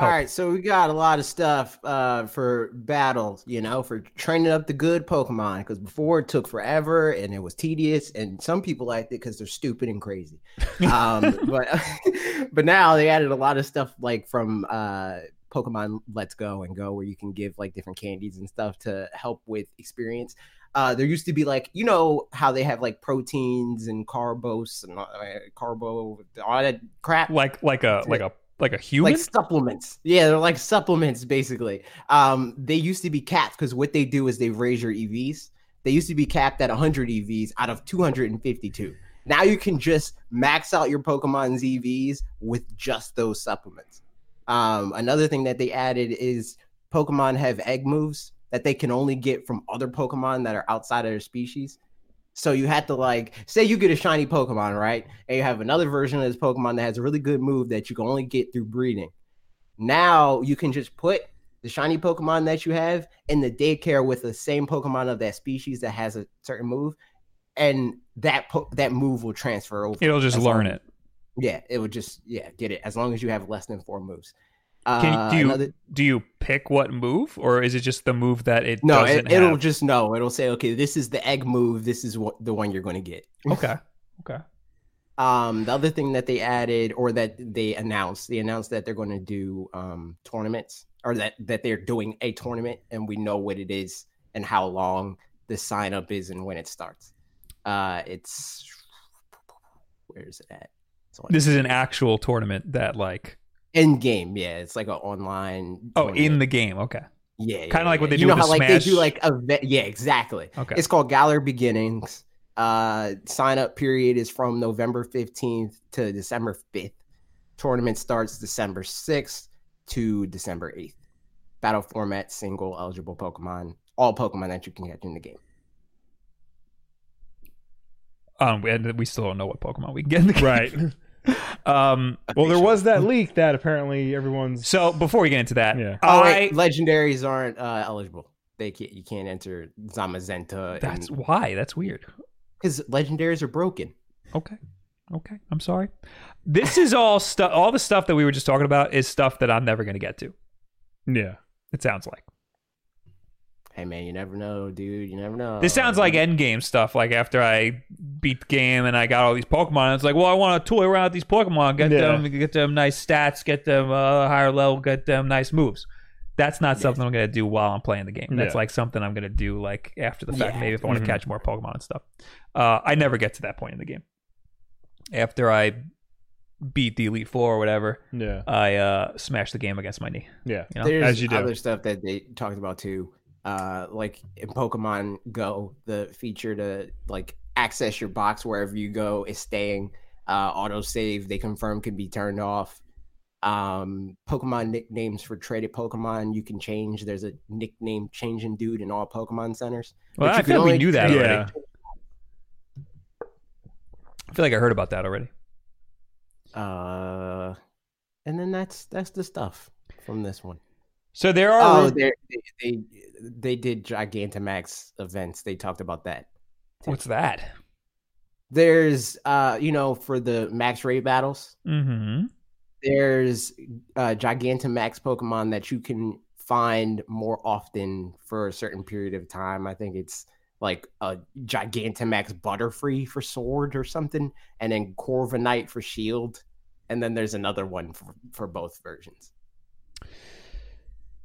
Speaker 3: All right, so we got a lot of stuff uh, for battles, you know, for training up the good Pokemon. Because before it took forever and it was tedious, and some people liked it because they're stupid and crazy. Um, but but now they added a lot of stuff like from uh, Pokemon Let's Go and Go, where you can give like different candies and stuff to help with experience. Uh, there used to be like you know how they have like proteins and carbos and uh, carbo all that crap
Speaker 1: like like a like a like a human.
Speaker 3: like supplements yeah they're like supplements basically um they used to be capped because what they do is they raise your evs they used to be capped at 100 evs out of 252 now you can just max out your pokemon's evs with just those supplements um another thing that they added is pokemon have egg moves that they can only get from other pokemon that are outside of their species so you had to like say you get a shiny Pokemon, right? And you have another version of this Pokemon that has a really good move that you can only get through breeding. Now you can just put the shiny Pokemon that you have in the daycare with the same Pokemon of that species that has a certain move, and that po- that move will transfer over.
Speaker 1: It'll just
Speaker 3: That's
Speaker 1: learn
Speaker 3: all.
Speaker 1: it.
Speaker 3: Yeah, it would just yeah get it as long as you have less than four moves.
Speaker 1: Can,
Speaker 3: Uh,
Speaker 1: do you
Speaker 3: another-
Speaker 1: do you pick what move, or is it just the move that it
Speaker 3: no,
Speaker 1: doesn't
Speaker 3: it, it'll
Speaker 1: have?
Speaker 3: just know. It'll say, okay, this is the egg move. This is what the one you're going to get.
Speaker 1: okay, okay.
Speaker 3: Um, the other thing that they added or that they announced, they announced that they're going to do um, tournaments or that, that they're doing a tournament and we know what it is and how long the sign up is and when it starts. Uh, it's where is it at? It's on
Speaker 1: This is an actual tournament that like
Speaker 3: in game. Yeah, it's like an online.
Speaker 1: oh in
Speaker 3: tournament.
Speaker 1: the game. Okay,
Speaker 3: yeah,
Speaker 1: kinda like what they
Speaker 3: You
Speaker 1: do
Speaker 3: know
Speaker 1: with
Speaker 3: how
Speaker 1: the
Speaker 3: like they do
Speaker 1: Smash.
Speaker 3: like a ve- yeah exactly.
Speaker 1: okay.
Speaker 3: It's called Galler Beginnings. Uh, sign up period is from November 15th to December 5th. Tournament starts December 6th to December 8th. Battle format, single eligible Pokemon, all Pokemon that you can catch in the game.
Speaker 1: um, and we still don't know what Pokemon we can get in the game.
Speaker 2: Right.
Speaker 1: Um.
Speaker 2: Well, there was that leak that apparently everyone's.
Speaker 1: So before we get into that,
Speaker 2: Yeah.
Speaker 3: Oh,
Speaker 1: I
Speaker 3: wait, legendaries aren't uh, eligible. They can't, you can't enter Zamazenta.
Speaker 1: that's why that's weird.
Speaker 3: because legendaries are broken.
Speaker 1: Okay. Okay. I'm sorry. This is all stuff. All the stuff that we were just talking about is stuff that I'm never going to get to.
Speaker 2: Yeah.
Speaker 1: It sounds like.
Speaker 3: Hey man, you never know, dude. You never know.
Speaker 1: This sounds like endgame stuff. Like after I beat the game and I got all these Pokemon, it's like, well, I want to toy around with these Pokemon, get
Speaker 2: Yeah.
Speaker 1: them, get them nice stats, get them uh, higher level, get them nice moves. That's not something I'm gonna do while I'm playing the game. That's
Speaker 2: Yeah.
Speaker 1: like something I'm gonna do like after the fact,
Speaker 3: Yeah.
Speaker 1: maybe if I want
Speaker 2: Mhm.
Speaker 1: to catch more Pokemon and stuff. Uh, I never get to that point in the game. After I beat the Elite Four or whatever,
Speaker 2: Yeah.
Speaker 1: I uh, smashed the game against my knee.
Speaker 2: Yeah.
Speaker 1: you know,
Speaker 3: There's
Speaker 2: as you do.
Speaker 3: other stuff that they talked about too, uh, like in Pokemon Go, the feature to like access your box wherever you go is staying. Uh, auto save they confirm can be turned off. Um, Pokemon nicknames for traded Pokemon you can change. There's a nickname changing dude in all Pokemon centers.
Speaker 1: Well,
Speaker 3: But
Speaker 1: I
Speaker 3: you
Speaker 1: feel
Speaker 3: can
Speaker 1: we
Speaker 3: only
Speaker 1: knew that
Speaker 2: Yeah.
Speaker 1: already. I feel like I heard about that already.
Speaker 3: Uh, and then that's that's the stuff from this one.
Speaker 1: So there are
Speaker 3: Oh, they they they did Gigantamax events. They talked about that.
Speaker 1: What's that?
Speaker 3: There's uh you know for the max raid battles,
Speaker 1: Mm-hmm.
Speaker 3: there's uh Gigantamax Pokemon that you can find more often for a certain period of time. I think it's like a Gigantamax Butterfree for sword or something, and then Corviknight for shield, and then there's another one for, for both versions.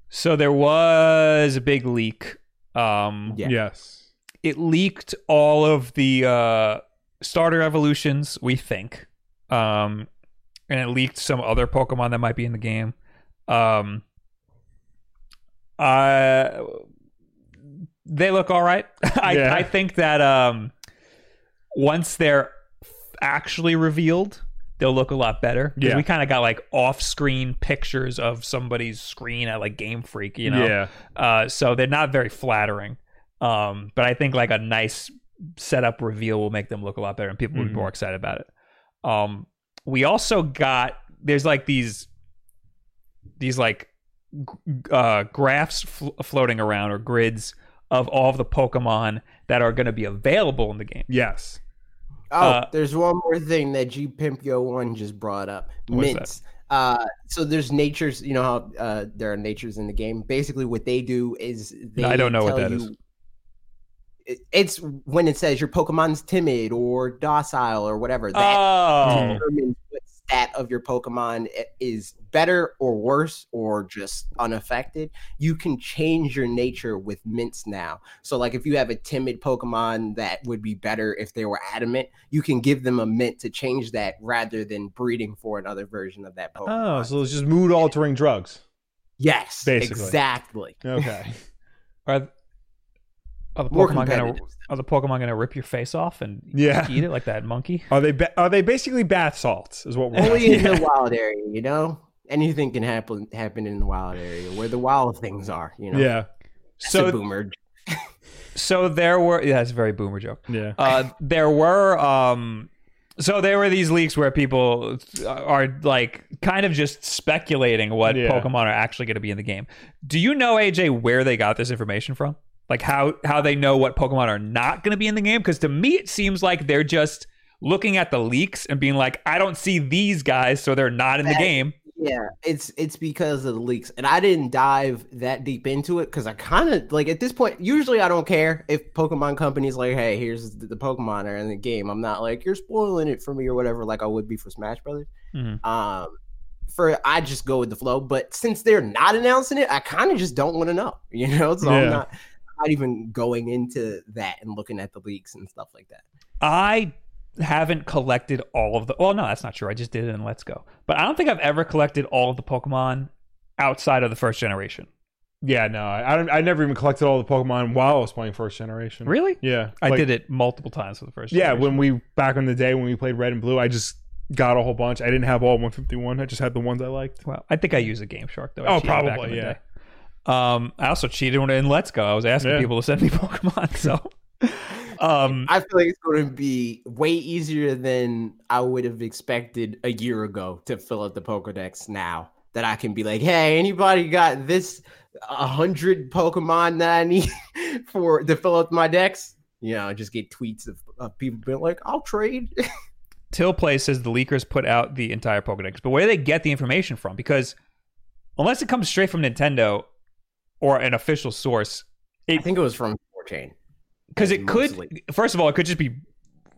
Speaker 1: So there was a big leak. Um,
Speaker 3: Yeah.
Speaker 2: Yes.
Speaker 1: It leaked all of the uh, starter evolutions, we think, um, and it leaked some other Pokemon that might be in the game. Um, I, they look all right. I,
Speaker 2: Yeah.
Speaker 1: I think that um, once they're actually revealed, they'll look a lot better. 'Cause
Speaker 2: Yeah.
Speaker 1: we kind of got like off-screen pictures of somebody's screen at like Game Freak, you know.
Speaker 2: Yeah.
Speaker 1: Uh, so they're not very flattering. Um, but I think like a nice setup reveal will make them look a lot better, and people will
Speaker 2: Mhm.
Speaker 1: be
Speaker 3: Mm-hmm.
Speaker 1: more excited about it. Um, we also got there's like these these like g- uh, graphs fl- floating around or grids of all of the Pokemon that are going to be available in the game.
Speaker 2: Yes.
Speaker 3: Oh,
Speaker 1: Uh,
Speaker 3: thereh there's one more thing that G Pimpio one just brought up.
Speaker 1: What's that?
Speaker 3: Mints. Uh, so there's natures. You know how uh, there are natures in the game. Basically, what they do is they
Speaker 1: I don't know what
Speaker 3: tell
Speaker 1: that is.
Speaker 3: you- It- It's when it says your Pokemon's timid or docile or whatever. That
Speaker 1: Oh,
Speaker 3: determines what stat of your Pokemon i- is better or worse or just unaffected. You can change your nature with mints now. So, like if you have a timid Pokemon that would be better if they were adamant, you can give them a mint to change that rather than breeding for another version of that Pokemon.
Speaker 2: Oh, so it's just mood altering drugs.
Speaker 3: yes,
Speaker 2: basically.
Speaker 3: exactly.
Speaker 2: Okay.
Speaker 1: are, th- are the
Speaker 3: More
Speaker 1: Pokemon going to
Speaker 3: competitive.
Speaker 1: are the Pokemon going to rip your face off and
Speaker 2: Yeah.
Speaker 1: eat it like that monkey?
Speaker 2: Are they ba- are they basically bath salts? Is what we're
Speaker 3: Only in
Speaker 2: asking.
Speaker 3: the wild area, you know. Anything can happen happen in the wild area where the wild things are. You know,
Speaker 2: Yeah.
Speaker 3: That's a
Speaker 1: so
Speaker 3: boomer.
Speaker 1: So there were yeah, that's a very boomer joke.
Speaker 2: Yeah.
Speaker 1: Uh, there were um, So there were these leaks where people are like kind of just speculating what
Speaker 2: Yeah.
Speaker 1: Pokemon are actually going to be in the game. Do you know AJ where they got this information from? Like how how they know what Pokemon are not going to be in the game? Because to me it seems like they're just looking at the leaks and being like, I don't see these guys, so they're not in the
Speaker 3: That-
Speaker 1: game.
Speaker 3: Yeah, it's it's because of the leaks, and I didn't dive that deep into it because I kind of like at this point. Usually, I don't care if Pokemon companies like, "Hey, here's the, the Pokemon are in the game." I'm not like you're spoiling it for me or whatever, like I would be for Smash Brothers.
Speaker 1: Mhm.
Speaker 3: Um, for I just go with the flow, but since they're not announcing it, I kind of just don't want to know, you know. So
Speaker 2: Yeah.
Speaker 3: I'm not I'm not even going into that and looking at the leaks and stuff like that.
Speaker 1: I haven't collected all of the. Well, no, that's not true. I just did it in Let's Go, but I don't think I've ever collected all of the Pokemon outside of the first generation.
Speaker 2: Yeah, no, I I don't. I never even collected all the Pokemon while I was playing First Generation.
Speaker 1: Really?
Speaker 2: Yeah,
Speaker 1: I did it multiple times for the first.
Speaker 2: Yeah,
Speaker 1: generation.
Speaker 2: when we back in the day when we played Red and Blue, I just got a whole bunch. I didn't have all 151. I just had the ones I liked.
Speaker 1: Well, I think I use a Game Shark though. I
Speaker 2: Oh,
Speaker 1: cheated back in
Speaker 2: probably,
Speaker 1: the
Speaker 2: yeah.
Speaker 1: day. Um, I also cheated when in Let's Go. I was asking
Speaker 2: Yeah.
Speaker 1: people to send me Pokemon. So, um,
Speaker 3: I feel like it's going to be way easier than I would have expected a year ago to fill out the Pokedex now. That I can be like, hey, anybody got this 100 Pokemon that I need for to fill out my decks? You know, I just get tweets of, of people being like, I'll trade.
Speaker 1: Till Play says the leakers put out the entire Pokedex, but where do they get the information from? Because unless it comes straight from Nintendo or an official source,
Speaker 3: I think it was from 4chan.
Speaker 1: because
Speaker 3: Like,
Speaker 1: it could
Speaker 3: mostly.
Speaker 1: first of all it could just be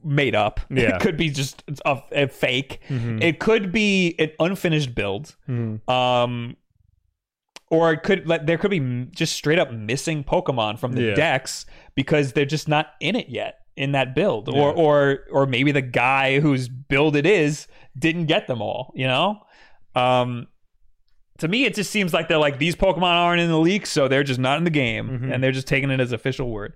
Speaker 1: made up
Speaker 2: Yeah.
Speaker 1: it could be just a, a fake
Speaker 2: Mhm.
Speaker 1: it could be an unfinished build
Speaker 2: Mhm.
Speaker 1: um or it could like there could be m- just straight up missing pokemon from the
Speaker 2: Yeah.
Speaker 1: decks because they're just not in it yet in that build
Speaker 2: Yeah.
Speaker 1: or or or maybe the guy whose build it is didn't get them all you know um to me it just seems like they're like these pokemon aren't in the leak so they're just not in the game
Speaker 2: Mhm.
Speaker 1: and they're just taking it as official word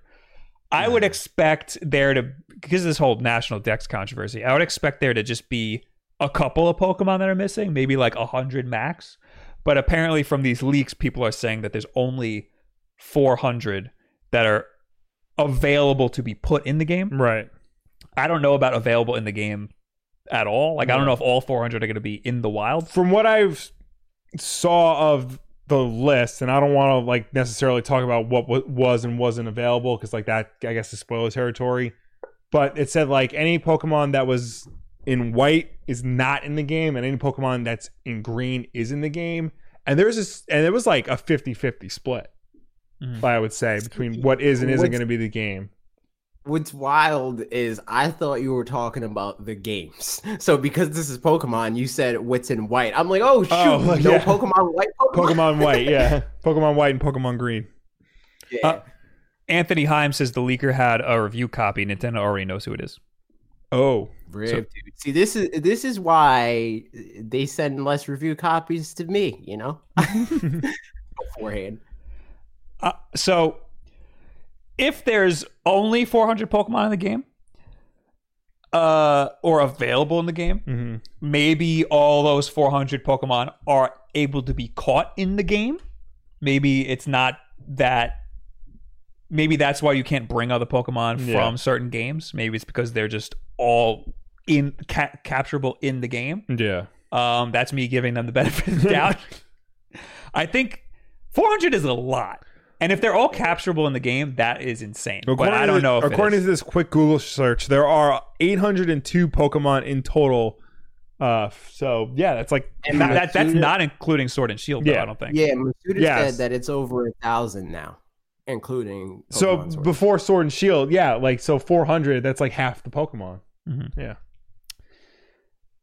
Speaker 1: i would expect there to because of this whole national dex controversy i would expect there to just be a couple of pokemon that are missing maybe like 100 max but apparently from these leaks people are saying that there's only 400 that are available to be put in the game
Speaker 2: Right.
Speaker 1: I don't know about available in the game at all. Like I don't know if all 400 are going to be in the wild.
Speaker 2: From what I've saw of the list, and I don't want to like necessarily talk about what wa- was and wasn't available because like that I guess is spoiler territory. But it said like any Pokemon that was in white is not in the game, and any Pokemon that's in green is in the game. And there's this, and it was like a 50-50 split.
Speaker 1: Mhm.
Speaker 2: I would say between what is and isn't
Speaker 3: What's-
Speaker 2: going to be the game.
Speaker 3: What's wild is I thought you were talking about the games. So because this is Pokemon, you said what's in white. I'm like, oh shoot,
Speaker 2: Oh,
Speaker 3: no
Speaker 2: yeah. uh,
Speaker 3: Pokemon white Pokemon.
Speaker 2: Pokemon White, yeah. Pokemon White and Pokemon Green.
Speaker 3: Yeah.
Speaker 1: Uh, Anthony Heim says the leaker had a review copy. Nintendo already knows who it is.
Speaker 2: Oh,
Speaker 3: Rip, dude. See, this is this is why they send less review copies to me. You know, beforehand.
Speaker 1: Uh, so if there's only 400 Pokemon in the game, uh, or available in the game,
Speaker 2: Mhm.
Speaker 1: maybe all those 400 Pokemon are able to be caught in the game. Maybe it's not that. Maybe that's why you can't bring other Pokemon
Speaker 2: Yeah.
Speaker 1: from certain games. Maybe it's because they're just all in ca- capturable in the game.
Speaker 2: yeah.
Speaker 1: Um, that's me giving them the benefit of the doubt. I think 400 is a lot, and if they're all capturable in the game, that is insane. but I
Speaker 2: to
Speaker 1: don't
Speaker 2: the-
Speaker 1: know. If it
Speaker 2: according
Speaker 1: is.
Speaker 2: to this quick Google search, there are 802 Pokemon in total. Uh, so yeah, that's like
Speaker 3: And
Speaker 1: That- that- that's
Speaker 3: Matsuda-
Speaker 1: not including Sword and Shield, though,
Speaker 2: Yeah.
Speaker 1: I don't think.
Speaker 3: Yeah, Masuda
Speaker 2: Yes.
Speaker 3: said that it's over a thousand now, including.
Speaker 2: so
Speaker 3: Pokemon Sword.
Speaker 2: before Sword and Shield. Yeah, like so 400. That's like half the Pokemon.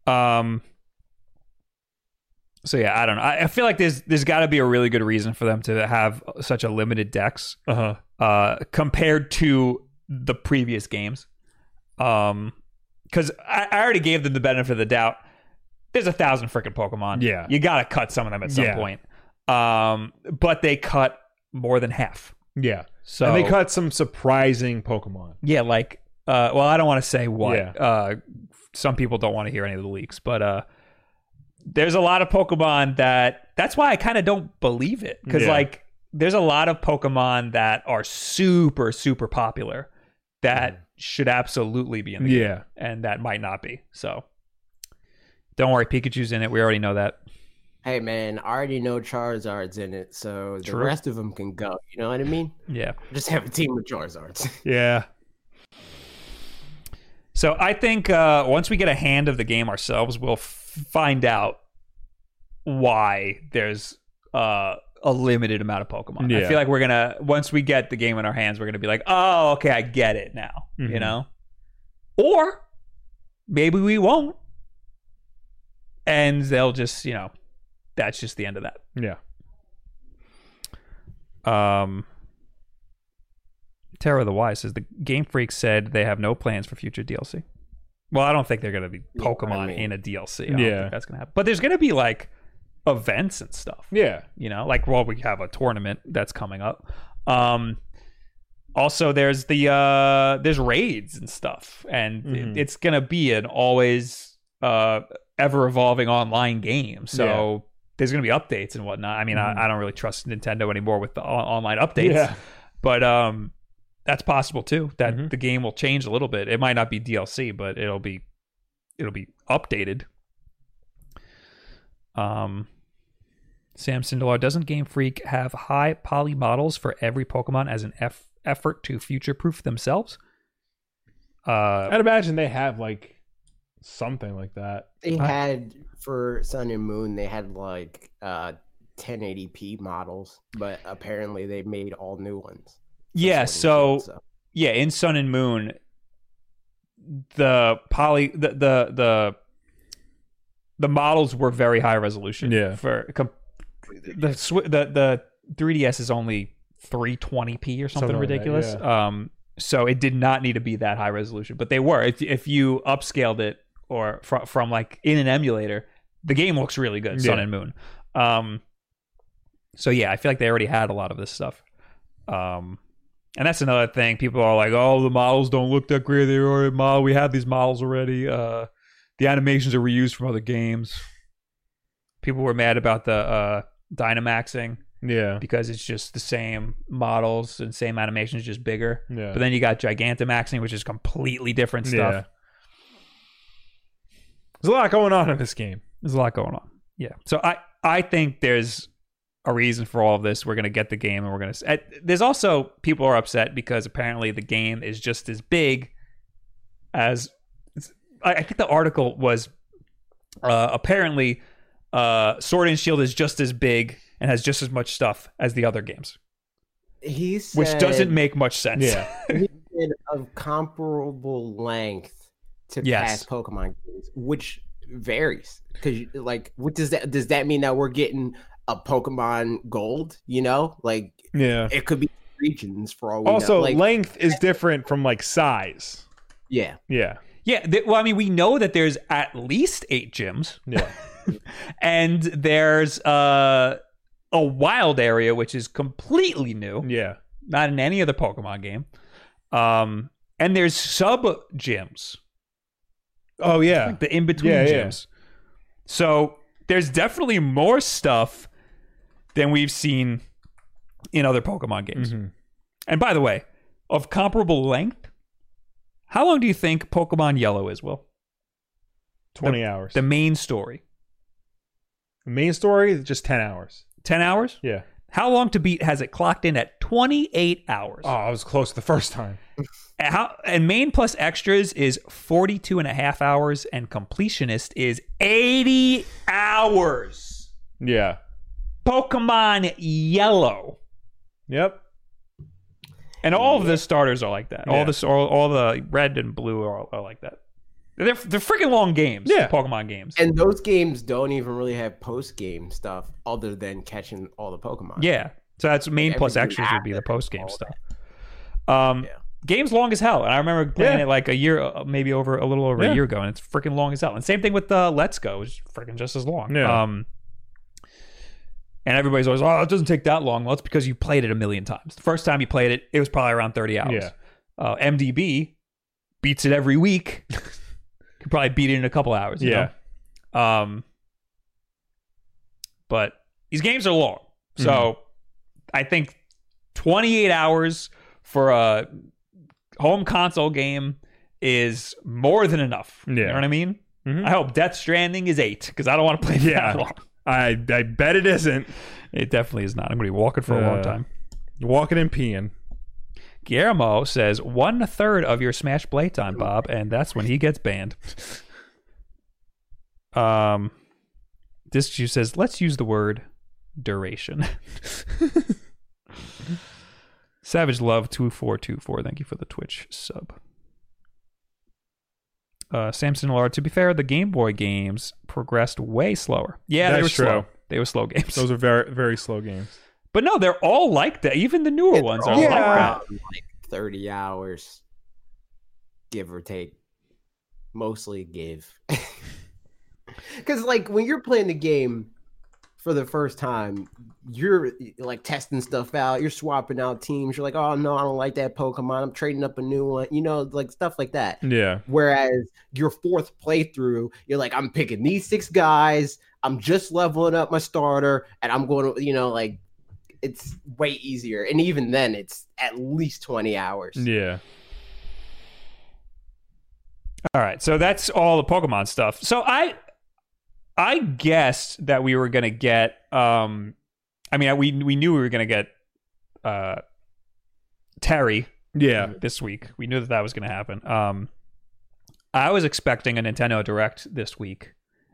Speaker 1: Um. So yeah, I don't know. I, I feel like there's there's got to be a really good reason for them to have such a limited dex
Speaker 2: Uh huh.
Speaker 1: uh, compared to the previous games. Um, because I, I already gave them the benefit of the doubt. There's a thousand freaking Pokemon.
Speaker 2: Yeah.
Speaker 1: you got to cut some of them at some
Speaker 2: Yeah.
Speaker 1: point. Um, but they cut more than half.
Speaker 2: Yeah,
Speaker 1: So
Speaker 2: and they cut some surprising Pokemon.
Speaker 1: Yeah, like uh well I don't want to say what.
Speaker 2: Yeah.
Speaker 1: Uh some people don't want to hear any of the leaks, but uh there's a lot of Pokemon that that's why I kind of don't believe it cuz
Speaker 2: Yeah.
Speaker 1: like there's a lot of Pokemon that are super super popular that should absolutely be in the game,
Speaker 2: Mm-hmm. Yeah.
Speaker 1: and that might not be. So don't worry, Pikachu's in it. We already know that.
Speaker 3: Hey man, I already know Charizard's in it, so the
Speaker 1: True.
Speaker 3: rest of them can go. You know what I mean?
Speaker 1: Yeah.
Speaker 3: Just have a team with Charizards.
Speaker 2: Yeah.
Speaker 1: So I think uh, once we get a hand of the game ourselves, we'll f- find out why there's uh, a limited amount of Pokemon. I
Speaker 2: Yeah.
Speaker 1: feel like we're gonna once we get the game in our hands, we're gonna be like, oh, okay, I get it now. You
Speaker 2: Mhm.
Speaker 1: know, or maybe we won't, and they'll just you know, that's just the end of that.
Speaker 2: Yeah.
Speaker 1: Um, Terror of the Wise says the Game Freak said they have no plans for future DLC. Well, I don't think they're going to be
Speaker 3: Yeah, I
Speaker 1: Pokemon
Speaker 3: mean-
Speaker 1: in a DLC. I don't
Speaker 2: Yeah.
Speaker 1: think that's going to happen. But there's going to be like events and stuff.
Speaker 2: Yeah.
Speaker 1: You know, like well, we have a tournament that's coming up. Um, also, there's the uh, there's raids and stuff, and it-
Speaker 2: Mhm.
Speaker 1: it's going to be an always uh, ever evolving online game. So
Speaker 2: Yeah.
Speaker 1: there's going to be updates and whatnot. I mean,
Speaker 2: Mhm.
Speaker 1: I, I don't really trust Nintendo anymore with the on- online updates,
Speaker 2: Yeah.
Speaker 1: but um, that's possible too. That
Speaker 2: Mhm.
Speaker 1: the game will change a little bit. It might not be DLC, but it'll be it'll be updated. Um, Sam Sindelar doesn't Game Freak have high poly models for every Pokemon as an eff- effort to future proof themselves? Uh,
Speaker 2: I'd imagine they have like something like that.
Speaker 3: they
Speaker 1: I-
Speaker 3: had for Sun and Moon, they had like uh 1080p models, but apparently they made all new ones. for
Speaker 1: yeah,
Speaker 3: Sword and
Speaker 1: so
Speaker 3: Shield,
Speaker 1: yeah, in Sun and Moon, the poly the the the, the models were very high resolution.
Speaker 2: Yeah.
Speaker 1: for com- the swi- the the 3ds is only 320p or something,
Speaker 2: Something like that,
Speaker 1: ridiculous. Um, so it did not need to be that high resolution, but they were. If if you upscaled it or from from like in an emulator, the game looks really good. Sun
Speaker 2: Yeah.
Speaker 1: and Moon. Um, so yeah, I feel like they already had a lot of this stuff. Um, and that's another thing. People are like, "Oh, the models don't look that great. They already model. We have these models already. Uh, the animations are reused from other games." People were mad about the uh, Dynamaxing
Speaker 2: Yeah.
Speaker 1: because it's just the same models and same animations, just bigger.
Speaker 2: Yeah.
Speaker 1: But then you got Gigantamaxing, which is completely different stuff.
Speaker 2: Yeah. There's a lot going on in this game.
Speaker 1: There's a lot going on. Yeah. So I I think there's a reason for all of this. We're gonna get the game, and we're gonna. s- At, there's also people are upset because apparently the game is just as big as. it's- I, I think the article was uh, apparently uh, Sword and Shield is just as big and has just as much stuff as the other games,
Speaker 3: so. He said,
Speaker 1: which doesn't make much sense.
Speaker 2: Yeah.
Speaker 3: been of comparable length to
Speaker 1: Yes.
Speaker 3: past Pokemon games, which varies. Because like, what does that does that mean that we're getting a Pokemon Gold? You know, like
Speaker 2: Yeah.
Speaker 3: it could be regions for all we
Speaker 2: Also,
Speaker 3: know. Like,
Speaker 2: length is different from like size.
Speaker 3: yeah,
Speaker 2: Yeah.
Speaker 1: Yeah. Th- well, I mean, we know that there's at least eight gyms.
Speaker 2: Yeah.
Speaker 1: and there's uh, a wild area which is completely new,
Speaker 2: yeah.
Speaker 1: not in any other Pokemon game. Um, and there's sub gyms,
Speaker 2: Oh yeah.
Speaker 1: like the in between
Speaker 2: Yeah, yeah.
Speaker 1: gyms. So there's definitely more stuff than we've seen in other Pokemon games.
Speaker 2: Mhm.
Speaker 1: And by the way, of comparable length, how long do you think Pokemon Yellow is? Will
Speaker 2: Twenty hours.
Speaker 1: the main story
Speaker 2: The main story is just ten hours.
Speaker 1: ten hours?
Speaker 2: Yeah.
Speaker 1: How long to beat has it clocked in at twenty eight hours?
Speaker 2: Oh, I was close the first time.
Speaker 1: And how and main plus extras is 42 and a half hours and completionist is 80 hours
Speaker 2: Yeah.
Speaker 1: pokemon yellow
Speaker 2: Yep.
Speaker 1: and all of the starters are like that all
Speaker 2: Yeah.
Speaker 1: this all, all the red and blue are, are like that they're they're freaking long games
Speaker 2: Yeah.
Speaker 1: pokemon games
Speaker 3: and those games don't even really have post game stuff other than catching all the Pokemon.
Speaker 1: yeah so that's main plus
Speaker 3: Everything
Speaker 1: extras would be the
Speaker 3: after
Speaker 1: post game
Speaker 3: all
Speaker 1: stuff um
Speaker 3: Yeah.
Speaker 1: games long as hell and i remember playing
Speaker 2: Yeah.
Speaker 1: it like a year uh, maybe over a little over
Speaker 2: Yeah.
Speaker 1: a year ago and it's freaking long as hell and same thing with uh, let's go it's freaking just as long
Speaker 2: Yeah.
Speaker 1: um and everybody's always oh it doesn't take that long well it's because you played it a million times the first time you played it it was probably around 30 hours
Speaker 2: Yeah.
Speaker 1: uh, mdb beats it every week could probably beat it in a couple hours you
Speaker 2: Yeah.
Speaker 1: know? um but these games are long so
Speaker 2: Mm-hmm.
Speaker 1: i think 28 hours for a home console game is more than enough. You
Speaker 2: Yeah.
Speaker 1: know what I mean?
Speaker 2: Mhm.
Speaker 1: I hope Death Stranding is eight because I don't want to play
Speaker 2: Yeah.
Speaker 1: that long.
Speaker 2: I I bet it isn't.
Speaker 1: It definitely is not. I'm going to be walking for a long
Speaker 2: Uh.
Speaker 1: time.
Speaker 2: Walking and peeing.
Speaker 1: Guillermo says one third of your Smash playtime, Bob, and that's when he gets banned. Um, this Jew says, let's use the word duration. Savage Love two four two four. Thank you for the Twitch sub. Uh, Samson Lard. To be fair, the Game Boy games progressed way slower. Yeah, they were
Speaker 2: That's
Speaker 1: slow.
Speaker 2: true.
Speaker 1: They were slow games.
Speaker 2: Those are very very slow games.
Speaker 1: but no, they're all like that. Even the newer
Speaker 3: They're
Speaker 1: ones
Speaker 3: all
Speaker 1: are like
Speaker 2: Yeah.
Speaker 1: that.
Speaker 3: around, like 30 hours, give or take. Mostly give. Because, like, when you're playing the game for the first time, you're like testing stuff out, you're swapping out teams, you're like, oh no, I don't like that Pokemon, I'm trading up a new one, you know, like stuff like that.
Speaker 2: Yeah.
Speaker 3: Whereas your fourth playthrough, you're like, I'm picking these six guys. I'm just leveling up my starter, and I'm going to, you know, like it's way easier. And even then, it's at least 20 hours.
Speaker 2: Yeah.
Speaker 1: All right, so that's all the Pokemon stuff. So I, I guessed that we were gonna get. Um, I mean, I- we we knew we were gonna get, uh, Terry
Speaker 2: Yeah.
Speaker 1: this week. We knew that that was gonna happen. Um, I was expecting a Nintendo Direct this week,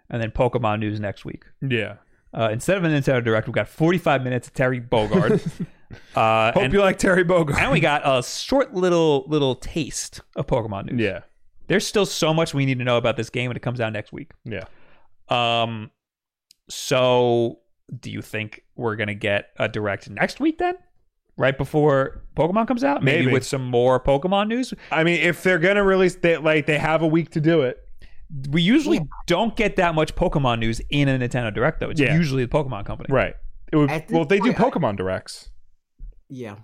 Speaker 1: and then Pokemon news next week.
Speaker 2: Yeah.
Speaker 1: Uh, instead of a Nintendo Direct, we got 45 minutes of Terry Bogard. uh,
Speaker 2: Hope
Speaker 1: and,
Speaker 2: you like Terry Bogard.
Speaker 1: and we got a short little little taste of Pokemon news.
Speaker 2: Yeah.
Speaker 1: There's still so much we need to know about this game when it comes out next week.
Speaker 2: Yeah.
Speaker 1: Um, so do you think we're gonna get a direct next week then, right before Pokemon comes out? Maybe,
Speaker 2: Maybe.
Speaker 1: with some more Pokemon news.
Speaker 2: I mean, if they're gonna release that, like they have a week to do it.
Speaker 1: We usually don't get that much Pokemon news in a Nintendo Direct though. It's
Speaker 2: Yeah.
Speaker 1: usually the Pokemon company.
Speaker 2: Right. It would,
Speaker 3: At this
Speaker 2: well, they do
Speaker 3: point, I-
Speaker 2: Pokemon directs.
Speaker 3: Yeah.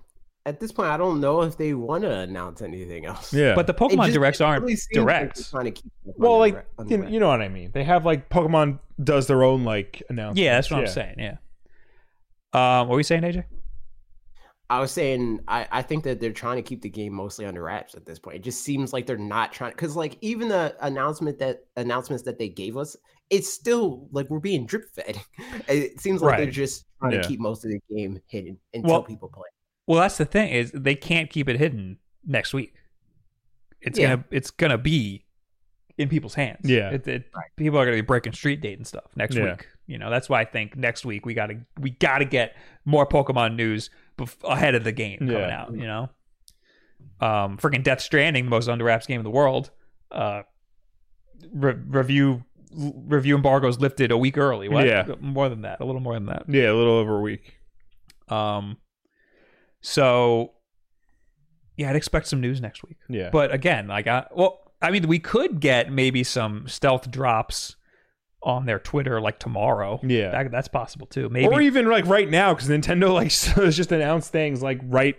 Speaker 3: At this point, I don't know if they want to announce anything else.
Speaker 2: Yeah.
Speaker 1: But the
Speaker 3: It
Speaker 1: Pokemon
Speaker 3: just-
Speaker 1: directs
Speaker 3: it
Speaker 1: aren't
Speaker 3: really seems like they're
Speaker 1: directs.
Speaker 3: trying to keep it on
Speaker 2: well,
Speaker 3: the
Speaker 2: like
Speaker 3: re- on the
Speaker 2: you,
Speaker 3: re-
Speaker 2: you know what I mean. They have like Pokemon does their own like announcement.
Speaker 1: Yeah, that's what I'm saying. Yeah. Um, what were you saying, AJ?
Speaker 3: I was saying, I, I think that they're trying to keep the game mostly under wraps at this point. It just seems like they're not trying because, like, even the announcement that announcements that they gave us, it's still like we're being drip fed. It seems like they're
Speaker 1: Right.
Speaker 3: just trying
Speaker 2: Yeah.
Speaker 3: to keep most of the game hidden until
Speaker 1: Well-
Speaker 3: people play.
Speaker 1: Well, that's the thing is they can't keep it hidden next week. It's
Speaker 3: Yeah.
Speaker 1: gonna it's gonna be in people's hands.
Speaker 2: Yeah.
Speaker 1: It- it- people are gonna be breaking street date and stuff next
Speaker 2: Yeah.
Speaker 1: week. You know, that's why I think next week we gotta we gotta get more Pokemon news bef- ahead of the game coming
Speaker 2: Yeah.
Speaker 1: out. You know, um, freaking Death Stranding, the most under wraps game in the world. Uh, re- review review embargoes lifted a week early. What?
Speaker 2: Yeah.
Speaker 1: more than that, a little more than that.
Speaker 2: Yeah, a little over a week.
Speaker 1: Um, so yeah, I'd expect some news next week.
Speaker 2: Yeah.
Speaker 1: But again, like I well, I mean, we could get maybe some stealth drops on their Twitter like tomorrow.
Speaker 2: Yeah.
Speaker 1: that, that's possible too. Maybe
Speaker 2: Or even like right now, because Nintendo like has just announced things like right,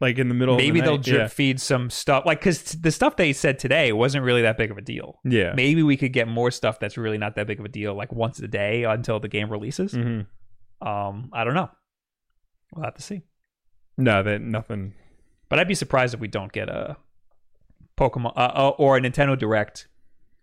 Speaker 2: like in the middle.
Speaker 1: maybe
Speaker 2: of the
Speaker 1: they'll
Speaker 2: night.
Speaker 1: drip feed some stuff like because the stuff they said today wasn't really that big of a deal.
Speaker 2: Yeah. yeah.
Speaker 1: Maybe we could get more stuff that's really not that big of a deal, like once a day until the game releases.
Speaker 2: Mhm.
Speaker 1: Um, I don't know. We'll have to see.
Speaker 2: No, that nothing.
Speaker 1: But I'd be surprised if we don't get a Pokemon uh, uh, or a Nintendo Direct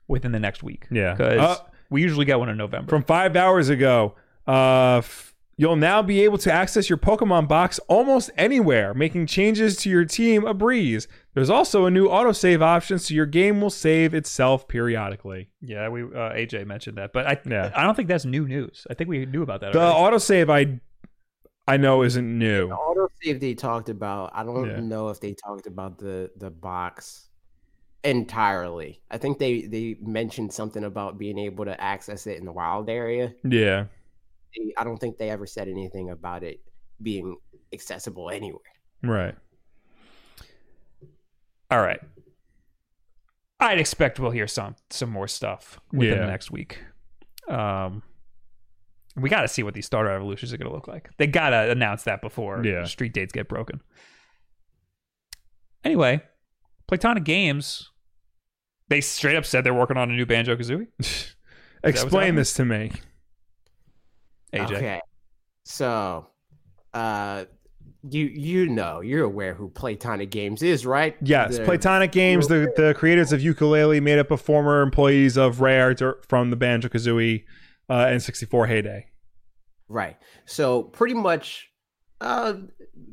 Speaker 1: within the next week.
Speaker 2: Yeah.
Speaker 1: because
Speaker 2: Uh,
Speaker 1: we usually get one in November.
Speaker 2: from five hours ago. Uh, f- you'll now be able to access your Pokemon box almost anywhere, making changes to your team a breeze. There's also a new autosave option, so your game will save itself periodically.
Speaker 1: yeah, we uh, AJ mentioned that, but I
Speaker 2: Yeah.
Speaker 1: I don't think that's new news. I think we knew about that.
Speaker 2: The
Speaker 1: already.
Speaker 2: autosave I I know isn't new.
Speaker 3: The auto save they talked about, I don't
Speaker 2: Yeah.
Speaker 3: know if they talked about the the box entirely. I think they they mentioned something about being able to access it in the wild area.
Speaker 2: Yeah.
Speaker 3: they- I don't think they ever said anything about it being accessible anywhere.
Speaker 2: Right.
Speaker 1: All right, I'd expect we'll hear some some more stuff within
Speaker 2: Yeah.
Speaker 1: the next week. Um, we got to see what these starter evolutions are going to look like. They got to announce that before
Speaker 2: Yeah.
Speaker 1: street dates get broken. Anyway, Platonic Games, they straight up said they're working on a new Banjo Kazooie.
Speaker 2: Explain this to me.
Speaker 1: AJ,
Speaker 3: Okay. So, uh, you you know you're aware who Playtonic Games is, right?
Speaker 2: Yes,
Speaker 3: They're-
Speaker 2: Platonic Games, the, the creators of Ukulele, made up of former employees of Rare dur- from the Banjo Kazooie uh, and 64 heyday.
Speaker 3: Right. So pretty much, uh,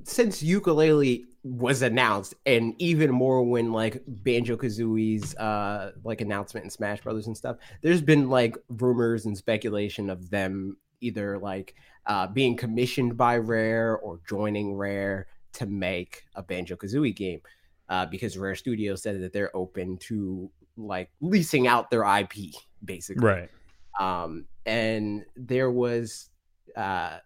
Speaker 3: since ukulele was announced, and even more when like Banjo Kazooie's uh like announcement and Smash Brothers and stuff, there's been like rumors and speculation of them either like uh, being commissioned by Rare or joining Rare to make a Banjo Kazooie game, uh, because Rare Studios said that they're open to like leasing out their IP basically
Speaker 2: Right.
Speaker 3: um, and there was uh,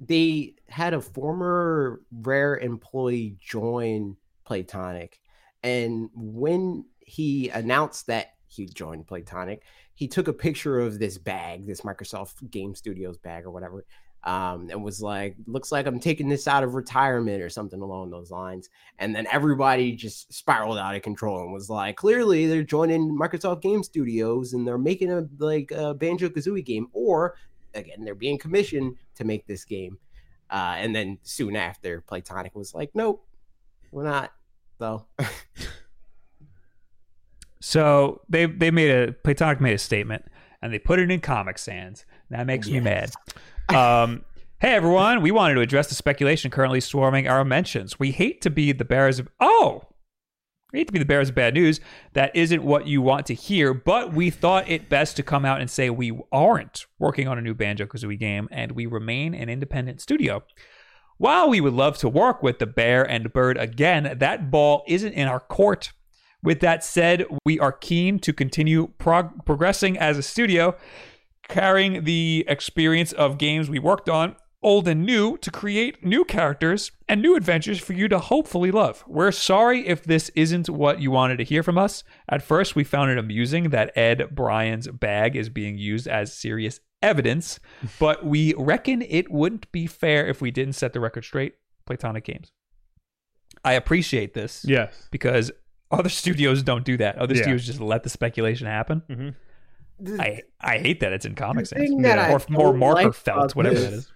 Speaker 3: they had a former rare employee join platonic and when he announced that he joined platonic he took a picture of this bag this microsoft game studios bag or whatever um, and was like looks like i'm taking this out of retirement or something along those lines and then everybody just spiraled out of control and was like clearly they're joining microsoft game studios and they're making a like a banjo kazooie game or again they're being commissioned to make this game uh, and then soon after platonic was like nope we're not though
Speaker 1: So they they made a Platonic made a statement and they put it in Comic Sans. That makes me mad. Um, hey everyone, we wanted to address the speculation currently swarming our mentions. We hate to be the bearers of oh, we hate to be the bearers of bad news. That isn't what you want to hear, but we thought it best to come out and say we aren't working on a new Banjo Kazooie game and we remain an independent studio. While we would love to work with the bear and bird again, that ball isn't in our court. With that said, we are keen to continue prog- progressing as a studio, carrying the experience of games we worked on, old and new, to create new characters and new adventures for you to hopefully love. We're sorry if this isn't what you wanted to hear from us. At first, we found it amusing that Ed Bryan's bag is being used as serious evidence, but we reckon it wouldn't be fair if we didn't set the record straight. Platonic Games. I appreciate this
Speaker 2: Yes.
Speaker 1: because other studios don't do that. Other
Speaker 2: Yeah.
Speaker 1: studios just let the speculation happen.
Speaker 2: Mhm.
Speaker 1: I I hate that it's in Comic
Speaker 3: The thing
Speaker 1: Sans
Speaker 3: that
Speaker 2: Yeah.
Speaker 1: or
Speaker 3: I
Speaker 1: more
Speaker 3: don't
Speaker 1: marker
Speaker 3: like
Speaker 1: felt,
Speaker 3: about
Speaker 1: whatever
Speaker 3: this-
Speaker 1: that is.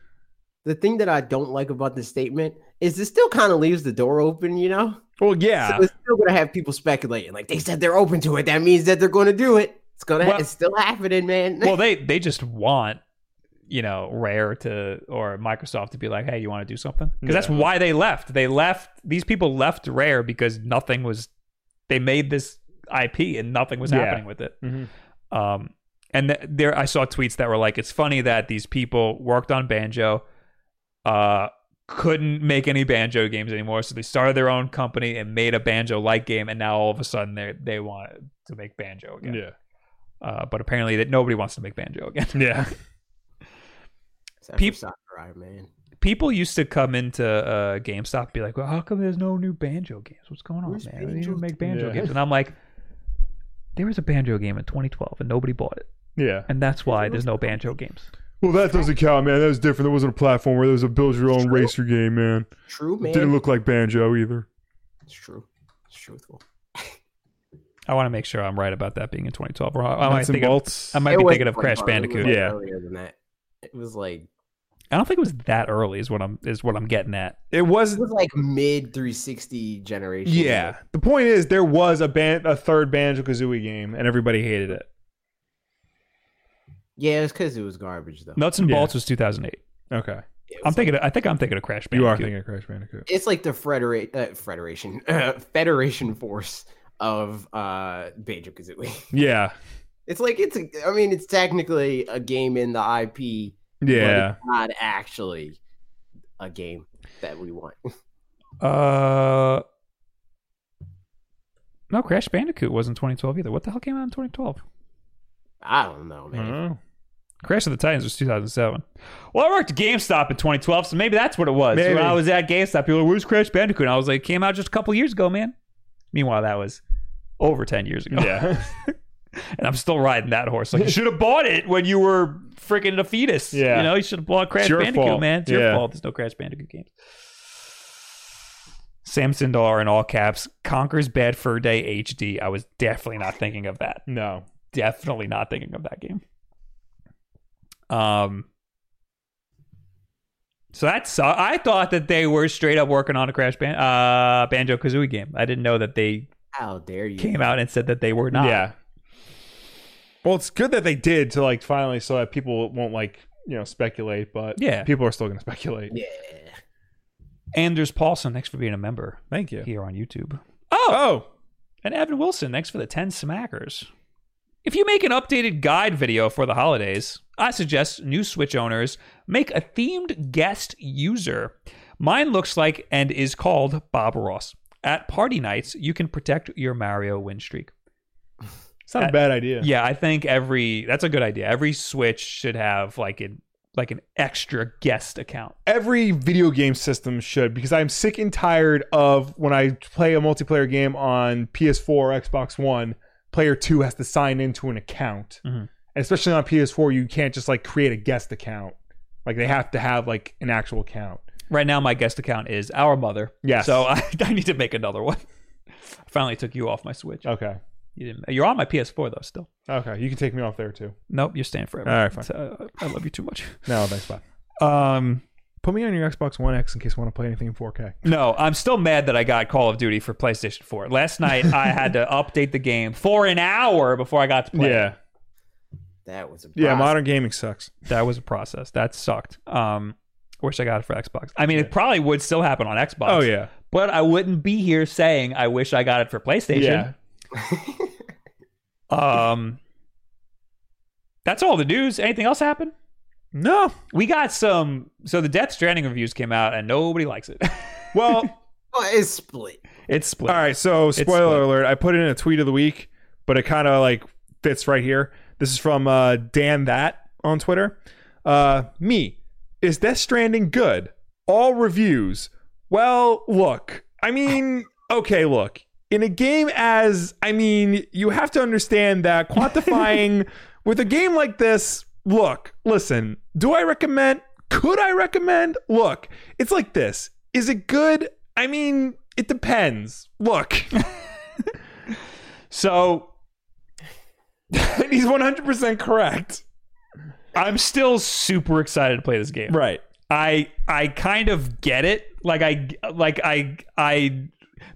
Speaker 3: the thing that i don't like about this statement is it still kind of leaves the door open you know
Speaker 2: Well, yeah.
Speaker 3: so it's still gonna have people speculating like they said they're open to it that means that they're gonna do it it's gonna
Speaker 1: Well-
Speaker 3: it's still happening man
Speaker 1: Well, they they just want you know Rare to or Microsoft to be like, hey, you want to do something? Because that's
Speaker 2: Yeah.
Speaker 1: why they left. They left. These people left Rare because nothing was. They made this IP and nothing was
Speaker 2: Yeah.
Speaker 1: happening with it.
Speaker 2: Mhm.
Speaker 1: Um, and th- there, I saw tweets that were like, "It's funny that these people worked on Banjo, uh, couldn't make any Banjo games anymore, so they started their own company and made a Banjo-like game, and now all of a sudden they they want to make Banjo again.
Speaker 2: Yeah.
Speaker 1: Uh, but apparently that nobody wants to make Banjo again.
Speaker 2: Yeah.
Speaker 3: Except for
Speaker 1: Peop-
Speaker 3: Sakurai, man.
Speaker 1: people used to come into uh, GameStop and be like, "Well, how come there's no new Banjo games? What's going on,
Speaker 3: Where's
Speaker 1: man? They
Speaker 3: Banjo-
Speaker 1: didn't make Banjo
Speaker 2: Yeah.
Speaker 1: games." And I'm like, "There was a Banjo game in 2012, and nobody bought it,
Speaker 2: Yeah.
Speaker 1: and that's why there's no Banjo games."
Speaker 2: Well, that doesn't count, man. That was different. That wasn't a platformer. That was a build your own racer game, man.
Speaker 3: True, man.
Speaker 2: It didn't look like Banjo either.
Speaker 3: it's true. It's truthful.
Speaker 1: I want to make sure I'm right about that being in 2012. Or I, I might
Speaker 2: Nuts and
Speaker 1: think of,
Speaker 2: bolts.
Speaker 1: I might be
Speaker 3: was
Speaker 1: thinking of
Speaker 3: like
Speaker 1: Crash
Speaker 3: earlier-
Speaker 1: Bandicoot.
Speaker 3: like
Speaker 2: Yeah.
Speaker 3: Earlier than that, it was like
Speaker 1: I don't think it was that early. Is what I'm is what I'm getting at.
Speaker 2: it was
Speaker 3: it was like mid 360 generation.
Speaker 2: Yeah. The point is, there was a ban- a third Banjo Kazooie game, and everybody hated it.
Speaker 3: yeah. It's because it was garbage though.
Speaker 1: Nuts and
Speaker 2: Yeah.
Speaker 1: Bolts was 2008.
Speaker 2: Okay.
Speaker 3: It
Speaker 1: I'm
Speaker 3: was
Speaker 1: thinking. Of, I think I'm thinking of Crash
Speaker 2: You
Speaker 1: Bandicoot.
Speaker 2: are thinking of Crash Bandicoot.
Speaker 3: It's like the federate uh, federation federation force of uh Banjo Kazooie.
Speaker 2: Yeah.
Speaker 3: It's like it's. A, I mean, it's technically a game in the IP. but it's
Speaker 2: Yeah.
Speaker 3: not actually a game that we want.
Speaker 1: Uh, no, Crash Bandicoot wasn't 2012 either. What the hell came out in 2012?
Speaker 3: I don't know, man.
Speaker 2: Mhm.
Speaker 1: Crash of the Titans was 2007. Well, I worked at GameStop in 2012, so maybe that's what it was.
Speaker 2: Maybe.
Speaker 1: When I was at GameStop, people were, "Where's Crash Bandicoot?" And I was like, "Came out just a couple years ago, man." Meanwhile, that was over 10 years ago.
Speaker 2: Yeah.
Speaker 1: and I'm still riding that horse. Like you should have bought it when you were freaking a fetus.
Speaker 2: Yeah.
Speaker 1: you know you should have bought Crash
Speaker 2: It's your
Speaker 1: Bandicoot,
Speaker 2: fault.
Speaker 1: man. It's your
Speaker 2: Yeah.
Speaker 1: fault. There's no Crash Bandicoot games. Sam Sindar in all caps conquers Bad Fur Day HD. I was definitely not thinking of that.
Speaker 2: no.
Speaker 1: Definitely not thinking of that game. Um, So that's I thought that they were straight up working on a Crash Ban- uh, Banjo Kazooie game. I didn't know that they
Speaker 3: How dare you?
Speaker 1: came out and said that they were not.
Speaker 2: Yeah. Well, it's good that they did to like finally so that people won't like, you know, speculate, but
Speaker 1: Yeah.
Speaker 2: people are still going to speculate.
Speaker 3: Yeah.
Speaker 1: Anders Paulson, thanks for being a member
Speaker 2: Thank you.
Speaker 1: here on YouTube. Oh,
Speaker 2: Oh,
Speaker 1: and Evan Wilson, thanks for the 10 smackers. If you make an updated guide video for the holidays, I suggest new Switch owners make a themed guest user. Mine looks like and is called Bob Ross. At party nights, you can protect your Mario win streak.
Speaker 2: it's not a
Speaker 1: That-
Speaker 2: bad idea.
Speaker 1: Yeah, I think every that's a good idea. Every Switch should have like an like an extra guest account.
Speaker 2: every video game system should because I'm sick and tired of when I play a multiplayer game on PS4 or Xbox One, player two has to sign into an account.
Speaker 1: Mhm.
Speaker 2: And especially on PS4, you can't just like create a guest account. Like they have to have like an actual account.
Speaker 1: Right now, my guest account is our mother.
Speaker 2: Yes.
Speaker 1: So I, I need to make another one. I finally took you off my Switch.
Speaker 2: Okay.
Speaker 1: You didn't, you're on my PS4 though. Still.
Speaker 2: Okay. You can take me off there too.
Speaker 1: Nope. You're staying forever.
Speaker 2: All right, fine.
Speaker 1: So, I I love you too much.
Speaker 2: No, thanks, bye.
Speaker 1: Um.
Speaker 2: Put me on your Xbox One X in case I want to play anything in 4K.
Speaker 1: No, I'm still mad that I got Call of Duty for PlayStation 4. Last night I had to update the game for an hour before I got to play. it.
Speaker 2: Yeah.
Speaker 3: That was a
Speaker 2: Yeah,
Speaker 3: process.
Speaker 2: modern gaming sucks.
Speaker 1: that was a process. That sucked. Um, wish I got it for Xbox. I mean, it probably would still happen on Xbox.
Speaker 2: Oh yeah.
Speaker 1: but I wouldn't be here saying I wish I got it for PlayStation. Um, that's all the news. Anything else happen?
Speaker 2: No.
Speaker 1: We got some. So the Death Stranding reviews came out, and nobody likes it.
Speaker 2: Well,
Speaker 3: Well, Oh, it's split.
Speaker 1: it's split.
Speaker 2: All right, so spoiler
Speaker 1: split.
Speaker 2: alert. I put in a tweet of the week, but it kind of like fits right here. This is from uh, Dan That on Twitter. Uh, me, is Death Stranding good? All reviews. Well, look, I mean, okay, look. In a game as, I mean, you have to understand that quantifying with a game like this, look, listen, do I recommend? Could I recommend? Look, it's like this. Is it good? I mean, it depends. Look,
Speaker 1: So
Speaker 2: he's 100% correct.
Speaker 1: I'm still super excited to play this game.
Speaker 2: Right.
Speaker 1: I I kind of get it. Like I like I I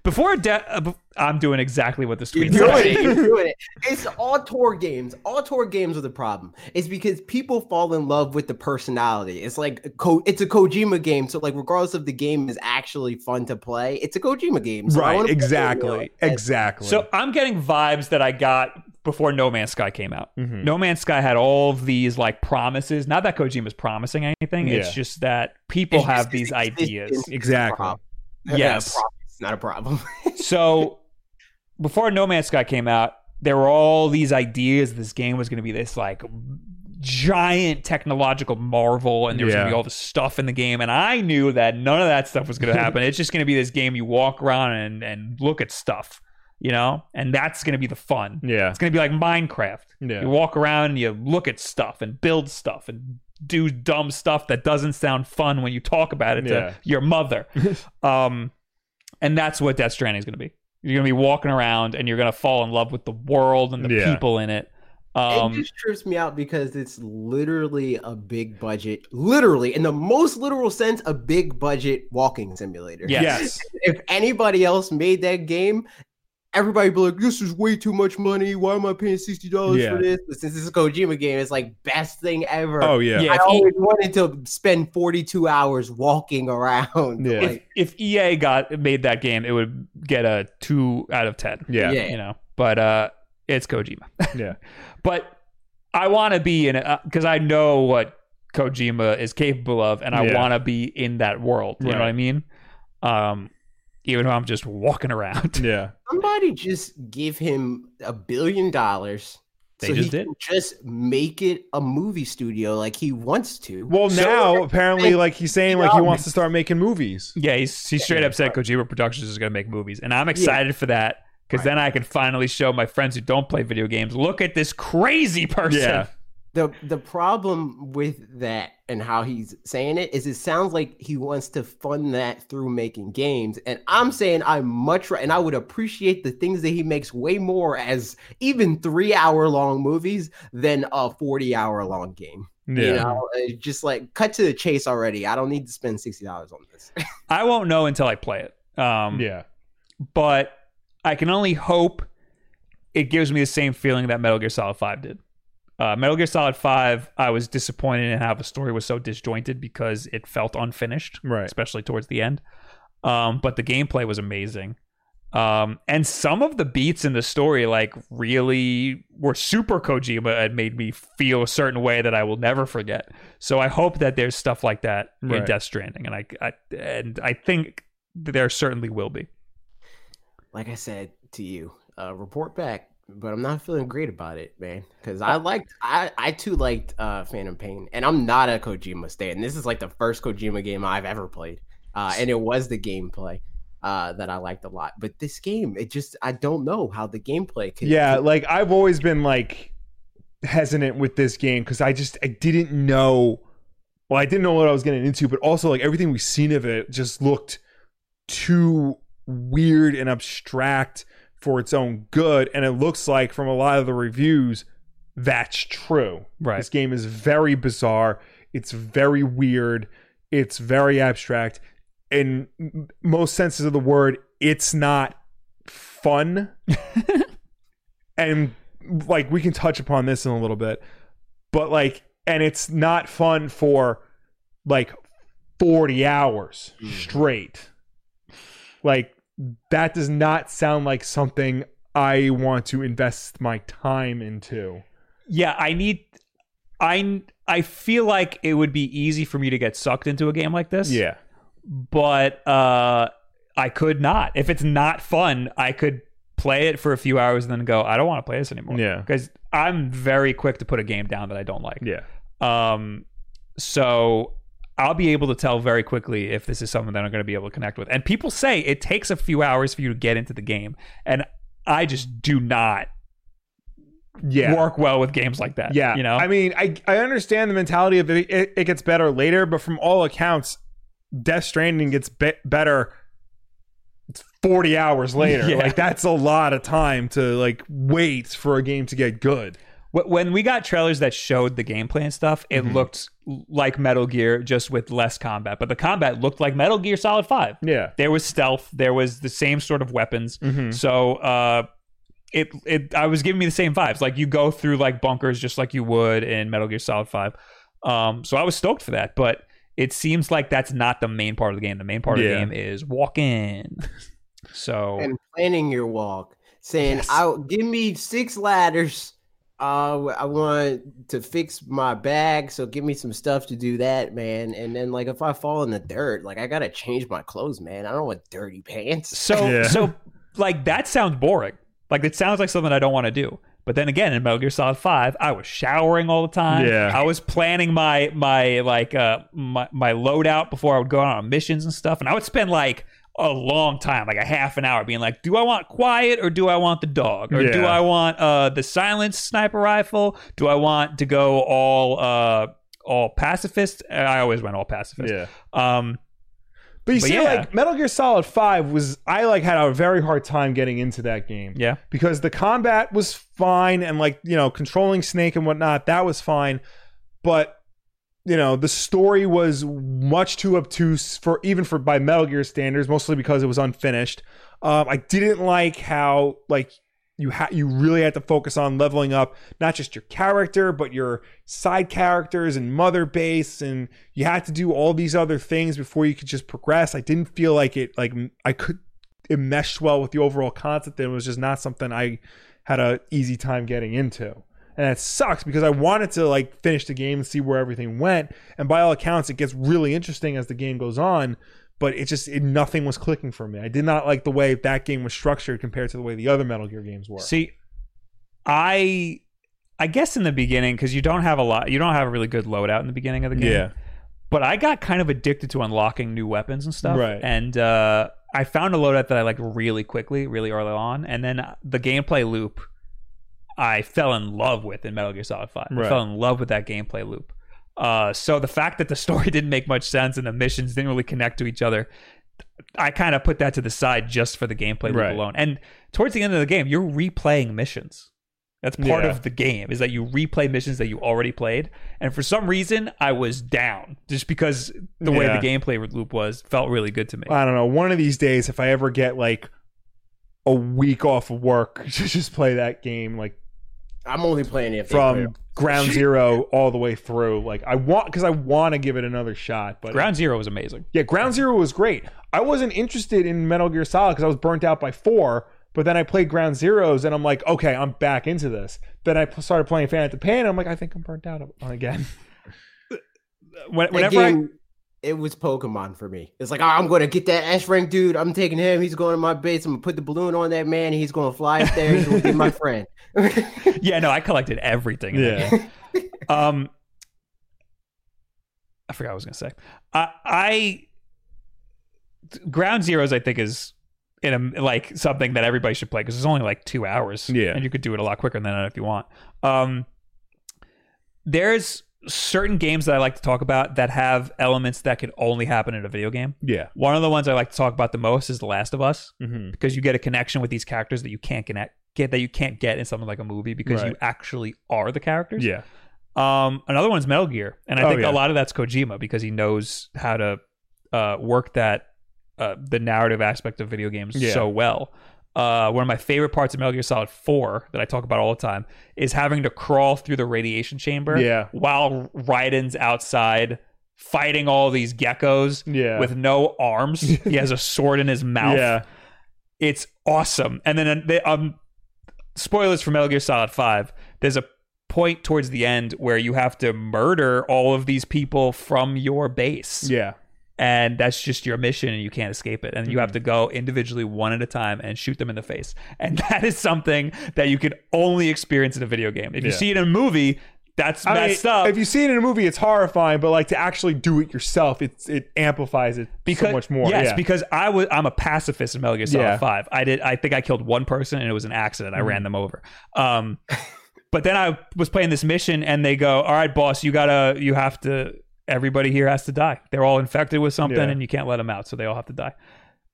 Speaker 1: before de- uh, bef- I'm doing exactly what this
Speaker 3: You're
Speaker 1: tweet
Speaker 3: doing
Speaker 1: said.
Speaker 3: it. You're doing it. It's all tour games. All tour games are the problem. It's because people fall in love with the personality. It's like a Ko- it's a Kojima game. So like, regardless of the game is actually fun to play, it's a Kojima game. So I wanna
Speaker 2: Right.
Speaker 3: play it, you know?
Speaker 2: Exactly. Exactly.
Speaker 1: So I'm getting vibes that I got before No Man's Sky came out.
Speaker 2: Mhm.
Speaker 1: No Man's Sky had all of these like promises. Not that Kojima's promising anything. It's
Speaker 2: Yeah.
Speaker 1: just that people
Speaker 3: It's
Speaker 1: have
Speaker 3: just
Speaker 1: these
Speaker 3: it's
Speaker 1: ideas.
Speaker 3: existence.
Speaker 2: exactly.
Speaker 3: Problem.
Speaker 1: Yes.
Speaker 3: It's not a problem.
Speaker 1: so before No Man's Sky came out, there were all these ideas this game was going to be this like giant technological marvel and there was going
Speaker 2: Yeah.
Speaker 1: to be all this stuff in the game and I knew that none of that stuff was going to happen. it's just going to be this game you walk around and and look at stuff, you know? And that's going to be the fun.
Speaker 2: Yeah.
Speaker 1: It's going to be like Minecraft.
Speaker 2: Yeah.
Speaker 1: You walk around and you look at stuff and build stuff and do dumb stuff that doesn't sound fun when you talk about it
Speaker 2: Yeah.
Speaker 1: to your mother. um, and that's what Death Stranding is going to be. You're going to be walking around and you're going to fall in love with the world and the
Speaker 2: Yeah.
Speaker 1: people in it.
Speaker 3: it
Speaker 1: Um,
Speaker 3: just trips me out because it's literally a big budget, literally in the most literal sense, a big budget walking simulator.
Speaker 1: Yes.
Speaker 2: Yes.
Speaker 3: If anybody else made that game, everybody would be like, "This is way too much money. Why am I paying sixty dollars
Speaker 2: Yeah.
Speaker 3: for this?" But since this is a Kojima game, it's like best thing ever.
Speaker 2: Oh, yeah.
Speaker 1: Yeah.
Speaker 3: I
Speaker 1: if E-
Speaker 3: always wanted to spend forty-two hours walking around.
Speaker 2: Yeah.
Speaker 3: Like,
Speaker 1: if EA E got made that game, it would get a two out of ten.
Speaker 2: Yeah.
Speaker 3: Yeah.
Speaker 1: you know. But uh, it's Kojima.
Speaker 2: Yeah.
Speaker 1: but I want to be in it because I know what Kojima is capable of, and I
Speaker 2: Yeah.
Speaker 1: want to be in that world. You know
Speaker 2: Right.
Speaker 1: what I mean? Um, even though I'm just walking around.
Speaker 2: Yeah.
Speaker 3: Somebody just give him a billion dollars.
Speaker 1: They
Speaker 3: so
Speaker 1: just
Speaker 3: he
Speaker 1: did.
Speaker 3: Can just make it a movie studio like he wants to.
Speaker 2: Well,
Speaker 3: So-
Speaker 2: now apparently, like he's saying, like he wants to start making movies.
Speaker 1: Yeah, he's, he straight up said Kojima Productions is going to make movies, and I'm excited for that because then I can finally show my friends who don't play video games, look at this crazy person.
Speaker 2: Yeah.
Speaker 3: the the problem with that and how he's saying it is it sounds like he wants to fund that through making games and i'm saying i'm much right and i would appreciate the things that he makes way more as even three hour long movies than a 40 hour long game
Speaker 2: Yeah.
Speaker 3: You know, uh, just like cut to the chase already. I don't need to spend sixty dollars on this.
Speaker 1: I won't know until I play it. Um,
Speaker 2: yeah.
Speaker 1: But I can only hope it gives me the same feeling that Metal Gear Solid Five did. Uh, Metal Gear Solid Five, I was disappointed in how the story was so disjointed because it felt unfinished,
Speaker 2: Right.
Speaker 1: especially towards the end. Um, but the gameplay was amazing, um, and some of the beats in the story, like really, were super Kojima and made me feel a certain way that I will never forget. So I hope that there's stuff like that in
Speaker 2: Right.
Speaker 1: Death Stranding, and I, I and I think there certainly will be.
Speaker 3: like I said to you, uh, report back. But I'm not feeling great about it, man. Because I liked, I, I too liked uh, Phantom Pain, and I'm not a Kojima stan. This is like the first Kojima game I've ever played, uh, and it was the gameplay uh, that I liked a lot. But this game, it just, I don't know how the gameplay could.
Speaker 2: Yeah, like I've always been like hesitant with this game because I just I didn't know. Well, I didn't know what I was getting into, but also like everything we've seen of it just looked too weird and abstract for its own good. And it looks like from a lot of the reviews, that's true.
Speaker 1: Right.
Speaker 2: This game is very bizarre. It's very weird. It's very abstract. In m- most senses of the word, it's not fun. and like we can touch upon this in a little bit. But like and it's not fun for like 40 hours straight. Like that does not sound like something I want to invest my time into.
Speaker 1: Yeah, I need. I I feel like it would be easy for me to get sucked into a game like this. but uh, I could not. If it's not fun, I could play it for a few hours and then go. I don't want to play this anymore.
Speaker 2: Yeah.
Speaker 1: because I'm very quick to put a game down that I don't like.
Speaker 2: Yeah.
Speaker 1: Um, so I'll be able to tell very quickly if this is something that I'm going to be able to connect with. And people say it takes a few hours for you to get into the game, and I just do not
Speaker 2: Yeah.
Speaker 1: work well with games like that.
Speaker 2: Yeah,
Speaker 1: you know.
Speaker 2: I mean, I I understand the mentality of it, it, it gets better later, but from all accounts, Death Stranding gets be- better forty hours later.
Speaker 1: Yeah.
Speaker 2: Like that's a lot of time to like wait for a game to get good.
Speaker 1: Wh- When we got trailers that showed the gameplay and stuff, it looked like Metal Gear, just with less combat. But the combat looked like Metal Gear Solid Five.
Speaker 2: Yeah,
Speaker 1: There was stealth. There was the same sort of weapons.
Speaker 2: Mhm.
Speaker 1: So uh, it it I was giving me the same vibes. Like you go through like bunkers just like you would in Metal Gear Solid Five. Um, so I was stoked for that, but it seems like that's not the main part of the game. The main part of the
Speaker 2: Yeah.
Speaker 1: game is walking. So
Speaker 3: and planning your walk, saying, "I'll give me six ladders. Uh, I want to fix my bag, so give me some stuff to do that, man. And then, like, if I fall in the dirt, like, I gotta change my clothes, man. I don't want dirty pants.
Speaker 1: So
Speaker 2: Yeah.
Speaker 1: so like that sounds boring. Like it sounds like something I don't want to do. But then again, in Metal Gear Solid Five, I was showering all the time.
Speaker 2: Yeah.
Speaker 1: I was planning my my like uh my my loadout before I would go on missions and stuff, and I would spend like a long time, like a half an hour, being like, "Do I want quiet or do I want the dog or do
Speaker 2: Yeah.
Speaker 1: I want uh the silenced sniper rifle? Do I want to go all uh all pacifist?" I always went all pacifist. Um,
Speaker 2: But you
Speaker 1: But
Speaker 2: see,
Speaker 1: yeah.
Speaker 2: like Metal Gear Solid Five was, I like had a very hard time getting into that game.
Speaker 1: yeah,
Speaker 2: because the combat was fine and like you know controlling snake and whatnot that was fine but you know the story was much too obtuse for even for by metal gear standards mostly because it was unfinished um, i didn't like how like you ha- you really had to focus on leveling up not just your character but your side characters and mother base and you had to do all these other things before you could just progress i didn't feel like it like m- i could it meshed well with the overall concept and it was just not something I had a easy time getting into. And that sucks because I wanted to like finish the game and see where everything went. And by all accounts, it gets really interesting as the game goes on, but it just it, nothing was clicking for me. I did not like the way that game was structured compared to the way the other Metal Gear games were.
Speaker 1: See, I I guess in the beginning because you don't have a lot, you don't have a really good loadout in the beginning of the game. But I got kind of addicted to unlocking new weapons and stuff.
Speaker 2: Right.
Speaker 1: And uh, I found a loadout that I liked really quickly, really early on, and then uh, the gameplay loop I fell in love with in Metal Gear Solid Five. I
Speaker 2: Right.
Speaker 1: fell in love with that gameplay loop. Uh, so the fact that the story didn't make much sense and the missions didn't really connect to each other, I kind of put that to the side just for the gameplay loop
Speaker 2: Right.
Speaker 1: alone. And towards the end of the game, you're replaying missions. That's part
Speaker 2: Yeah.
Speaker 1: of the game is that you replay missions that you already played. And for some reason, I was down just because the way
Speaker 2: Yeah.
Speaker 1: the gameplay loop was felt really good to me.
Speaker 2: I don't know. One of these days, if I ever get like a week off of work to just play that game, like
Speaker 3: I'm only playing it if they put it
Speaker 2: from ground zero all the way through, like I want because I want to give it another shot. But
Speaker 1: Ground Zero was amazing.
Speaker 2: yeah, Ground Zero was great. I wasn't interested in Metal Gear Solid because I was burnt out by four. But then I played Ground Zeroes and I'm like, okay, I'm back into this. Then I pl- started playing Fan at the Pan and I'm like, I think I'm burnt out on again.
Speaker 1: When-
Speaker 3: That
Speaker 1: whenever I,
Speaker 3: game, it was Pokemon for me. It's like, oh, I'm going to get that Ash rank dude. I'm taking him. He's going to my base. I'm going to put the balloon on that man. He's going to fly up there. He's going to be my friend.
Speaker 1: yeah, no, I collected everything. in that game. Um, I forgot what I was gonna say. I, I Ground Zeroes, I think, is in a like something that everybody should play because it's only like two hours.
Speaker 2: Yeah.
Speaker 1: and you could do it a lot quicker than that if you want. Um, there's certain games that I like to talk about that have elements that could only happen in a video game.
Speaker 2: yeah.
Speaker 1: One of the ones I like to talk about the most is The Last of Us
Speaker 2: Mm-hmm.
Speaker 1: because you get a connection with these characters that you can't connect get that you can't get in something like a movie because you
Speaker 2: Right.
Speaker 1: actually are the characters.
Speaker 2: Yeah.
Speaker 1: Um, another one's Metal Gear, and I
Speaker 2: Oh,
Speaker 1: think
Speaker 2: yeah.
Speaker 1: a lot of that's Kojima because he knows how to uh, work that uh, the narrative aspect of video games
Speaker 2: Yeah.
Speaker 1: so well. Uh, one of my favorite parts of Metal Gear Solid Four that I talk about all the time is having to crawl through the radiation chamber
Speaker 2: Yeah.
Speaker 1: while Raiden's outside fighting all these geckos
Speaker 2: Yeah.
Speaker 1: with no arms. he has a sword in his mouth.
Speaker 2: Yeah.
Speaker 1: It's awesome. And then uh, they, um, spoilers for Metal Gear Solid Five. There's a point towards the end where you have to murder all of these people from your base,
Speaker 2: Yeah.
Speaker 1: and that's just your mission, and you can't escape it. And you
Speaker 2: Mm-hmm.
Speaker 1: have to go individually, one at a time, and shoot them in the face. And that is something that you can only experience in a video game. If you
Speaker 2: Yeah.
Speaker 1: see it in a movie, that's
Speaker 2: I mean,
Speaker 1: messed up.
Speaker 2: If you see it in a movie, it's horrifying, but like to actually do it yourself, it's it amplifies it so much more.
Speaker 1: Yes,
Speaker 2: yeah.
Speaker 1: because I was I'm a pacifist in Metal Gear Solid
Speaker 2: Yeah. Mm.
Speaker 1: Five. I did I think I killed one person and it was an accident. I ran them over. Um, but then I was playing this mission and they go, "All right, boss, you gotta you have to. Everybody here has to die. They're all infected with something
Speaker 2: Yeah.
Speaker 1: and you can't let them out, so they all have to die."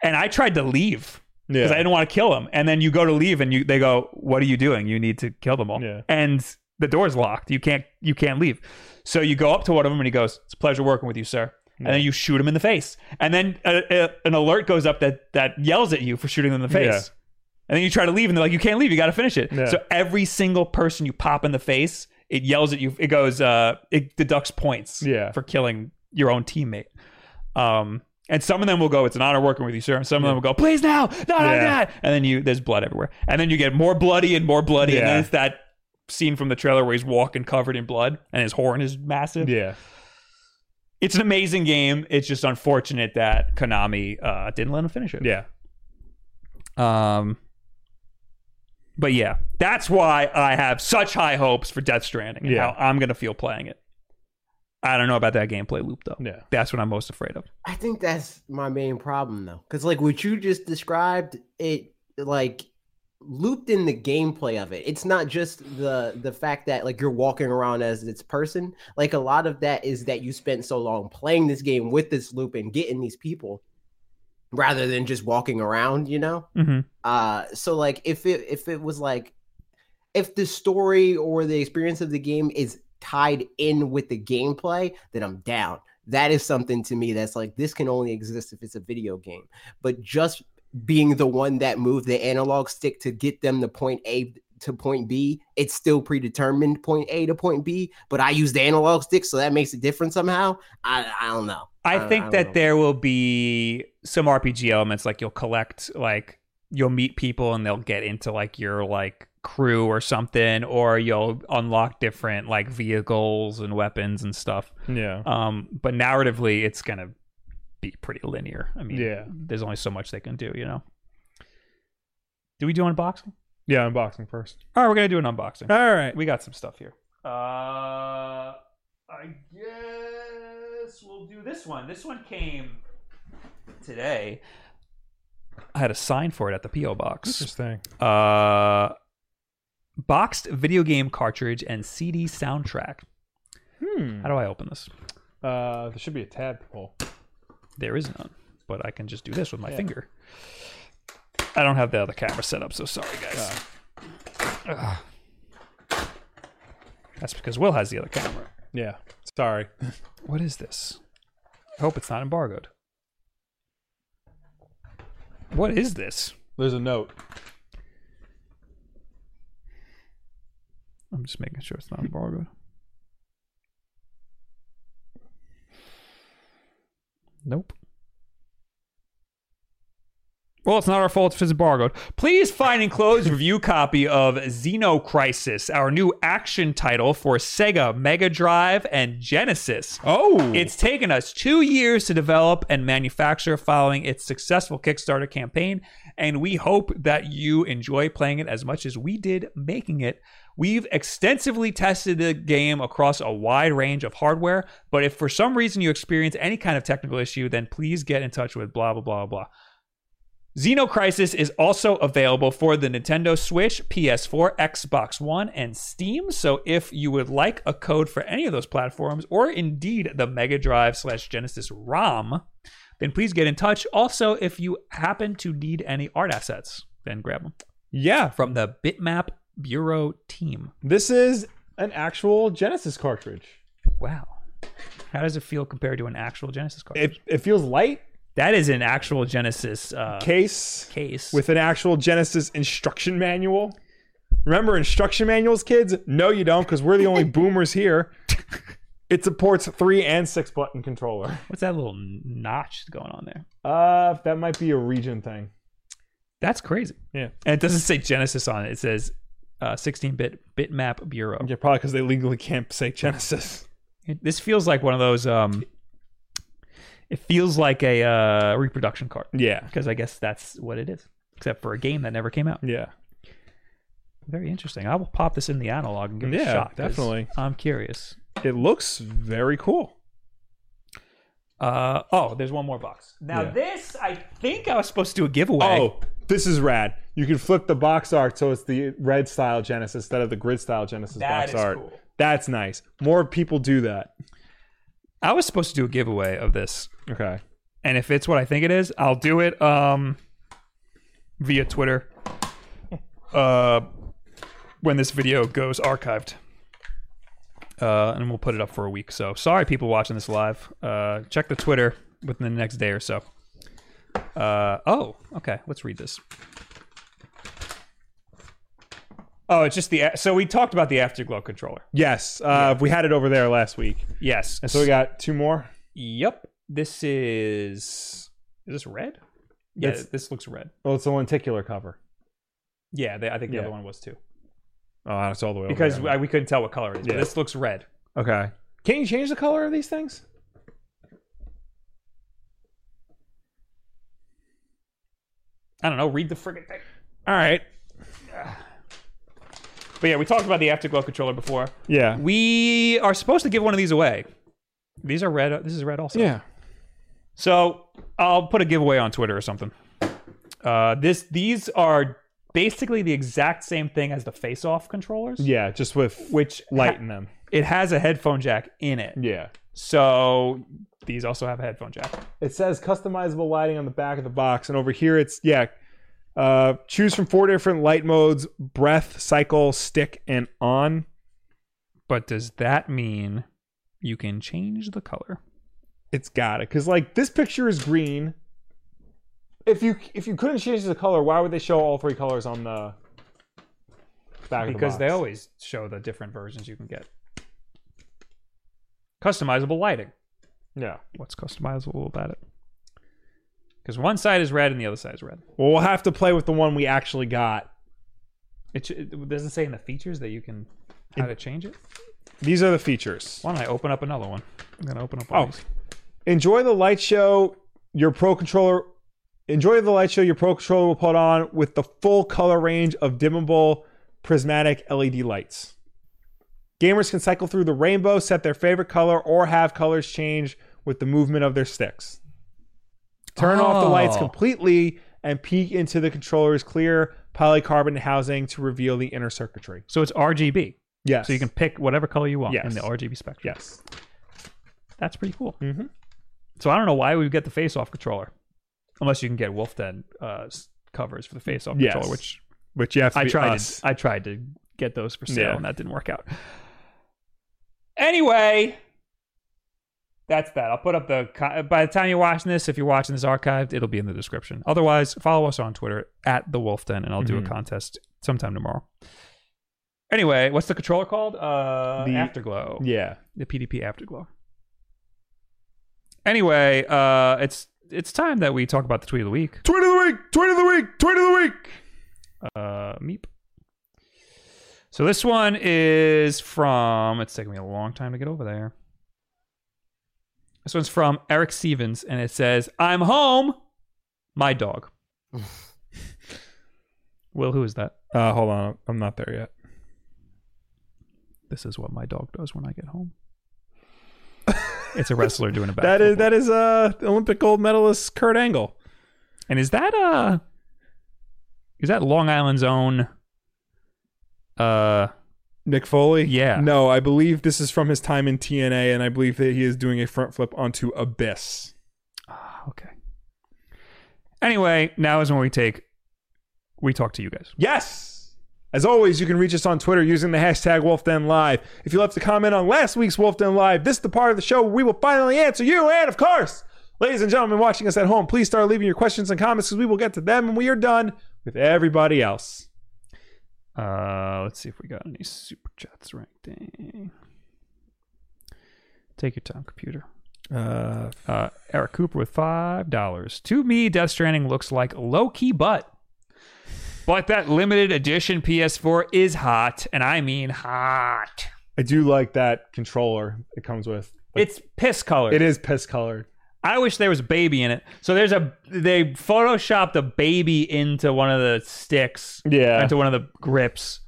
Speaker 1: And I tried to leave
Speaker 2: yeah.
Speaker 1: because I didn't want to kill them. And then you go to leave and you they go, "What are you doing? You need to kill them all."
Speaker 2: Yeah.
Speaker 1: And the door's locked. You can't you can't leave. So you go up to one of them and he goes, "It's a pleasure working with you, sir." And then you shoot him in the face. And then uh uh an alert goes up that that yells at you for shooting them in the face.
Speaker 2: Yeah.
Speaker 1: And then you try to leave and they're like, "You can't leave. You got to finish it."
Speaker 2: Yeah.
Speaker 1: So every single person you pop in the face, it yells at you. It goes, uh, it deducts points
Speaker 2: Yeah.
Speaker 1: for killing your own teammate. Um, and some of them will go, "It's an honor working with you, sir." And some of them will go, "Please now, not on
Speaker 2: Yeah.
Speaker 1: that." And then you, there's blood everywhere. And then you get more bloody and more bloody. And
Speaker 2: Yeah.
Speaker 1: then it's that scene from the trailer where he's walking covered in blood and his horn is massive.
Speaker 2: yeah.
Speaker 1: It's an amazing game. It's just unfortunate that Konami uh, didn't let him finish it.
Speaker 2: Yeah.
Speaker 1: Um, but yeah, that's why I have such high hopes for Death Stranding and
Speaker 2: Yeah.
Speaker 1: how I'm gonna feel playing it. I don't know about that gameplay loop though.
Speaker 2: Yeah.
Speaker 1: That's what I'm most afraid of.
Speaker 3: I think that's my main problem though, because like what you just described, it like looped in the gameplay of it. It's not just the the fact that like you're walking around as this person. Like a lot of that is that you spent so long playing this game with this loop and getting these people, rather than just walking around. You know.
Speaker 1: Mm-hmm.
Speaker 3: Uh, so like if it if it was like if the story or the experience of the game is tied in with the gameplay, then I'm down. That is something to me that's like this can only exist if it's a video game. But just being the one that moved the analog stick to get them to point A to point B, it's still predetermined point A to point B, but I use the analog stick, so that makes a difference somehow. I I don't know.
Speaker 1: I
Speaker 3: I-
Speaker 1: think
Speaker 3: I
Speaker 1: that
Speaker 3: don't know.
Speaker 1: there will be some RPG elements like you'll collect like you'll meet people and they'll get into like your like crew or something or you'll unlock different like vehicles and weapons and stuff.
Speaker 2: Yeah.
Speaker 1: Um but narratively it's going to be pretty linear. I mean,
Speaker 2: Yeah.
Speaker 1: there's only so much they can do, you know. Do we do unboxing?
Speaker 2: Yeah. Unboxing first.
Speaker 1: All right, we're going to do an unboxing.
Speaker 2: All right.
Speaker 1: We got some stuff here. Uh, I guess we'll do this one. This one came today. I had a sign for it at the PO box.
Speaker 2: Interesting.
Speaker 1: Uh, boxed video game cartridge and CD soundtrack.
Speaker 2: Hmm.
Speaker 1: How do I open this?
Speaker 2: Uh, there should be a tab pull.
Speaker 1: There is none, but I can just do this with my finger. I don't have the other camera set up, so sorry, guys. Ugh. That's because Will has the other camera.
Speaker 2: Yeah. Sorry.
Speaker 1: What is this? I hope it's not embargoed. What is this?
Speaker 2: There's a note.
Speaker 1: I'm just making sure it's not embargoed. Nope. Well, it's not our fault if it's embargoed. Please find enclosed review copy of Xenocrisis, our new action title for Sega Mega Drive and Genesis.
Speaker 2: Oh.
Speaker 1: It's taken us two years to develop and manufacture following its successful Kickstarter campaign, and we hope that you enjoy playing it as much as we did making it. We've extensively tested the game across a wide range of hardware, but if for some reason you experience any kind of technical issue, then please get in touch with blah, blah, blah, blah. Xenocrisis is also available for the Nintendo Switch, PS4, Xbox One, and Steam. So if you would like a code for any of those platforms, or indeed the Mega Drive slash Genesis ROM, then please get in touch. Also, if you happen to need any art assets, then grab them
Speaker 2: yeah.
Speaker 1: from the Bitmap Bureau team.
Speaker 2: This is an actual Genesis cartridge.
Speaker 1: Wow. How does it feel compared to an actual Genesis card?
Speaker 2: It it feels light.
Speaker 1: that is an actual Genesis uh,
Speaker 2: Case
Speaker 1: case.
Speaker 2: with an actual Genesis instruction manual. Remember instruction manuals, kids? No, you don't, because we're the only boomers here. It supports three and six button controller.
Speaker 1: What's that little notch going on there?
Speaker 2: Uh, that might be a region thing.
Speaker 1: That's crazy.
Speaker 2: Yeah.
Speaker 1: And it doesn't say Genesis on it. It says uh, 16-bit bitmap bureau.
Speaker 2: Yeah, probably because they legally can't say Genesis.
Speaker 1: It- this feels like one of those. Um, it feels like a uh, reproduction card
Speaker 2: Yeah.
Speaker 1: because I guess that's what it is, except for a game that never came out.
Speaker 2: Yeah.
Speaker 1: Very interesting. I will pop this in the analog and give it a
Speaker 2: Yeah,
Speaker 1: shot. 'cause
Speaker 2: definitely.
Speaker 1: I'm curious.
Speaker 2: It looks very cool.
Speaker 1: Uh, oh, there's one more box. Now
Speaker 2: Yeah.
Speaker 1: this, I think I was supposed to do a giveaway.
Speaker 2: Oh, this is rad. You can flip the box art so it's the red style Genesis instead of the grid style Genesis
Speaker 1: That
Speaker 2: box
Speaker 1: is
Speaker 2: art.
Speaker 1: cool.
Speaker 2: That's nice. More people do that.
Speaker 1: I was supposed to do a giveaway of this,
Speaker 2: Okay.
Speaker 1: and if it's what I think it is, I'll do it um, via Twitter. Uh, when this video goes archived, uh, and we'll put it up for a week. So sorry, people watching this live. Uh, check the Twitter within the next day or so. Uh, oh, okay. Let's read this. Oh, it's just the so we talked about the afterglow controller.
Speaker 2: Yes. Uh, We had it over there last week.
Speaker 1: Yes.
Speaker 2: And so we got two more.
Speaker 1: Yep. This is. Is this red? Yeah,
Speaker 2: That's-
Speaker 1: this looks red.
Speaker 2: Oh, it's the lenticular cover.
Speaker 1: Yeah, they, I think the
Speaker 2: Yeah.
Speaker 1: other one was too.
Speaker 2: Oh, it's all the way over
Speaker 1: Because
Speaker 2: there.
Speaker 1: I, we couldn't tell what color it is. but
Speaker 2: Yeah.
Speaker 1: This looks red.
Speaker 2: okay. Can you change the color of these things?
Speaker 1: I don't know. Read the friggin' thing.
Speaker 2: All right.
Speaker 1: But yeah, we talked about the Afterglow controller before.
Speaker 2: Yeah.
Speaker 1: We are supposed to give one of these away. These are red. This is red also.
Speaker 2: Yeah.
Speaker 1: So I'll put a giveaway on Twitter or something. Uh, this these are basically the exact same thing as the face-off controllers,
Speaker 2: Yeah. Just with
Speaker 1: which ha-
Speaker 2: lighten them.
Speaker 1: it has a headphone jack in it.
Speaker 2: Yeah.
Speaker 1: So these also have a headphone jack.
Speaker 2: It says customizable lighting on the back of the box, and over here it's yeah. Uh, choose from four different light modes: breath, cycle, stick, and on.
Speaker 1: But does that mean you can change the color?
Speaker 2: It's got it because like this picture is green. If you if you couldn't change the color, why would they show all three colors on the back?
Speaker 1: Because
Speaker 2: of the
Speaker 1: they
Speaker 2: box?
Speaker 1: always show the different versions you can get. Customizable lighting.
Speaker 2: yeah.
Speaker 1: What's customizable about it? Because one side is red and the other side is red.
Speaker 2: Well, we'll have to play with the one we actually got.
Speaker 1: It, sh- it doesn't say in the features that you can how to change it.
Speaker 2: These are the features.
Speaker 1: Why don't I open up another one? I'm gonna open up. One
Speaker 2: Oh,
Speaker 1: of these.
Speaker 2: enjoy the light show. Your pro controller. Enjoy the light show. Your pro controller will put on with the full color range of dimmable prismatic LED lights. Gamers can cycle through the rainbow, set their favorite color, or have colors change with the movement of their sticks. Turn off the lights
Speaker 1: Oh.
Speaker 2: completely and peek into the controller's clear polycarbonate housing to reveal the inner circuitry.
Speaker 1: So it's RGB.
Speaker 2: Yes.
Speaker 1: So you can pick whatever color you want in
Speaker 2: Yes.
Speaker 1: the RGB spectrum.
Speaker 2: Yes.
Speaker 1: That's pretty cool.
Speaker 2: Mhm.
Speaker 1: So I don't know why we would get the face-off controller, unless you can get Wolf Den uh, s- covers for the face-off
Speaker 2: Yes.
Speaker 1: controller, which
Speaker 2: But you have to
Speaker 1: I
Speaker 2: be
Speaker 1: tried.
Speaker 2: us.
Speaker 1: To, I tried to get those for sale,
Speaker 2: Yeah.
Speaker 1: and that didn't work out. Anyway, that's that. I'll put up the. co- By the time you're watching this, if you're watching this archived, it'll be in the description. Otherwise, follow us on Twitter at the Wolf Den, and I'll do a
Speaker 2: Mhm.
Speaker 1: contest sometime tomorrow. Anyway, what's the controller called? Uh,
Speaker 2: The-
Speaker 1: Afterglow.
Speaker 2: Yeah.
Speaker 1: The PDP Afterglow. Anyway, uh, it's it's time that we talk about the tweet of the week.
Speaker 2: Tweet of the week. Tweet of the week. Tweet of the week.
Speaker 1: Uh, meep. So this one is from. It's taking me a long time to get over there. This one's from Eric Stevens, and it says, "I'm home, my dog." Will, who is that?
Speaker 2: Uh, hold on. I'm not there yet.
Speaker 1: This is what my dog does when I get home. It's a wrestler doing a backflip.
Speaker 2: That is that is uh Olympic gold medalist Kurt Angle.
Speaker 1: and is that uh, is that Long Island's own? Uh,
Speaker 2: Nick Foley?
Speaker 1: Yeah.
Speaker 2: No, I believe this is from his time in TNA, and I believe that he is doing a front flip onto Abyss.
Speaker 1: Ah, okay. Anyway, now is when we take we talk to you guys.
Speaker 2: Yes! As always, you can reach us on Twitter using the hashtag WolfDenLive. If you left a comment on last week's WolfDen Live, this is the part of the show where we will finally answer you, and of course, ladies and gentlemen watching us at home, please start leaving your questions and comments because we will get to them when we are done with everybody else.
Speaker 1: Uh let's see if we got any super chats ranked in. Take your time, computer.
Speaker 2: Uh,
Speaker 1: Uh Eric Cooper with five dollars. To me, Death Stranding looks like low key butt. But that limited edition PS4 is hot, and I mean hot.
Speaker 2: I do like that controller it comes with.
Speaker 1: It's piss colored.
Speaker 2: It is piss colored.
Speaker 1: I wish there was a baby in it. So there's a they photoshopped a baby into one of the sticks.
Speaker 2: Yeah.
Speaker 1: into one of the grips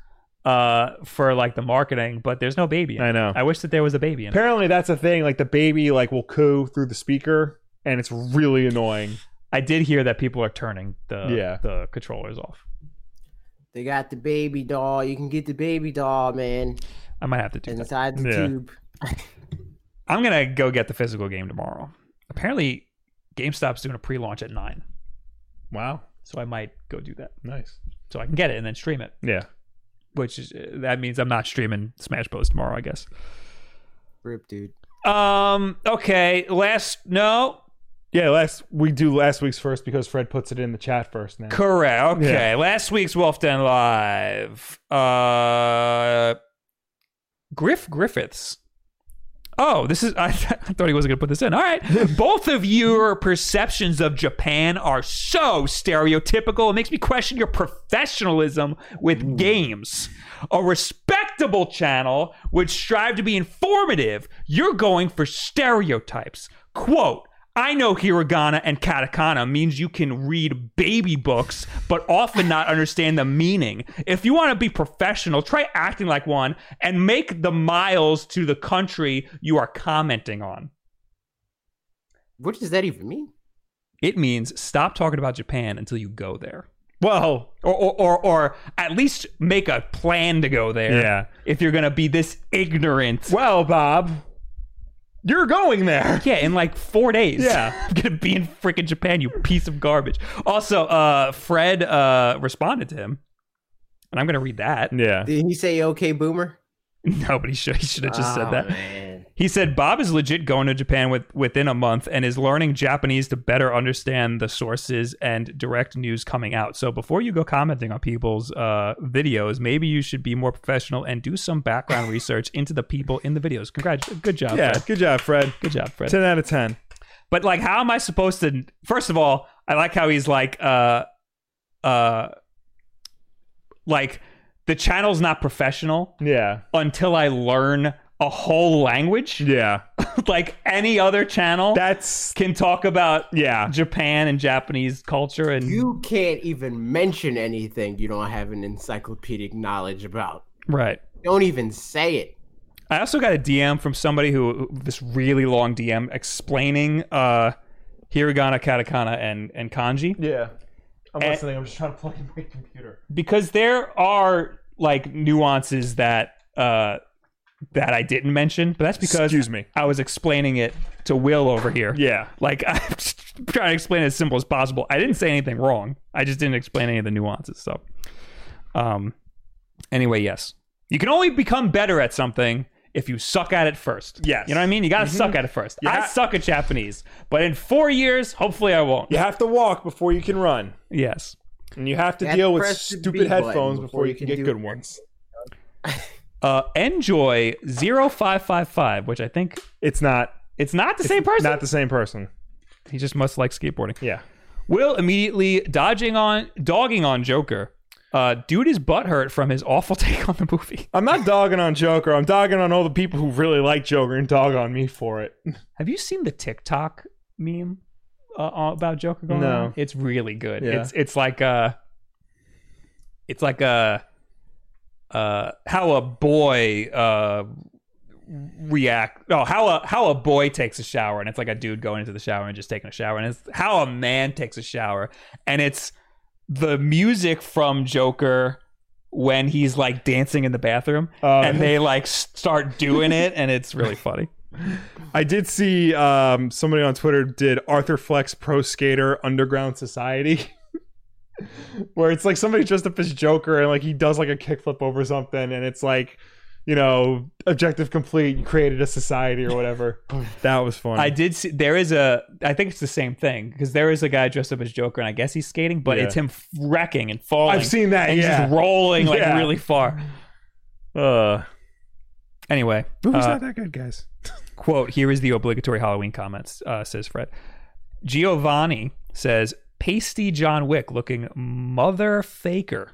Speaker 1: uh for like the marketing but there's no baby in it.
Speaker 2: I know.
Speaker 1: i wish that there was a baby in it
Speaker 2: Apparently, that's a thing. Like the baby, like will coo through the speaker, and it's really annoying.
Speaker 1: i did hear that people are turning the
Speaker 2: Yeah.
Speaker 1: the controllers off
Speaker 3: They got the baby doll. You can get the baby doll, man,
Speaker 1: i might have to do that
Speaker 3: inside the
Speaker 2: Yeah.
Speaker 3: tube.
Speaker 1: i'm gonna go get the physical game tomorrow apparently gamestop's doing a pre-launch at nine
Speaker 2: Wow,
Speaker 1: so i might go do that
Speaker 2: nice.
Speaker 1: so i can get it and then stream it
Speaker 2: Yeah,
Speaker 1: which is that means i'm not streaming smash bros tomorrow i guess
Speaker 3: Rip, dude.
Speaker 1: um okay last no
Speaker 2: yeah. Last we do last week's first because Fred puts it in the chat first. Now,
Speaker 1: Correct. Okay.
Speaker 2: Yeah.
Speaker 1: Last week's Wolf Den Live. Uh, Griff Griffiths. Oh, this is. I, th- I thought he wasn't going to put this in. All right. Both of your perceptions of Japan are so stereotypical. It makes me question your professionalism with games. A respectable channel would strive to be informative. You're going for stereotypes. Quote. I know hiragana and katakana means you can read baby books, but often not understand the meaning. If you want to be professional, try acting like one and make the miles to the country you are commenting on.
Speaker 3: What does that even mean?
Speaker 1: It means stop talking about Japan until you go there.
Speaker 2: well,
Speaker 1: Or, or, or, or at least make a plan to go there
Speaker 2: yeah.
Speaker 1: if you're going to be this ignorant.
Speaker 2: Well, Bob, you're going there.
Speaker 1: Yeah, in like four days.
Speaker 2: Yeah.
Speaker 1: I'm gonna be in freaking Japan, you piece of garbage. Also, uh, Fred uh, responded to him, and I'm gonna read that.
Speaker 2: Yeah,
Speaker 3: Did he say okay, boomer?
Speaker 1: No, but he should he should have just
Speaker 3: Oh,
Speaker 1: said that.
Speaker 3: Man.
Speaker 1: He said Bob is legit going to Japan with, within a month and is learning Japanese to better understand the sources and direct news coming out. So before you go commenting on people's uh, videos, maybe you should be more professional and do some background research into the people in the videos. Congrats, good job,
Speaker 2: yeah.
Speaker 1: Fred.
Speaker 2: Good job, Fred.
Speaker 1: Good job, Fred.
Speaker 2: Ten out of ten.
Speaker 1: But like, how am I supposed to? First of all, I like how he's like, uh, uh, like the channel's not professional
Speaker 2: Yeah,
Speaker 1: until I learn a whole language.
Speaker 2: yeah.
Speaker 1: like any other channel
Speaker 2: That's
Speaker 1: can talk about
Speaker 2: yeah.
Speaker 1: Japan and Japanese culture and
Speaker 3: You can't even mention anything you don't have an encyclopedic knowledge about.
Speaker 1: right.
Speaker 3: Don't even say it.
Speaker 1: I also got a DM from somebody who this really long DM explaining uh hiragana, katakana, and and kanji.
Speaker 2: Yeah. I'm
Speaker 1: And-
Speaker 2: listening. I'm just trying to plug in my computer.
Speaker 1: because there are like nuances that uh that I didn't mention, but that's because
Speaker 2: Excuse me.
Speaker 1: I was explaining it to Will over here.
Speaker 2: Yeah.
Speaker 1: Like I'm just trying to explain it as simple as possible. I didn't say anything wrong. I just didn't explain any of the nuances. So um anyway, yes. You can only become better at something if you suck at it first.
Speaker 2: Yes. Mm-hmm.
Speaker 1: You know what I mean? You got to suck at it first.
Speaker 2: You
Speaker 1: I
Speaker 2: ha-
Speaker 1: suck at Japanese, but in four years, hopefully I won't.
Speaker 2: You have to walk before you can run,
Speaker 1: Yes.
Speaker 2: and you have to
Speaker 3: And
Speaker 2: deal with
Speaker 3: press the B
Speaker 2: stupid
Speaker 3: button
Speaker 2: headphones before, you can, get
Speaker 3: do
Speaker 2: good
Speaker 3: it.
Speaker 2: ones.
Speaker 1: Uh, Enjoy 0555, which I think
Speaker 2: It's not
Speaker 1: it's not the same person.
Speaker 2: not the same person.
Speaker 1: he just must like skateboarding.
Speaker 2: Yeah.
Speaker 1: Will immediately dodging on, dogging on Joker. Uh, dude is butthurt from his awful take on the movie.
Speaker 2: I'm not dogging on Joker. I'm dogging on all the people who really like Joker and dog on me for it.
Speaker 1: Have you seen the TikTok meme uh, about Joker going?
Speaker 2: No.
Speaker 1: around? it's really good.
Speaker 2: Yeah.
Speaker 1: It's it's like a, it's like a, uh, how a boy uh react. Oh, how a how a boy takes a shower, and it's like a dude going into the shower and just taking a shower, and it's how a man takes a shower, and it's the music from Joker when he's like dancing in the bathroom,
Speaker 2: Uh,
Speaker 1: and they like start doing it, and it's really funny.
Speaker 2: I did see um, somebody on Twitter did Arthur Flex Pro Skater Underground Society, where it's like somebody dressed up as Joker and like he does like a kickflip over something, and it's like, you know, objective complete. You created a society or whatever. that was fun.
Speaker 1: I did see there is a I think it's the same thing because there is a guy dressed up as Joker and I guess he's skating, but
Speaker 2: Yeah.
Speaker 1: it's him wrecking and falling.
Speaker 2: I've seen that.
Speaker 1: and he's
Speaker 2: yeah.
Speaker 1: just rolling like
Speaker 2: Yeah.
Speaker 1: really far.
Speaker 2: uh,
Speaker 1: Anyway,
Speaker 2: movie's
Speaker 1: uh,
Speaker 2: not that good, guys.
Speaker 1: quote here is the obligatory Halloween comments uh, says Fred. Giovanni says pasty John Wick looking mother faker.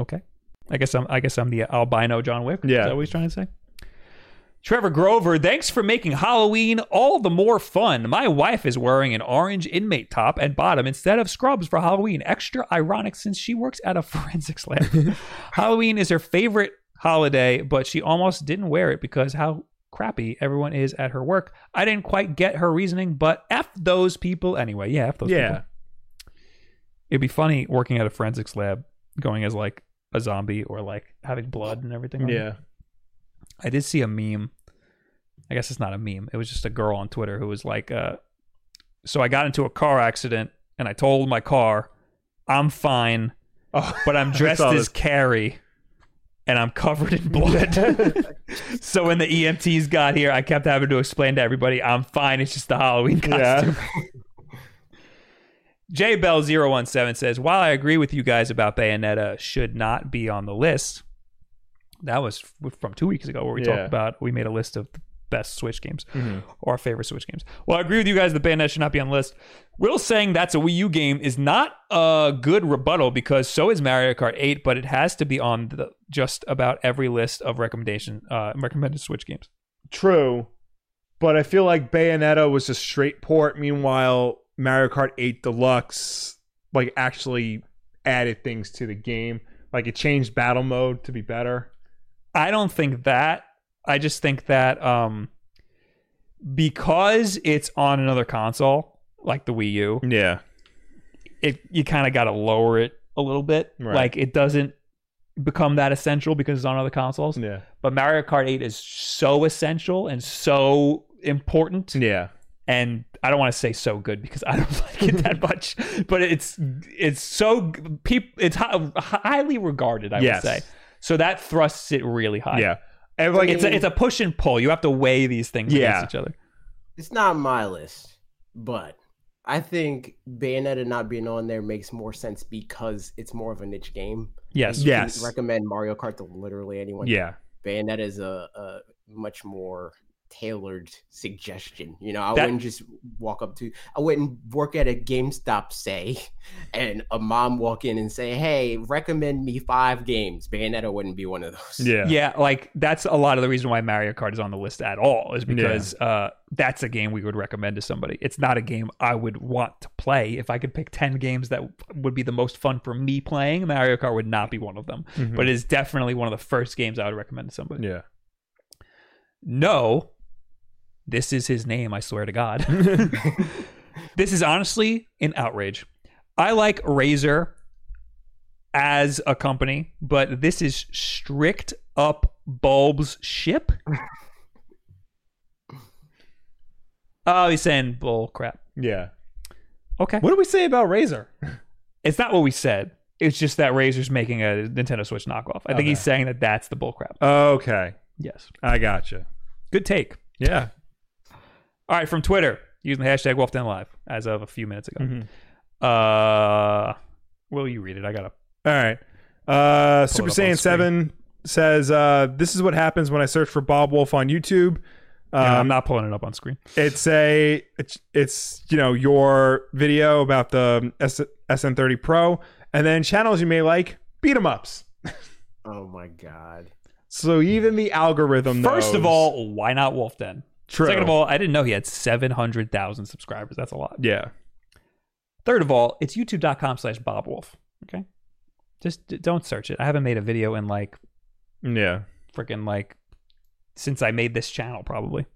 Speaker 1: Okay, I guess I'm I guess I'm the albino John Wick.
Speaker 2: Yeah.
Speaker 1: is that what he's trying to say? Trevor Grover, thanks for making Halloween all the more fun. My wife is wearing an orange inmate top and bottom instead of scrubs for Halloween. Extra ironic since she works at a forensics lab. Halloween is her favorite holiday, but she almost didn't wear it because how crappy everyone is at her work. I didn't quite get her reasoning, but F those people anyway. Yeah, F those
Speaker 2: Yeah.
Speaker 1: people. It'd be funny working at a forensics lab going as like a zombie or like having blood and everything. on you.
Speaker 2: Yeah.
Speaker 1: I did see a meme. I guess it's not a meme. It was just a girl on Twitter who was like, uh, "So I got into a car accident and I told my car, I'm fine,
Speaker 2: Oh,
Speaker 1: but I'm dressed
Speaker 2: saw
Speaker 1: as
Speaker 2: this.
Speaker 1: Carrie, and I'm covered in blood. so when the EMTs got here, I kept having to explain to everybody, I'm fine. It's just a Halloween costume."
Speaker 2: yeah.
Speaker 1: J Bell 017 says, While I agree with you guys about Bayonetta should not be on the list, that was f- from two weeks ago where we
Speaker 2: Yeah.
Speaker 1: talked about we made a list of the best Switch games
Speaker 2: Mhm.
Speaker 1: or our favorite Switch games. Well, I agree with you guys that Bayonetta should not be on the list. Will saying that's a Wii U game is not a good rebuttal because so is Mario Kart 8, but it has to be on the, just about every list of recommendation uh, recommended Switch games.
Speaker 2: True, but I feel like Bayonetta was just straight port. Meanwhile, Mario Kart 8 Deluxe like actually added things to the game. Like it changed battle mode to be better.
Speaker 1: I don't think that. I just think that um because it's on another console like the Wii U,
Speaker 2: Yeah.
Speaker 1: it you kind of got to lower it a little bit.
Speaker 2: Right.
Speaker 1: Like it doesn't become that essential because it's on other consoles.
Speaker 2: Yeah.
Speaker 1: But Mario Kart 8 is so essential and so important
Speaker 2: Yeah.
Speaker 1: and I don't want to say so good because I don't like it that much, but it's it's so people it's hi- highly regarded, I
Speaker 2: Yes.
Speaker 1: would say. So that thrusts it really high
Speaker 2: Yeah. And like
Speaker 1: it's a, it's a push and pull. You have to weigh these things
Speaker 2: Yeah.
Speaker 1: against each other.
Speaker 3: It's not my list, but I think Bayonetta not being on there makes more sense because it's more of a niche game.
Speaker 1: Yes.
Speaker 2: Yeah.
Speaker 3: You can
Speaker 2: Yes.
Speaker 3: recommend Mario Kart to literally anyone.
Speaker 2: yeah.
Speaker 3: Bayonetta is a, a much more tailored suggestion. You know, I
Speaker 1: That-
Speaker 3: wouldn't just walk up to, I wouldn't work at a GameStop, say, and a mom walk in and say, hey, recommend me five games. Bayonetta wouldn't be one of those.
Speaker 1: Yeah.
Speaker 2: Yeah.
Speaker 1: like that's a lot of the reason why Mario Kart is on the list at all is because uh, that's a game we would recommend to somebody. It's not a game I would want to play. If I could pick 10 games that would be the most fun for me playing, Mario Kart would not be one of them,
Speaker 2: Mhm.
Speaker 1: but it is definitely one of the first games I would recommend to somebody.
Speaker 2: yeah.
Speaker 1: No, this is his name, I swear to God. this is honestly an outrage. I like Razer as a company, but this is strict up Bulb's ship. oh, he's saying bull crap.
Speaker 2: Yeah.
Speaker 1: Okay.
Speaker 2: What do we say about Razor?
Speaker 1: It's not what we said. It's just that Razer's making a Nintendo Switch knockoff. I think
Speaker 2: Okay.
Speaker 1: he's saying that that's the bull crap.
Speaker 2: Okay.
Speaker 1: Yes.
Speaker 2: I gotcha.
Speaker 1: Good take.
Speaker 2: Yeah.
Speaker 1: All right, from Twitter using the hashtag Wolfden Live as of a few minutes ago.
Speaker 2: Mm-hmm.
Speaker 1: Uh, will you read it? I gotta.
Speaker 2: All right. Uh,
Speaker 1: Pull
Speaker 2: Super
Speaker 1: it up on
Speaker 2: Saiyan 7 says, uh, This is what happens when I search for Bob Wolf on YouTube.
Speaker 1: I'm
Speaker 2: Um,
Speaker 1: not pulling it up on screen.
Speaker 2: it's a it's, it's you know your video about the S- SN30 Pro, and then channels you may like beat 'em ups.
Speaker 3: Oh my god.
Speaker 2: So even the algorithm.
Speaker 1: First of
Speaker 2: knows-
Speaker 1: all, why not Wolf Den?
Speaker 2: true.
Speaker 1: Second of all, I didn't know he had 700,000 subscribers. That's a lot.
Speaker 2: yeah,
Speaker 1: Third of all, it's youtube.com slash Bob Wolf. Okay. Just d- don't search it. I haven't made a video in like
Speaker 2: yeah.
Speaker 1: freaking like since I made this channel, probably.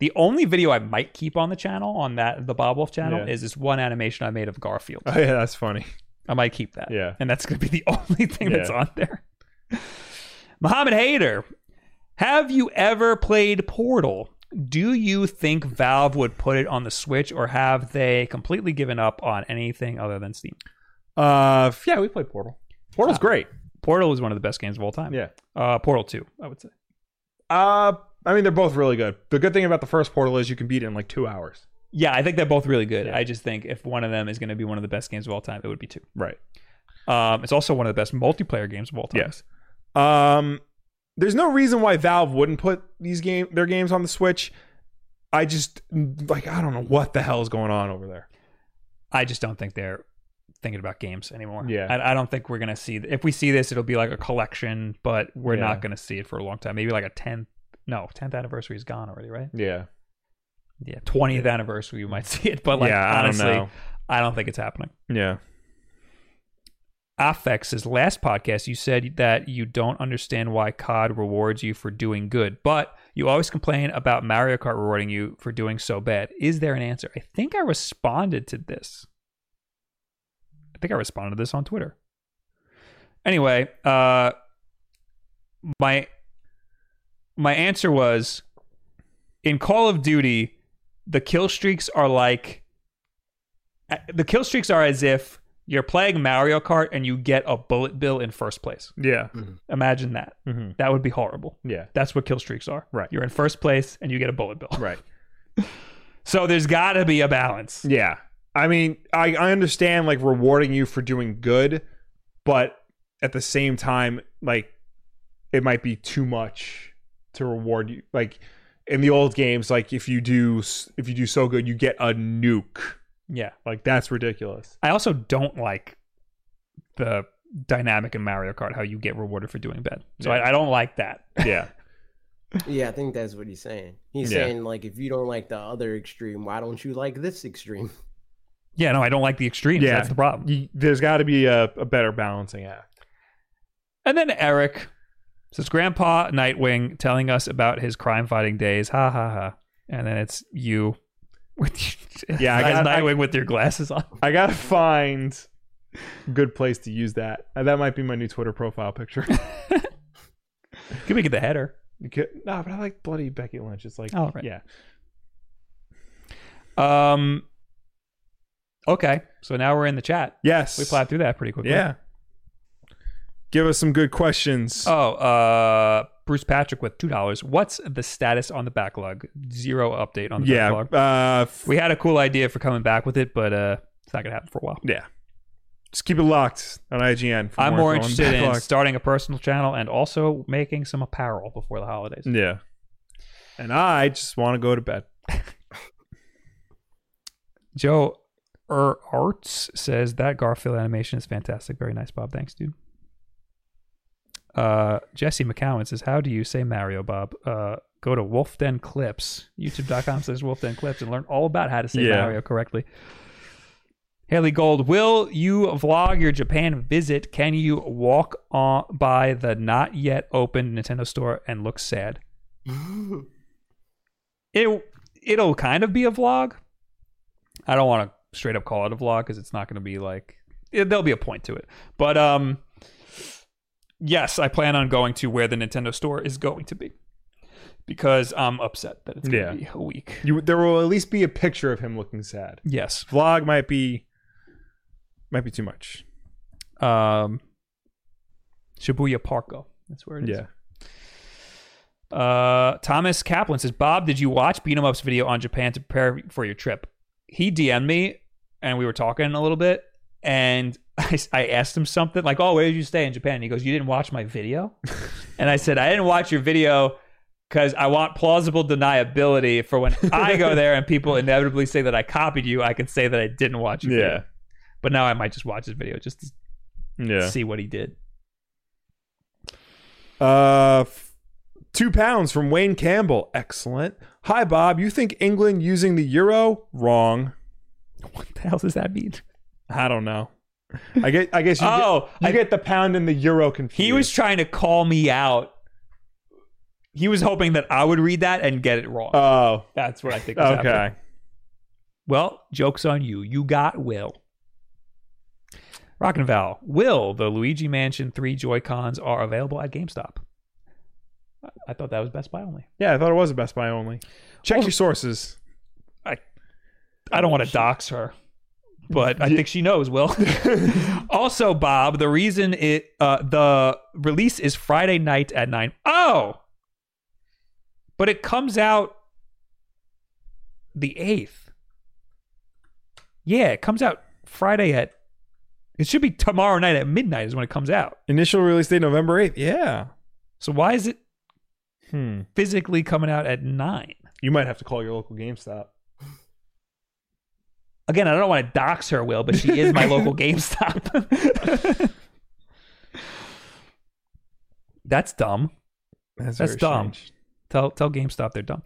Speaker 1: The only video I might keep on the channel, on that the Bob Wolf channel,
Speaker 2: Yeah.
Speaker 1: is this one animation I made of Garfield.
Speaker 2: Oh yeah, that's funny.
Speaker 1: I might keep that.
Speaker 2: Yeah.
Speaker 1: And that's going to be the only thing that's
Speaker 2: Yeah.
Speaker 1: on there. Mohammed Hayder, have you ever played Portal? Do you think Valve would put it on the Switch or have they completely given up on anything other than Steam?
Speaker 2: Uh, f- yeah, we played Portal. Portal's
Speaker 1: Ah.
Speaker 2: great.
Speaker 1: Portal is one of the best games of all time.
Speaker 2: Yeah.
Speaker 1: Uh, Portal 2, I would say.
Speaker 2: Uh, I mean they're both really good. The good thing about the first Portal is you can beat it in like two hours.
Speaker 1: Yeah, I think they're both really good.
Speaker 2: Yeah.
Speaker 1: I just think if one of them is going to be one of the best games of all time, it would be two.
Speaker 2: Right.
Speaker 1: Um, it's also one of the best multiplayer games of all time.
Speaker 2: Yes. Um, there's no reason why Valve wouldn't put these game their games on the Switch. I just like I don't know what the hell is going on over there.
Speaker 1: I just don't think they're thinking about games anymore.
Speaker 2: Yeah.
Speaker 1: I, I don't think we're gonna see. If we see this, it'll be like a collection, but we're
Speaker 2: Yeah.
Speaker 1: not gonna see it for a long time. Maybe like a tenth. No, tenth anniversary is gone already, right?
Speaker 2: Yeah.
Speaker 1: Yeah, twentieth anniversary we might see it, but like
Speaker 2: yeah.
Speaker 1: honestly,
Speaker 2: I don't
Speaker 1: I don't think it's happening.
Speaker 2: know. Yeah.
Speaker 1: Affects' last podcast, you said that you don't understand why COD rewards you for doing good, but you always complain about Mario Kart rewarding you for doing so bad. Is there an answer? I think I responded to this. I think I responded to this on Twitter. Anyway, uh, my my answer was in Call of Duty, the kill streaks are like the kill streaks are as if you're playing Mario Kart and you get a bullet bill in first place.
Speaker 2: Yeah.
Speaker 1: Imagine that.
Speaker 2: hmm
Speaker 1: That would be horrible.
Speaker 2: Yeah.
Speaker 1: That's what kill streaks are.
Speaker 2: Right.
Speaker 1: You're in first place and you get a bullet bill.
Speaker 2: Right.
Speaker 1: So there's got to be a balance.
Speaker 2: Yeah. I mean, I, I understand like rewarding you for doing good, but at the same time, like it might be too much to reward you. Like in the old games, like if you do s- if you do so good, you get a nuke.
Speaker 1: Yeah.
Speaker 2: Like that's ridiculous.
Speaker 1: I also don't like the dynamic in Mario Kart how you get rewarded for doing bad. So
Speaker 2: Yeah.
Speaker 1: I, I don't like that.
Speaker 2: Yeah.
Speaker 3: Yeah, I think that's what he's saying. He's
Speaker 2: Yeah.
Speaker 3: saying like if you don't like the other extreme, why don't you like this extreme?
Speaker 1: Yeah, no, I don't like the extremes.
Speaker 2: Yeah.
Speaker 1: That's the problem.
Speaker 2: you, there's got to be a, a better balancing act.
Speaker 1: And then Eric says, Grandpa Nightwing telling us about his crime fighting days. Ha ha ha. And then it's you with
Speaker 2: Yeah, I
Speaker 1: as
Speaker 2: got- I-
Speaker 1: Nightwing with your glasses on.
Speaker 2: I got to find a good place to use that. And that might be my new Twitter profile picture.
Speaker 1: Can we get the header?
Speaker 2: You could- no, but I like bloody Becky Lynch. It's like,
Speaker 1: Oh, right.
Speaker 2: yeah.
Speaker 1: Um. Okay, so now we're in the chat.
Speaker 2: Yes.
Speaker 1: We plowed through that pretty quickly.
Speaker 2: Yeah. Give us some good questions.
Speaker 1: Oh, uh, Bruce Patrick with two dollars. What's the status on the backlog? Zero update on the
Speaker 2: yeah.
Speaker 1: backlog.
Speaker 2: Uh, f-
Speaker 1: We had a cool idea for coming back with it, but uh, it's not gonna happen for a while.
Speaker 2: yeah. Just keep it locked on IGN. For
Speaker 1: I'm more
Speaker 2: info on
Speaker 1: interested in
Speaker 2: backlog.
Speaker 1: starting a personal channel and also making some apparel before the holidays.
Speaker 2: Yeah. And I just want to go to bed.
Speaker 1: Joe Er Arts says that Garfield animation is fantastic. Very nice, Bob. Thanks, dude. Uh, Jesse McCowan says, "How do you say Mario, Bob? Uh, go to Wolf Den Clips, YouTube.com says Wolf Den Clips, and learn all about how to say
Speaker 2: Yeah.
Speaker 1: Mario correctly." Haley Gold, will you vlog your Japan visit? Can you walk on by the not yet opened Nintendo store and look sad? it it'll kind of be a vlog. I don't want to straight up call it a vlog because it's not going to be like it, there'll be a point to it. But um, yes, I plan on going to where the Nintendo store is going to be because I'm upset that it's going to
Speaker 2: Yeah.
Speaker 1: be a week.
Speaker 2: You, there will at least be a picture of him looking sad.
Speaker 1: Yes.
Speaker 2: Vlog might be might be too much.
Speaker 1: Um, Shibuya Parko. That's where it is.
Speaker 2: Yeah.
Speaker 1: Uh, Thomas Kaplan says, Bob, did you watch Beat 'em Up's video on Japan to prepare for your trip? He DM'd me and we were talking a little bit. And I, I asked him something like, Oh, where did you stay in Japan? And he goes, You didn't watch my video? and I said, I didn't watch your video because I want plausible deniability for when I go there and people inevitably say that I copied you, I can say that I didn't watch your video.
Speaker 2: Yeah.
Speaker 1: But now I might just watch his video just to
Speaker 2: Yeah.
Speaker 1: see what he did.
Speaker 2: Uh, f- two pounds from Wayne Campbell. Excellent. Hi, Bob. You think England using the euro? Wrong.
Speaker 1: What the hell does that mean?
Speaker 2: I don't know. I get. I guess you,
Speaker 1: Oh,
Speaker 2: get, you
Speaker 1: I-
Speaker 2: get the pound and the euro confused.
Speaker 1: He was trying to call me out. He was hoping that I would read that and get it wrong.
Speaker 2: Oh,
Speaker 1: That's what I think. Was
Speaker 2: okay.
Speaker 1: happening. Well, joke's on you. You got Will. Rock and Val. Will the Luigi Mansion 3 Joy Cons are available at GameStop? I- I thought that was Best Buy only.
Speaker 2: Yeah, I thought it was a Best Buy only. Check your sources.
Speaker 1: I don't want to dox her, but I think she knows. Will. also, Bob, the reason it uh, the release is Friday night at nine. Oh, but it comes out the eighth. Yeah, it comes out Friday at. It should be tomorrow night at midnight is when it comes out.
Speaker 2: Initial release date November eighth. Yeah.
Speaker 1: So why is it
Speaker 2: Hmm.
Speaker 1: physically coming out at nine?
Speaker 2: You might have to call your local GameStop.
Speaker 1: Again, I don't want to dox her, Will, but she is my local GameStop. That's dumb. That's
Speaker 2: very
Speaker 1: dumb.
Speaker 2: strange.
Speaker 1: Tell tell GameStop they're dumb.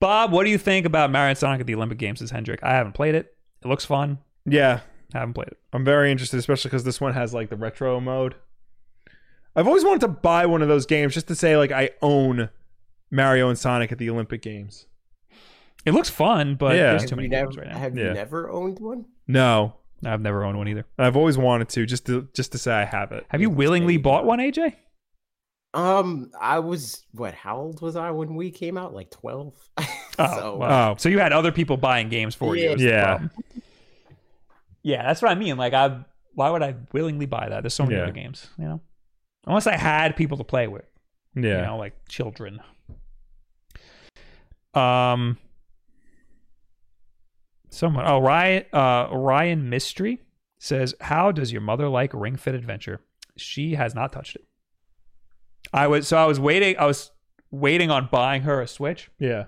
Speaker 1: Bob, what do you think about Mario and Sonic at the Olympic Games? Says Hendrick. I haven't played it. It looks fun.
Speaker 2: Yeah,
Speaker 1: haven't played it.
Speaker 2: I'm very interested, especially because this one has like the retro mode. I've always wanted to buy one of those games just to say like I own Mario and Sonic at the Olympic Games.
Speaker 1: It looks fun, but
Speaker 2: Yeah.
Speaker 1: there's
Speaker 3: Have
Speaker 1: too
Speaker 3: you
Speaker 1: many
Speaker 3: never,
Speaker 1: games right now.
Speaker 3: have you
Speaker 2: Yeah.
Speaker 3: never owned one?
Speaker 2: No,
Speaker 1: I've never owned one either.
Speaker 2: I've always wanted to just to just to say I have it.
Speaker 1: Have you willingly bought one, AJ?
Speaker 3: Um, I was what? How old was I when we came out? Like twelve. so
Speaker 1: wow.
Speaker 2: Oh.
Speaker 1: so you had other people buying games for you.
Speaker 3: Yeah.
Speaker 1: is the
Speaker 2: Yeah.
Speaker 1: problem. yeah, that's what I mean. Like, I why would I willingly buy that? There's so many
Speaker 2: Yeah.
Speaker 1: other games, you know. Unless I had people to play with,
Speaker 2: Yeah.
Speaker 1: you know, like children. Um, someone. Oh, Ryan. Uh, Ryan Mystery says, "How does your mother like Ring Fit Adventure? She has not touched it." I was so I was waiting. I was waiting on buying her a Switch
Speaker 2: Yeah.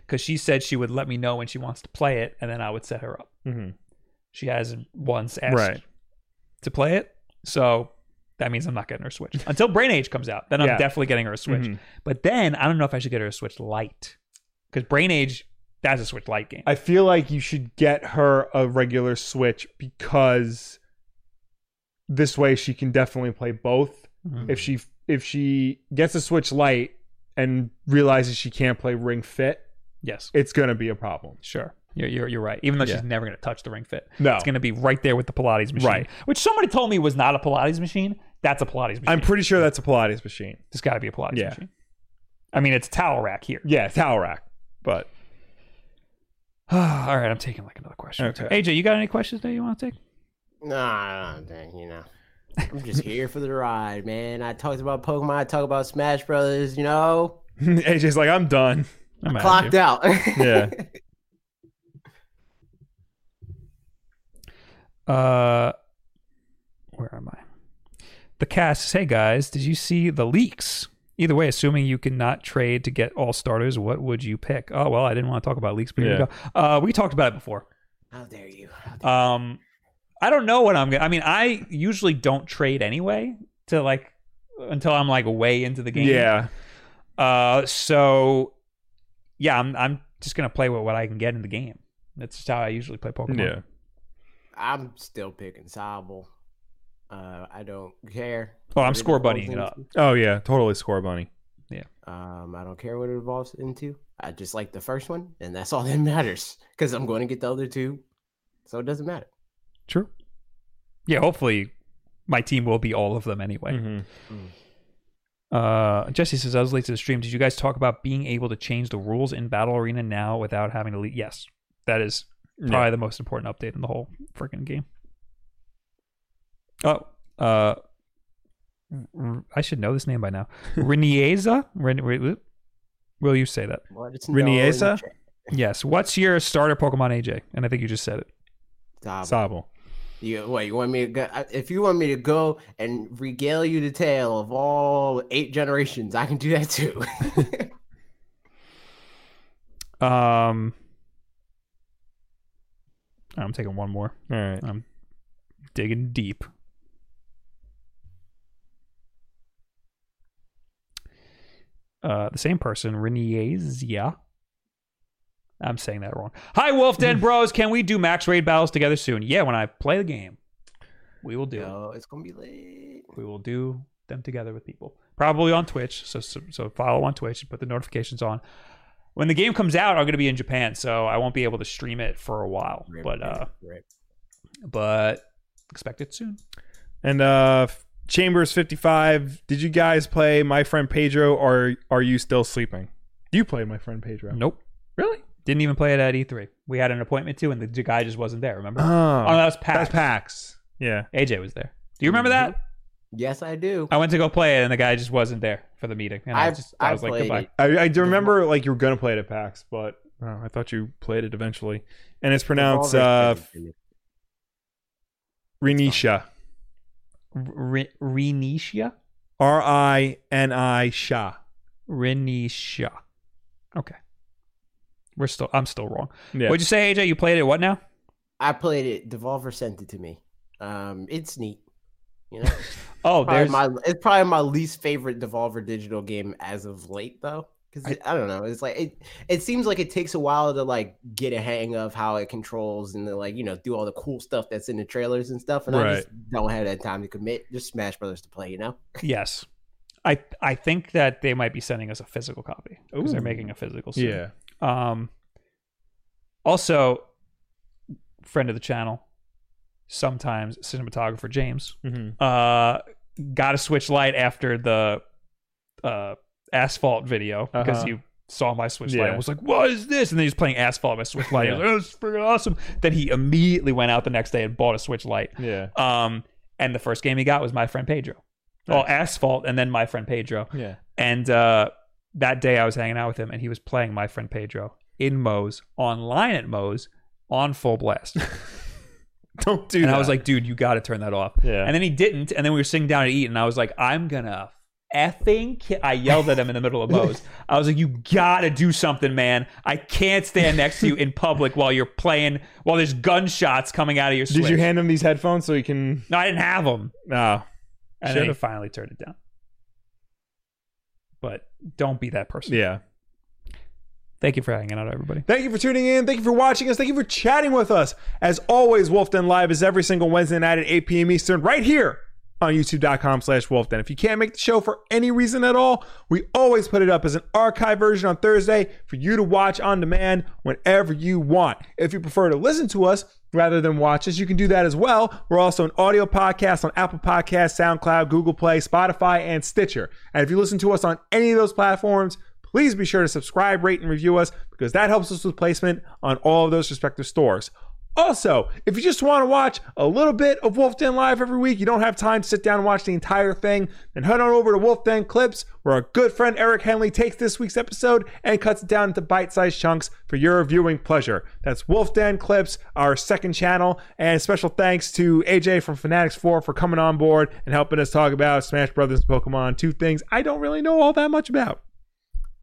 Speaker 1: because she said she would let me know when she wants to play it, and then I would set her up.
Speaker 2: hmm
Speaker 1: She hasn't once asked
Speaker 2: Right.
Speaker 1: to play it, so that means I'm not getting her a Switch until Brain Age comes out. Then I'm
Speaker 2: Yeah.
Speaker 1: definitely getting her a Switch.
Speaker 2: Mhm.
Speaker 1: But then I don't know if I should get her a Switch Lite because Brain Age that's a Switch Lite game.
Speaker 2: I feel like you should get her a regular Switch because this way she can definitely play both.
Speaker 1: Mhm.
Speaker 2: If she if she gets a Switch Lite and realizes she can't play Ring Fit,
Speaker 1: yes,
Speaker 2: it's gonna be a problem.
Speaker 1: sure. You're, you're, you're right. Even though
Speaker 2: Yeah.
Speaker 1: she's never going to touch the Ring Fit,
Speaker 2: No,
Speaker 1: it's going to be right there with the Pilates machine,
Speaker 2: Right.
Speaker 1: Which somebody told me was not a Pilates machine. That's a Pilates machine.
Speaker 2: I'm pretty sure that's a Pilates machine.
Speaker 1: There's got to be a Pilates
Speaker 2: Yeah.
Speaker 1: machine. I mean, it's a towel rack here.
Speaker 2: Yeah, towel rack. But
Speaker 1: All right, I'm taking like another question.
Speaker 2: Okay.
Speaker 1: AJ, you got any questions that you want to take?
Speaker 3: nah, dang, you know. I'm just here for the ride, man. I talked about Pokemon. I talked about Smash Brothers. You know,
Speaker 2: AJ's like, I'm done.
Speaker 1: I'm outta
Speaker 3: clocked
Speaker 1: here.
Speaker 3: out.
Speaker 2: Yeah.
Speaker 1: Uh, where am I? The cast says, "Hey guys, did you see the leaks? Either way, assuming you cannot trade to get all starters, what would you pick? Oh well, I didn't want to talk about leaks, but here
Speaker 2: Yeah.
Speaker 1: we go. Uh, we talked about it before.
Speaker 3: How dare you?
Speaker 1: Um, I don't know what I'm gonna. I mean, I usually don't trade anyway to like until I'm like way into the game.
Speaker 2: Yeah.
Speaker 1: Uh, so yeah, I'm I'm just gonna play with what I can get in the game. That's just how I usually play Pokemon.
Speaker 2: Yeah.
Speaker 3: I'm still picking Sobble. Uh, I don't care.
Speaker 1: Oh, I'm
Speaker 3: what it
Speaker 1: score buddying it
Speaker 3: evolves
Speaker 1: up.
Speaker 3: into.
Speaker 2: Oh yeah. Totally score bunny.
Speaker 3: Um, I don't care what it evolves into. I just like the first one, and that's all that matters. Because I'm going to get the other two, so it doesn't matter.
Speaker 1: True. Yeah, hopefully my team will be all of them anyway.
Speaker 2: Mhm.
Speaker 1: Uh, Jesse says, I was late to the stream. Did you guys talk about being able to change the rules in Battle Arena now without having to leave? Yes. That is probably
Speaker 2: Yeah.
Speaker 1: the most important update in the whole freaking game. Oh, uh, R- I should know this name by now. Renieza? Ren- Re- Will you say that?
Speaker 3: Let us know in the
Speaker 2: Riniesa?
Speaker 3: chat.
Speaker 1: Yes. What's your starter Pokemon, AJ? And I think you just said it.
Speaker 3: Stop.
Speaker 2: Sobble.
Speaker 3: You, what, you want me to go? I- If you want me to go and regale you the tale of all eight generations, I can do that too.
Speaker 1: Um, I'm taking one more.
Speaker 2: All right.
Speaker 1: I'm digging deep. Uh, the same person, Reniezia. I'm saying that wrong. Hi, Wolf Den Bros. Can we do max raid battles together soon? Yeah, when I play the game, we will do.
Speaker 3: Yo, it's gonna be late.
Speaker 1: We will do them together with people, probably on Twitch. So so, so follow on Twitch and put the notifications on. When the game comes out, I'm going to be in Japan, so I won't be able to stream it for a while. But uh,
Speaker 3: Rip.
Speaker 1: but expect it soon.
Speaker 2: And uh Chambers 55, did you guys play My Friend Pedro or are you still sleeping? You played My Friend Pedro.
Speaker 1: Nope.
Speaker 2: Really?
Speaker 1: Didn't even play it at E3. We had an appointment too, and the guy just wasn't there. Remember?
Speaker 2: Oh.
Speaker 1: oh, no, that was Pat.
Speaker 2: That's PAX. Yeah.
Speaker 1: AJ was there. Do you remember that?
Speaker 3: Yes, I do.
Speaker 1: I went to go play it, and the guy just wasn't there for the meeting. And Oh, I,
Speaker 3: I-
Speaker 1: just I,
Speaker 3: I
Speaker 1: was like,
Speaker 3: played
Speaker 1: goodbye.
Speaker 3: it.
Speaker 2: I, I do remember like you were gonna play it at PAX, but oh, I thought you played it eventually. And it's pronounced uh Renisha.
Speaker 1: Re- Renisha.
Speaker 2: R I N I Sha.
Speaker 1: Renisha. Okay. We're still. I'm still wrong.
Speaker 2: Yeah.
Speaker 1: What'd you say, AJ? You played it. What now?
Speaker 3: I played it. Devolver sent it to me. Um, it's neat. You know,
Speaker 1: Oh,
Speaker 3: probably
Speaker 1: there's.
Speaker 3: my, it's probably my least favorite Devolver digital game as of late, though. Because I, don't know, it's like it. It seems like it takes a while to like get a hang of how it controls and to like you know do all the cool stuff that's in the trailers and stuff. And I just don't have that time to commit. Just Smash Brothers to play, you know.
Speaker 1: yes. I I think that they might be sending us a physical copy because they're
Speaker 2: Ooh.
Speaker 1: making a physical. soon.
Speaker 2: yeah.
Speaker 1: Um, also, friend of the channel, sometimes cinematographer James,
Speaker 2: Mm-hmm.
Speaker 1: uh, got a switch light after the uh, asphalt video because
Speaker 2: Uh-huh.
Speaker 1: he saw my switch light
Speaker 2: Yeah.
Speaker 1: and was like, "What is this?" And then he was playing asphalt my switch light. He was
Speaker 2: Yeah.
Speaker 1: like, "Oh, it's freaking awesome!" Then he immediately went out the next day and bought a switch light.
Speaker 2: Yeah.
Speaker 1: Um, and the first game he got was my friend Pedro. Well, asphalt, and then my friend Pedro.
Speaker 2: Yeah.
Speaker 1: And uh, that day I was hanging out with him and he was playing my friend Pedro in Moe's, online at Moe's, on full blast.
Speaker 2: Don't do
Speaker 1: and
Speaker 2: that.
Speaker 1: I was like, dude, you got to turn that off.
Speaker 2: Yeah.
Speaker 1: And then he didn't. And then we were sitting down to eat. And I was like, I'm going to effing ki-" I yelled at him in the middle of Moe's. I was like, you got to do something, man. I can't stand next to you in public while you're playing, while there's gunshots coming out of your
Speaker 2: Did
Speaker 1: Switch.
Speaker 2: you hand him these headphones so he can
Speaker 1: no, I didn't have them.
Speaker 2: No.
Speaker 1: And then he
Speaker 2: Should've.
Speaker 1: finally turned it down. But don't be that person.
Speaker 2: Yeah.
Speaker 1: Thank you for hanging out, everybody.
Speaker 2: Thank you for tuning in. Thank you for watching us. Thank you for chatting with us. As always, Wolf Den Live is every single Wednesday night at 8 p.m. Eastern, right here on youtube.com slash wolfden. If you can't make the show for any reason at all, we always put it up as an archive version on Thursday for you to watch on demand whenever you want. If you prefer to listen to us rather than watch us, you can do that as well. We're also an audio podcast on Apple Podcasts, SoundCloud, Google Play, Spotify, and Stitcher. And if you listen to us on any of those platforms, please be sure to subscribe, rate, and review us because that helps us with placement on all of those respective stores. Also, if you just want to watch a little bit of Wolf Den Live every week, you don't have time to sit down and watch the entire thing, then head on over to Wolf Den Clips, where our good friend Eric Henley takes this week's episode and cuts it down into bite sized chunks for your viewing pleasure. That's Wolf Den Clips, our second channel, and special thanks to AJ from Fanatics4 for coming on board and helping us talk about Smash Brothers and Pokemon, two things I don't really know all that much about.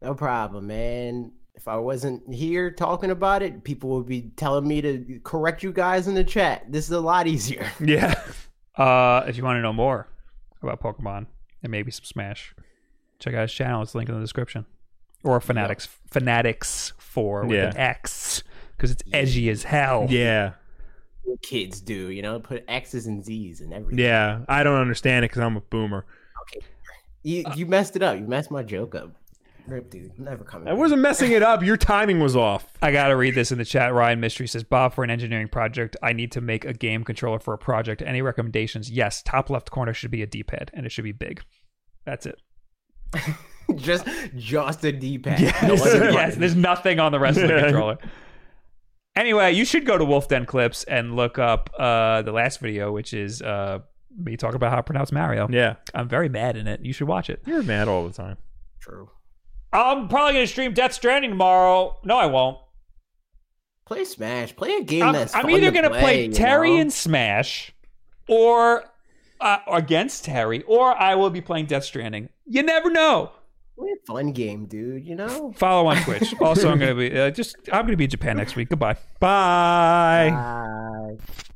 Speaker 3: No problem, man. If I wasn't here talking about it, people would be telling me to correct you guys in the chat. This is a lot easier.
Speaker 2: Yeah.
Speaker 1: Uh, if you want to know more about Pokemon and maybe some Smash, check out his channel. It's linked in the description. Or Fanatics, Fanatics Four with
Speaker 2: Yeah.
Speaker 1: an X, because it's edgy as hell.
Speaker 2: Yeah.
Speaker 3: What kids do, you know, put X's and Z's and everything.
Speaker 2: Yeah. I don't understand it because I'm a boomer.
Speaker 3: You,
Speaker 1: Uh,
Speaker 3: you messed it up. You messed my joke up. Rip, dude. I'm never coming.
Speaker 2: I
Speaker 3: back.
Speaker 2: wasn't messing it up. Your timing was off.
Speaker 1: I gotta read this in the chat. Ryan Mystery says, "Bob, for an engineering project, I need to make a game controller for a project. Any recommendations? Yes, top left corner should be a D-pad, and it should be big. That's it.
Speaker 3: just just a D-pad. No
Speaker 2: Yes.
Speaker 3: other
Speaker 1: yes,
Speaker 3: button.
Speaker 1: there's nothing on the rest of the
Speaker 2: Yeah.
Speaker 1: controller. Anyway, you should go to Wolf Den Clips and look up uh, the last video, which is uh, me talking about how to pronounce Mario.
Speaker 2: Yeah.
Speaker 1: I'm very mad in it. You should watch it.
Speaker 2: You're mad all the time.
Speaker 3: True.
Speaker 1: I'm probably gonna stream Death Stranding tomorrow. No, I won't.
Speaker 3: Play Smash. Play a game
Speaker 1: I'm,
Speaker 3: that's.
Speaker 1: I'm
Speaker 3: fun
Speaker 1: either
Speaker 3: to
Speaker 1: gonna play,
Speaker 3: you
Speaker 1: Terry
Speaker 3: know?
Speaker 1: and Smash, or uh, against Terry, or I will be playing Death Stranding. You never know.
Speaker 3: Play a fun game, dude. You know.
Speaker 1: Follow on Twitch. also, I'm gonna be uh, just. I'm gonna be in Japan next week. Goodbye.
Speaker 2: Bye.
Speaker 3: Bye.